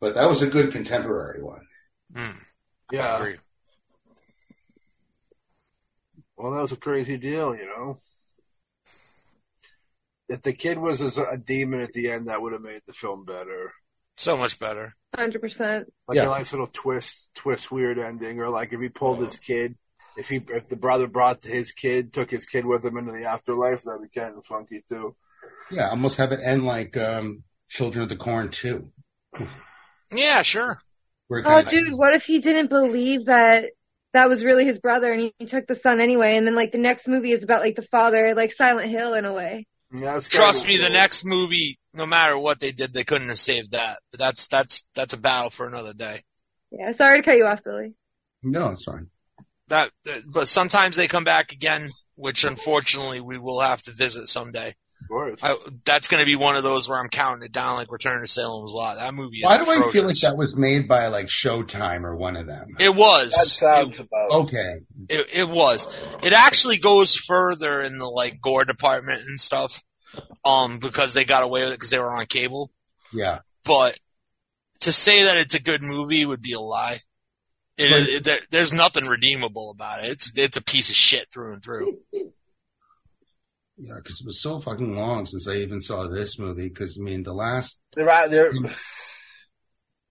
but that was a good contemporary one. Mm, I Yeah. agree. Well, that was a crazy deal, you know. If the kid was as a demon at the end, that would have made the film better. So much better. 100%. Like Yeah. a nice little twist, twist, weird ending, or like if he pulled his kid, if he, if the brother brought his kid, took his kid with him into the afterlife, that'd be kind of funky too. Yeah, almost have it end like um, Children of the Corn too. Yeah, sure. Where it Oh, kinda like- dude, what if he didn't believe that that was really his brother and he, he took the son anyway? And then, like, the next movie is about, like, the father, like Silent Hill in a way. Yeah, that's kind Trust of me, the cool. next movie, no matter what they did, they couldn't have saved that. But that's that's that's a battle for another day. Yeah, sorry to cut you off, Billy. No, it's fine. That, that- but sometimes they come back again, which unfortunately we will have to visit someday. Of course. I, that's going to be one of those where I'm counting it down like Return to Salem's Lot. That movie. Is Why do I feel like atrocious. that was made by like Showtime or one of them? It that was. It, sounds about. Okay, it, it was. It actually goes further in the like gore department and stuff, um, because they got away with it because they were on cable. yeah, but to say that it's a good movie would be a lie. It, is- it, there, there's nothing redeemable about it. It's it's a piece of shit through and through. yeah, because it was so fucking long since I even saw this movie. Because I mean, the last There are there. Go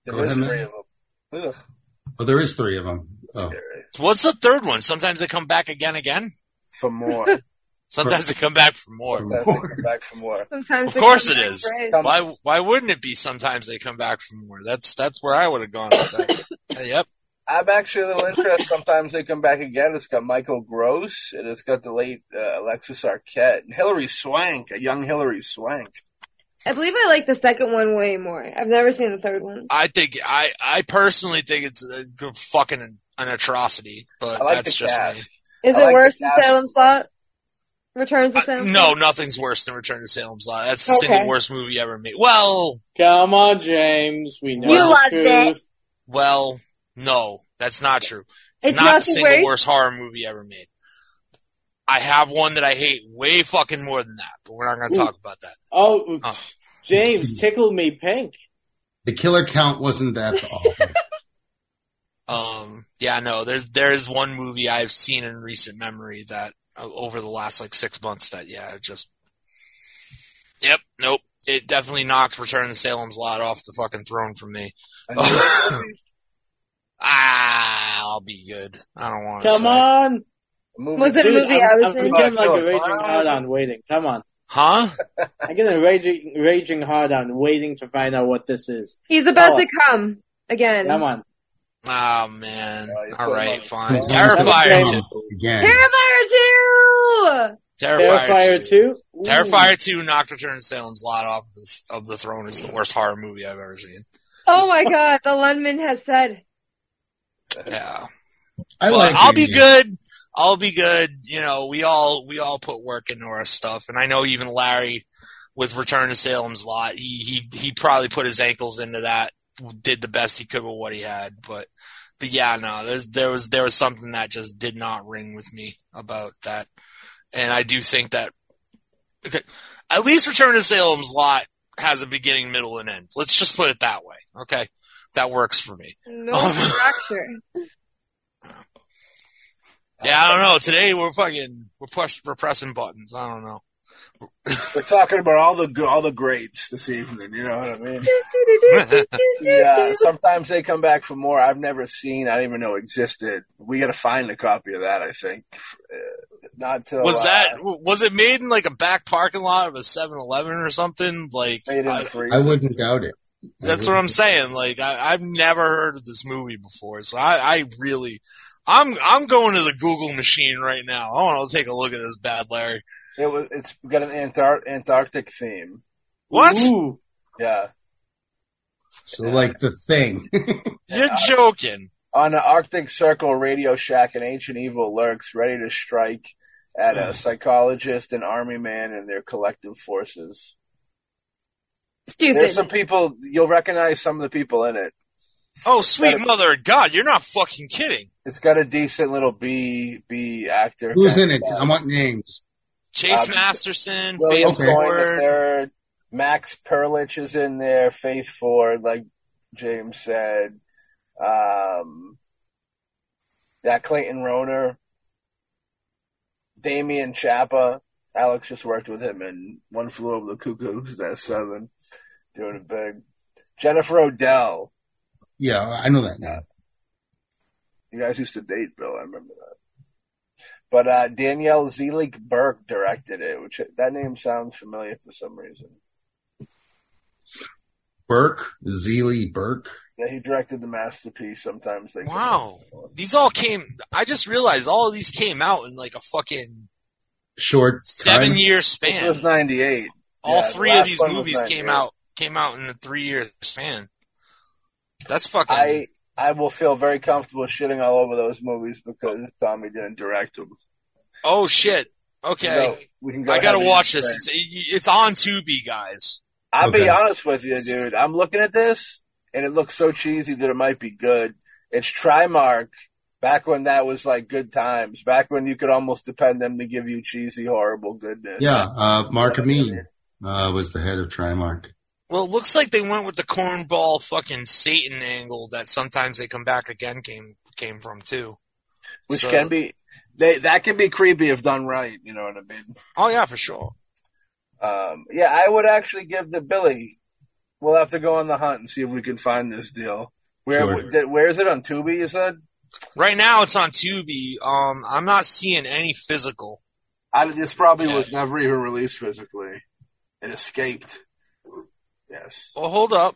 There ahead, is man. three of them. Ugh. well, there is three of them. Oh, What's the third one? Sometimes they come back again, again. For more. Sometimes they come back for more. Sometimes they come back for more. Sometimes Of they course come it back is. right. Come- Why why wouldn't it be? Sometimes they come back for more. That's that's where I would have gone. With that. Uh, yep. I'm actually a little interested. Sometimes they come back again. It's got Michael Gross, and it's got the late uh, Alexis Arquette and Hillary Swank, a young Hillary Swank. I believe I like the second one way more. I've never seen the third one. I think I I personally think it's a good fucking an, atrocity, but I like that's the just cast. Is I it like worse the than cast. Salem's Lot? Returns me. to Salem's I- Uh, no, Lot? nothing's worse than Return to Salem's Lot. That's the Okay. single worst movie ever made. Well, Come on, James. We know You the loved truth. it. Well, no, that's not true. It's, It's not, not the the single worst? worst horror movie ever made. I have one that I hate way fucking more than that, but we're not going to Ooh. talk about that. Oh, Oh. James, tickle me pink. the killer count wasn't that awful. Um, yeah, no, there's there is one movie I've seen in recent memory that uh, over the last like six months that yeah, it just yep, nope, it definitely knocked Return to Salem's Lot off the fucking throne for me. I knew it. ah, I'll be good. I don't want to. Come on. movie. Was it a Dude, movie I'm, I was I'm in? getting like a Killer raging Clowns? hard on waiting. Come on. Huh? I'm getting a raging, raging hard on waiting to find out what this is. He's about Oh. to come again. Come on. Oh man. Oh, you All put right, my- fine. Oh, Terrifier okay. two. Again. Terrifier 2! Terrifier Terrifier two. 2? Ooh. Terrifier two knocked Return of Salem's Lot off of the, of the throne is the worst horror movie I've ever seen. Oh my god, the Lundman has said. Yeah. I But like I'll be Indiana. good. I'll be good. You know, we all we all put work into our stuff, and I know even Larry with Return to Salem's Lot, he he he probably put his ankles into that, did the best he could with what he had, but but yeah, no, there's there was there was something that just did not ring with me about that, and I do think that okay, at least Return to Salem's Lot has a beginning, middle, and end. Let's just put it that way, okay? That works for me. No Oh. structure. Yeah, I don't know. Today we're fucking we're, press, we're pressing buttons. I don't know. We're talking about all the go- all the greats this evening. You know what I mean? Yeah. Sometimes they come back for more. I've never seen. I didn't even know existed. We got to find a copy of that. I think. Uh, not till Was uh, that was it made in like a back parking lot of a 7-Eleven or something? Like made in I- the freezer. I wouldn't doubt it. I that's what I'm wouldn't. saying. Like I, I've never heard of this movie before, so I, I really, I'm I'm going to the Google machine right now. I want to take a look at this bad Larry. It was. It's got an Antar- Antarctic theme. What? Ooh. Yeah. So like the thing. You're joking? On the Arctic Circle Radio Shack, an ancient evil lurks, ready to strike at Mm. a psychologist and army man and their collective forces. There's some Stupid. people you'll recognize. Some of the people in it. Oh, sweet Gotta- Uh, mother of God! You're not fucking kidding. It's got a decent little B B actor. Who's in kind it? of uh, guy. I want names. Chase Um, Masterson, William Faith Okay. Coyne the Ward. third. Max Perlich is in there. Faith Ford, like James said. Um, yeah, Clayton Roner. Damian Chapa. Alex just worked with him in One Flew Over the Cuckoo's Nest 7. Doing it big. Jennifer Odell. Yeah, I know that now. You guys used to date, Bill. I remember that. But uh, Danielle Zelig Burke directed it, which that name sounds familiar for some reason. Burke, Zeeley Burke. Yeah, he directed the masterpiece. Sometimes they Wow. These all came. I just realized all of these came out in like a fucking Short seven time. year It span. was ninety eight. All Yeah, the three of last these one was movies came 98. out came out in a three year span. That's fucking. I I will feel very comfortable shitting all over those movies because Tommy didn't direct them. oh shit. Okay, No, we can go I gotta ahead and watch this. say. It's, it's on Tubi, guys. I'll Okay. be honest with you, dude. I'm looking at this and it looks so cheesy that it might be good. It's Trimark. Back when that was like good times. Back when you could almost depend them to give you cheesy, horrible goodness. Yeah, uh, Mark Amin uh, was the head of Trimark. Well, it looks like they went with the cornball fucking Satan angle that sometimes they come back again came came from too. Which So- can be, they that can be creepy if done right. You know what I mean? Oh yeah, for sure. Um, yeah, I would actually give the Billy. We'll have to go on the hunt and see if we can find this deal. Where Sure. th- where is it on Tubi? You said Right now it's on Tubi. Um, I'm not seeing any physical. I, this probably Yeah. was never even released physically. It escaped. Yes, Well, hold up.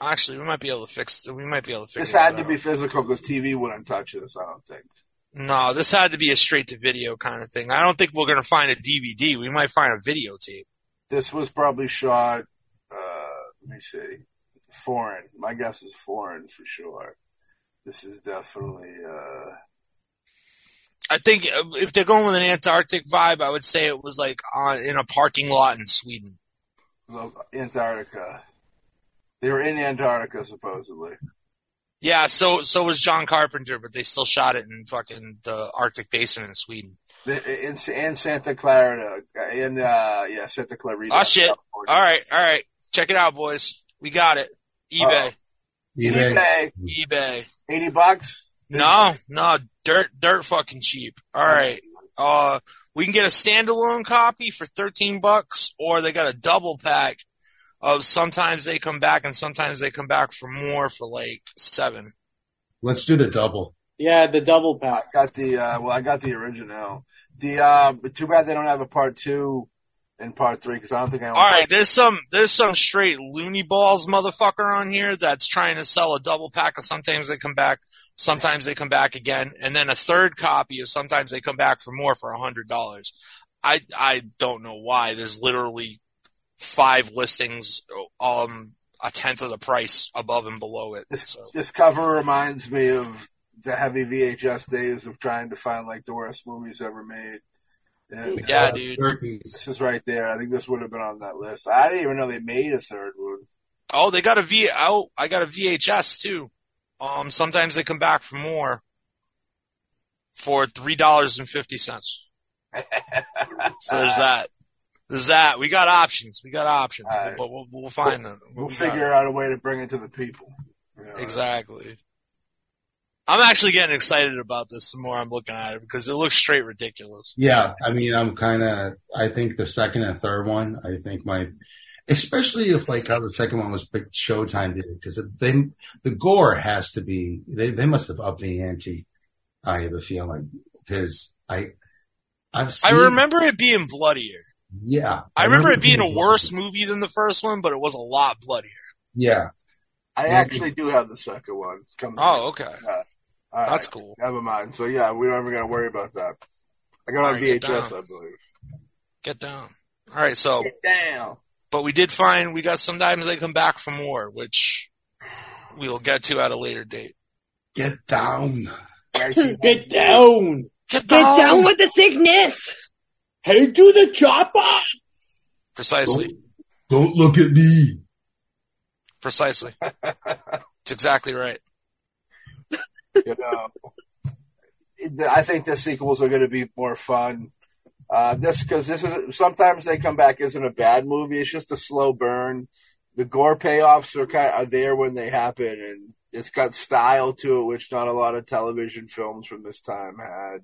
Actually, we might be able to fix. We might be able to fix. this had to be physical because TV wouldn't touch this. I don't think. No, this had to be a straight to video kind of thing. I don't think we're gonna find a DVD. We might find a videotape. This was probably shot. Uh, let me see. Foreign. My guess is foreign for sure. This is definitely. Uh, I think uh, if they're going with an Antarctic vibe, I would say it was like on in a parking lot in Sweden. Lo- Antarctica. They were in Antarctica, supposedly. Yeah, so so was John Carpenter, but they still shot it in fucking the Arctic basin in Sweden. The, in, in Santa Clara. In, uh, yeah, Santa Clarita. Ah, shit. California. All right, all right, check it out, boys. We got it. eBay, eBay. eBay. eBay. 80 bucks? No, no, dirt, dirt, fucking cheap. All right. Uh, we can get a standalone copy for 13 bucks, or they got a double pack of sometimes they come back and sometimes they come back for more for like seven. Let's do the double. Yeah, the double pack. I got the uh, well, I got the original. The uh, but too bad they don't have a part two and part three because I don't think I. Own All right, there's some there's some straight loony balls motherfucker on here that's trying to sell a double pack of sometimes they come back, sometimes they come back again, and then a third copy of sometimes they come back for more for a hundred dollars. I I don't know why. There's literally five listings, um, a tenth of the price above and below it. This, So. this cover reminds me of the heavy VHS days of trying to find like the worst movies ever made. And, Yeah, uh, dude. This is right there. I think this would have been on that list. I didn't even know they made a third one. Oh, they got a V. Oh, I got a VHS too. Um, sometimes they come back for more. For three dollars and fifty cents. So there's that. There's that. We got options. We got options. All right. But we'll, we'll find them. We'll We got figure out a way to bring it to the people. You know, Exactly. I'm actually getting excited about this the more I'm looking at it because it looks straight ridiculous. Yeah, I mean, I'm kind of. I think the second and third one, I think my, especially if like how the second one was big Showtime did it because they the gore has to be they they must have upped the ante. I have a feeling because I, I've I seen, remember it being bloodier. yeah, Hmm. I remember it being a worse movie than the first one, but it was a lot bloodier. yeah. I Yeah. actually do have the second one. It's coming. Oh, okay. All right. That's cool. Never mind. So yeah, we don't ever gotta worry about that. I got All on right, get VHS, down. I believe. Get down. All right, so Get down. but we did find we got sometimes they come back for more, which we'll get to at a later date. Get down. Get down. Get Get down, down with the sickness. Hey, do the chopper. precisely, Don't, don't look at me. precisely. it's exactly right. You know, I think the sequels are gonna be more fun. Uh, this because this is sometimes they come back isn't a bad movie. It's just a slow burn. The gore payoffs are kind are there when they happen, and it's got style to it, which not a lot of television films from this time had.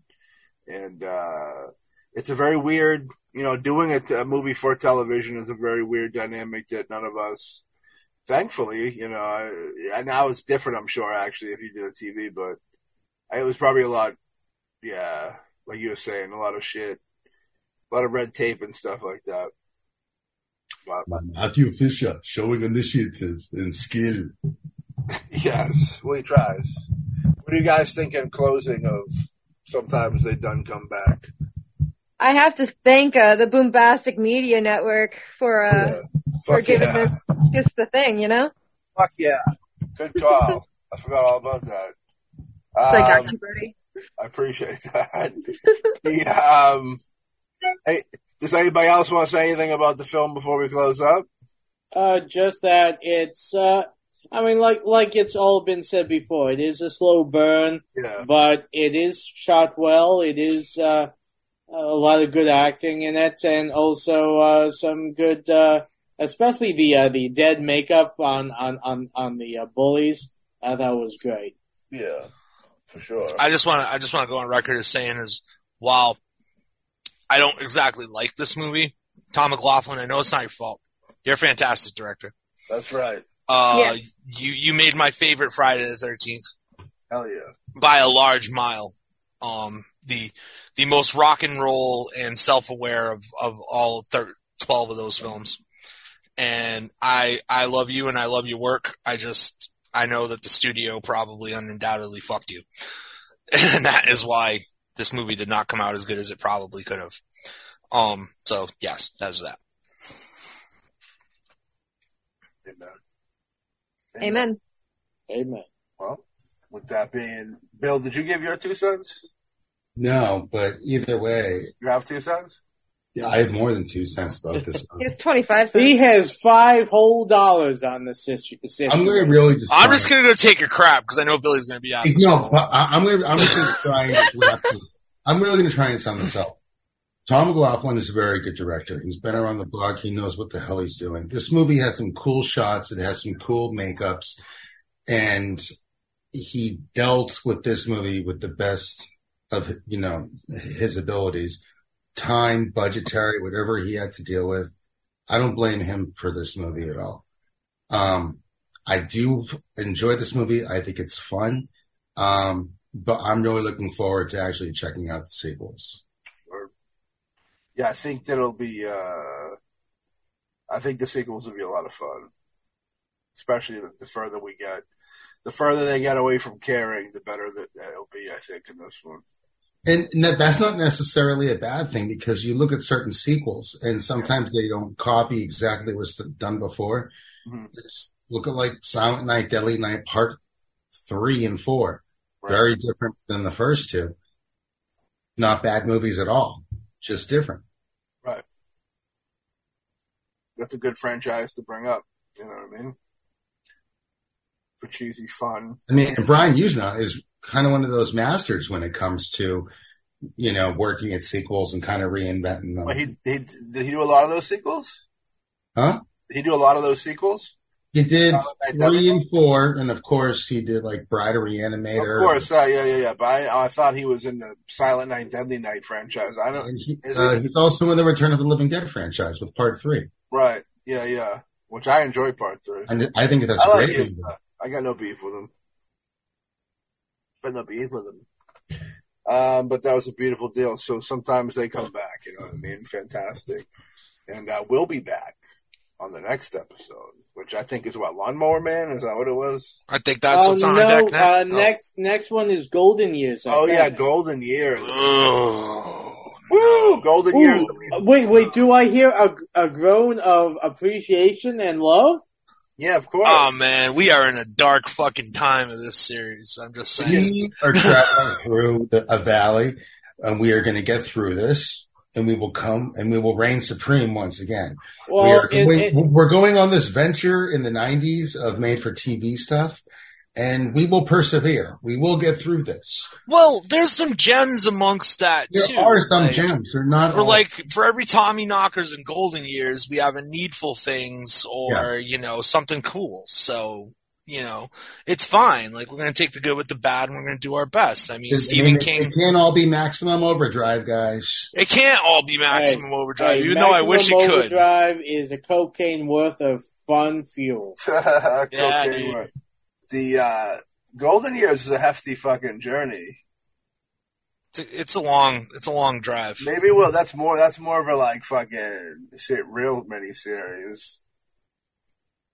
And uh, it's a very weird, you know, doing a, a movie for television is a very weird dynamic that none of us, thankfully, you know, I, I- now it's different. I'm sure actually if you did a TV, but it was probably a lot, yeah, like you were saying, a lot of shit a lot of red tape and stuff like that. But Matthew Fisher showing initiative and skill. yes, well, he tries. What do you guys think in closing of sometimes they done come back? I have to thank uh, the Boombastic Media Network for uh, for Fuck giving yeah. this this the thing. You know, Fuck yeah. Good call. I forgot all about that. it's like Um, got you, buddy. I appreciate that. The, um, hey, does anybody else want to say anything about the film before we close up? Uh, just that it's. Uh, I mean, like like it's all been said before. It is a slow burn, Yeah. but it is shot well. It is uh, a lot of good acting in it, and also uh, some good, uh, especially the uh, the dead makeup on on on on the uh, bullies. I thought was great. Yeah. For sure. I just want to I just want to go on record as saying is while I don't exactly like this movie, Tom McLaughlin. I know it's not your fault. You're a fantastic director. That's right. Uh, Yeah. you you made my favorite Friday the Thirteenth. Hell yeah. by a large mile. Um, the the most rock and roll and self aware of of all thir- twelve of those films. And I I love you and I love your work. I just I know that the studio probably undoubtedly fucked you, and that is why this movie did not come out as good as it probably could have. Um, so yes, that's that. Amen. Amen. Amen. Well, with that being, Bill, did you give your two cents? No, but either way, You have two cents? Yeah, I have more than two cents about this. one. It's twenty five He cents. has five whole dollars on the situ- situation. I'm going to really just. I'm try- just gonna go take a crap because I know Billy's gonna be out. This No, but I- I'm going to. I'm just going to try. And wrap this. I'm really going to try and sum this up. Tom McLaughlin is a very good director. He's been around the block. He knows what the hell he's doing. This movie has some cool shots. It has some cool makeups, and he dealt with this movie with the best of you know his abilities, time, budgetary, whatever he had to deal with. I don't blame him for this movie at all. Um, I do enjoy this movie. I think it's fun. Um, but I'm really looking forward to actually checking out the sequels. Yeah, I think that'll be. Uh, I think the sequels will be a lot of fun, especially the, the further we get, the further they get away from caring, the better that it'll be. I think in this one. And that- that's not necessarily a bad thing because you look at certain sequels and sometimes they don't copy exactly what's done before. Mm-hmm. Just look at like Silent Night, Deadly Night Part 3 and 4. Very different than the first two. Not bad movies at all, just different. Right. That's a good franchise to bring up. You know what I mean? For cheesy fun. I mean, and Brian Usna is kind of one of those masters when it comes to, you know, working at sequels and kind of reinventing them. Well, he, he did he do a lot of those sequels? Huh? Did he do a lot of those sequels? He did Silent Night, Deadly three and four, and of course he did like Bride of Reanimator. Of course, uh, yeah, yeah, yeah. But I, I thought he was in the Silent Night, Deadly Night franchise. I don't. is Uh, he, he's also in the Return of the Living Dead franchise with Part Three. right? Yeah, yeah. Which I enjoy part three. And I think that's I like great. his, uh, I got no beef with him. But no beef with him. Um, but that was a beautiful deal. So sometimes they come back. You know what I mean? Fantastic. And uh, we'll be back on the next episode, which I think is what Lawnmower Man. Is that what it was? I think oh, no, Uh, Next next one is Golden Years. I Oh think. yeah, Golden Uh, Years. Oh. Woo, Golden Ooh, Years. Wait, wait. Do I hear a, a groan of appreciation and love? Yeah, of course. Oh man, we are in a dark fucking time of this series. I'm just saying. We are traveling through the, a valley, and we are going to get through this, and we will come, and we will reign supreme once again. we Well, are it, going, it- we're going on this venture in the '90s of made-for-TV stuff, and we will persevere. We will get through this. Well, there's some gems amongst that There too. are some like- gems. They're not For all- like for every Tommy knockers and golden years, we have a needful things or you know something cool. So you know it's fine. Like we're gonna take the good with the bad, and we're gonna do our best. I mean, It- Stephen it- King. It can't all be maximum overdrive, guys. It can't all be maximum overdrive, even though I wish it Maximum could. Overdrive is a cocaine worth of fun fuel. yeah, dude. The uh, Golden Years is a hefty fucking journey. It's a, it's a long, it's a long drive. Maybe well, that's more that's more of a like fucking shit real mini series.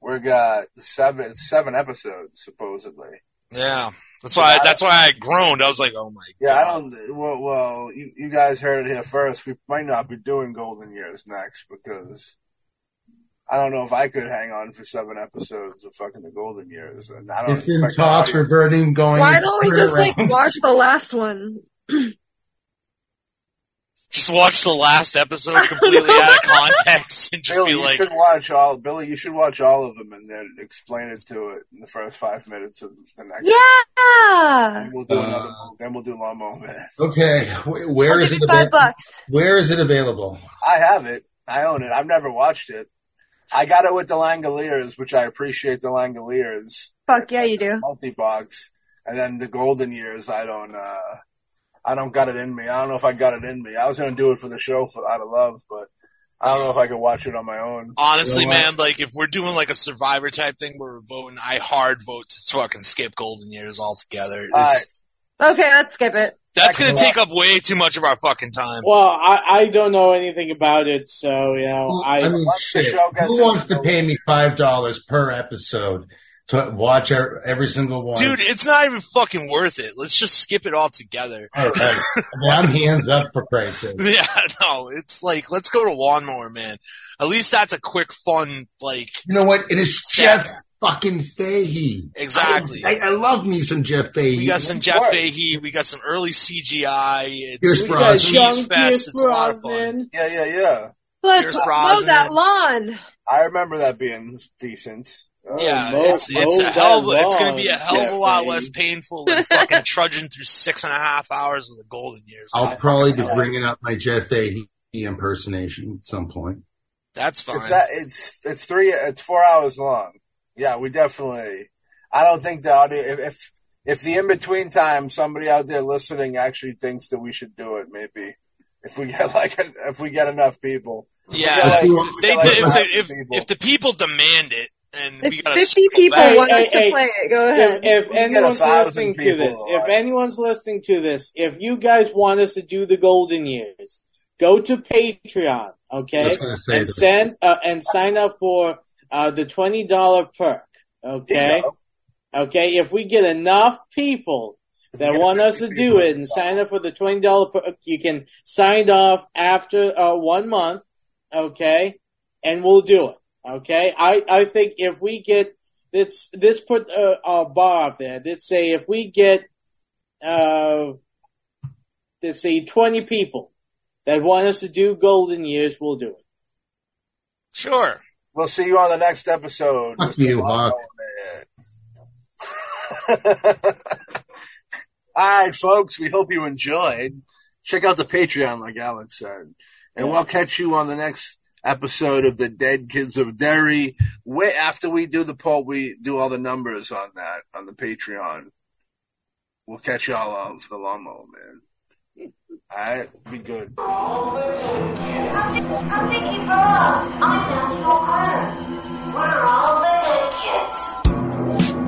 We got seven seven episodes supposedly. Yeah, that's why. that's why I groaned. I was like, "Oh my Yeah, I god!" don't. Well, well, you you guys heard it here first. We might not be doing Golden Years next because I don't know if I could hang on for seven episodes of fucking the Golden Years, and I don't It's in expect. talks. We're burning going. Why into don't we third just like round. watch the last one? Just watch the last episode completely out of context and just Billy, be you like, should watch all. Billy, you should watch all of them and then explain it to it in the first five minutes of the next. Yeah. Then we'll do Uh, another. Then we'll do Lawnmower Man. Okay, wh- where I'll is give it? you five available? bucks. Where is it available? I have it. I own it. I've never watched it. I got it with the Langoliers, which I appreciate the Langoliers Fuck yeah, you do. multi box, and then the Golden Years. I don't. uh I don't got it in me. I don't know if I got it in me. I was gonna do it for the show for out of love, but I don't know if I could watch it on my own. "Honestly, You know what? man, like if we're doing like a Survivor type thing where we're voting, I hard vote to fucking skip Golden Years altogether. It's, Alright. Okay, let's skip it. That's gonna Back to take up way too much of our fucking time." Well, I, I don't know anything about it, so you know Well, I. I mean, Once the shit. show gets Who wants to over- pay me five dollars per episode to watch our, every single one? Dude, it's not even fucking worth it. Let's just skip it all together. All right. I mean, I'm hands up for Christ's sake. Yeah, no, it's like let's go to Lawnmower Man. At least that's a quick, fun, like You know what? It is Yeah. Jeff fucking Fahey. exactly. I, I love me some Jeff Fahey. We got some Jeff Right. Fahey. We got some early CGI. Pierce It's we Brosnan. got Cheese young Fest. Pierce It's a lot of fun. Brosnan. Yeah, yeah, yeah. Let's Pierce mow Brosnan. that lawn. I remember that being decent. Uh, Yeah, Mo- it's it's mow a hell. that It's going to be a lawn, hell of a lot Jeff less Fahey. painful than fucking trudging through six and a half hours of the golden years. I'll probably be bringing up my Jeff Fahey impersonation at some point. That's It's fine. that it's it's three it's four hours long. Yeah, we definitely. I don't think the audio if if, if the in between time somebody out there listening actually thinks that we should do it, maybe if we get like an, if we get enough people. yeah, Yeah, if like- they, yeah, like if, the, half the if, people. if the people demand it, and we If got 50 people back. want Hey, us to hey, play it, go ahead. If, if We got a anyone's thousand listening to people, this, if alright. anyone's listening to this, if you guys want us to do the golden years, go to Patreon, okay, Just gonna say and that. send uh, and sign up for uh, the twenty dollar perk, okay, okay. If we get enough people that Yeah, want us to do it and sign up for the twenty dollar perk, you can sign off after uh, one month, okay, and we'll do it, okay. I I think if we get let's let's put a, a bar up there. Let's say if we get uh let's say twenty people that want us to do golden years, we'll do it. sure. We'll see you on the next episode. Fuck you, Hawk. Oh, All right, folks, we hope you enjoyed. Check out the Patreon, like Alex said. And we'll catch you on the next episode of the Dead Kids of Derry. Way after we do the poll, we do all the numbers on that, on the Patreon. We'll catch y'all on for the lawnmower, man. All right, be good. I'm Vicky Burrows. I'm Matthew Carter. We're all the dead kids.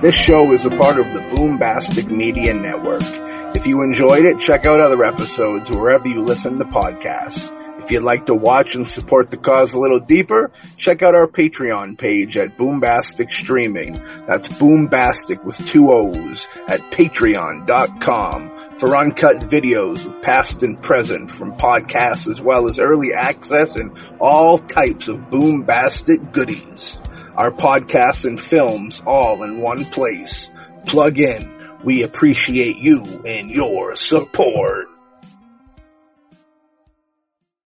This show is a part of the Boombastic Media Network. If you enjoyed it, check out other episodes wherever you listen to podcasts. If you'd like to watch and support the cause a little deeper, check out our Patreon page at Boombastic Streaming. That's Boombastic with two O's at patreon.com for uncut videos of past and present from podcasts as well as early access and all types of Boombastic goodies our podcasts and films all in one place. Plug in. We appreciate you and your support.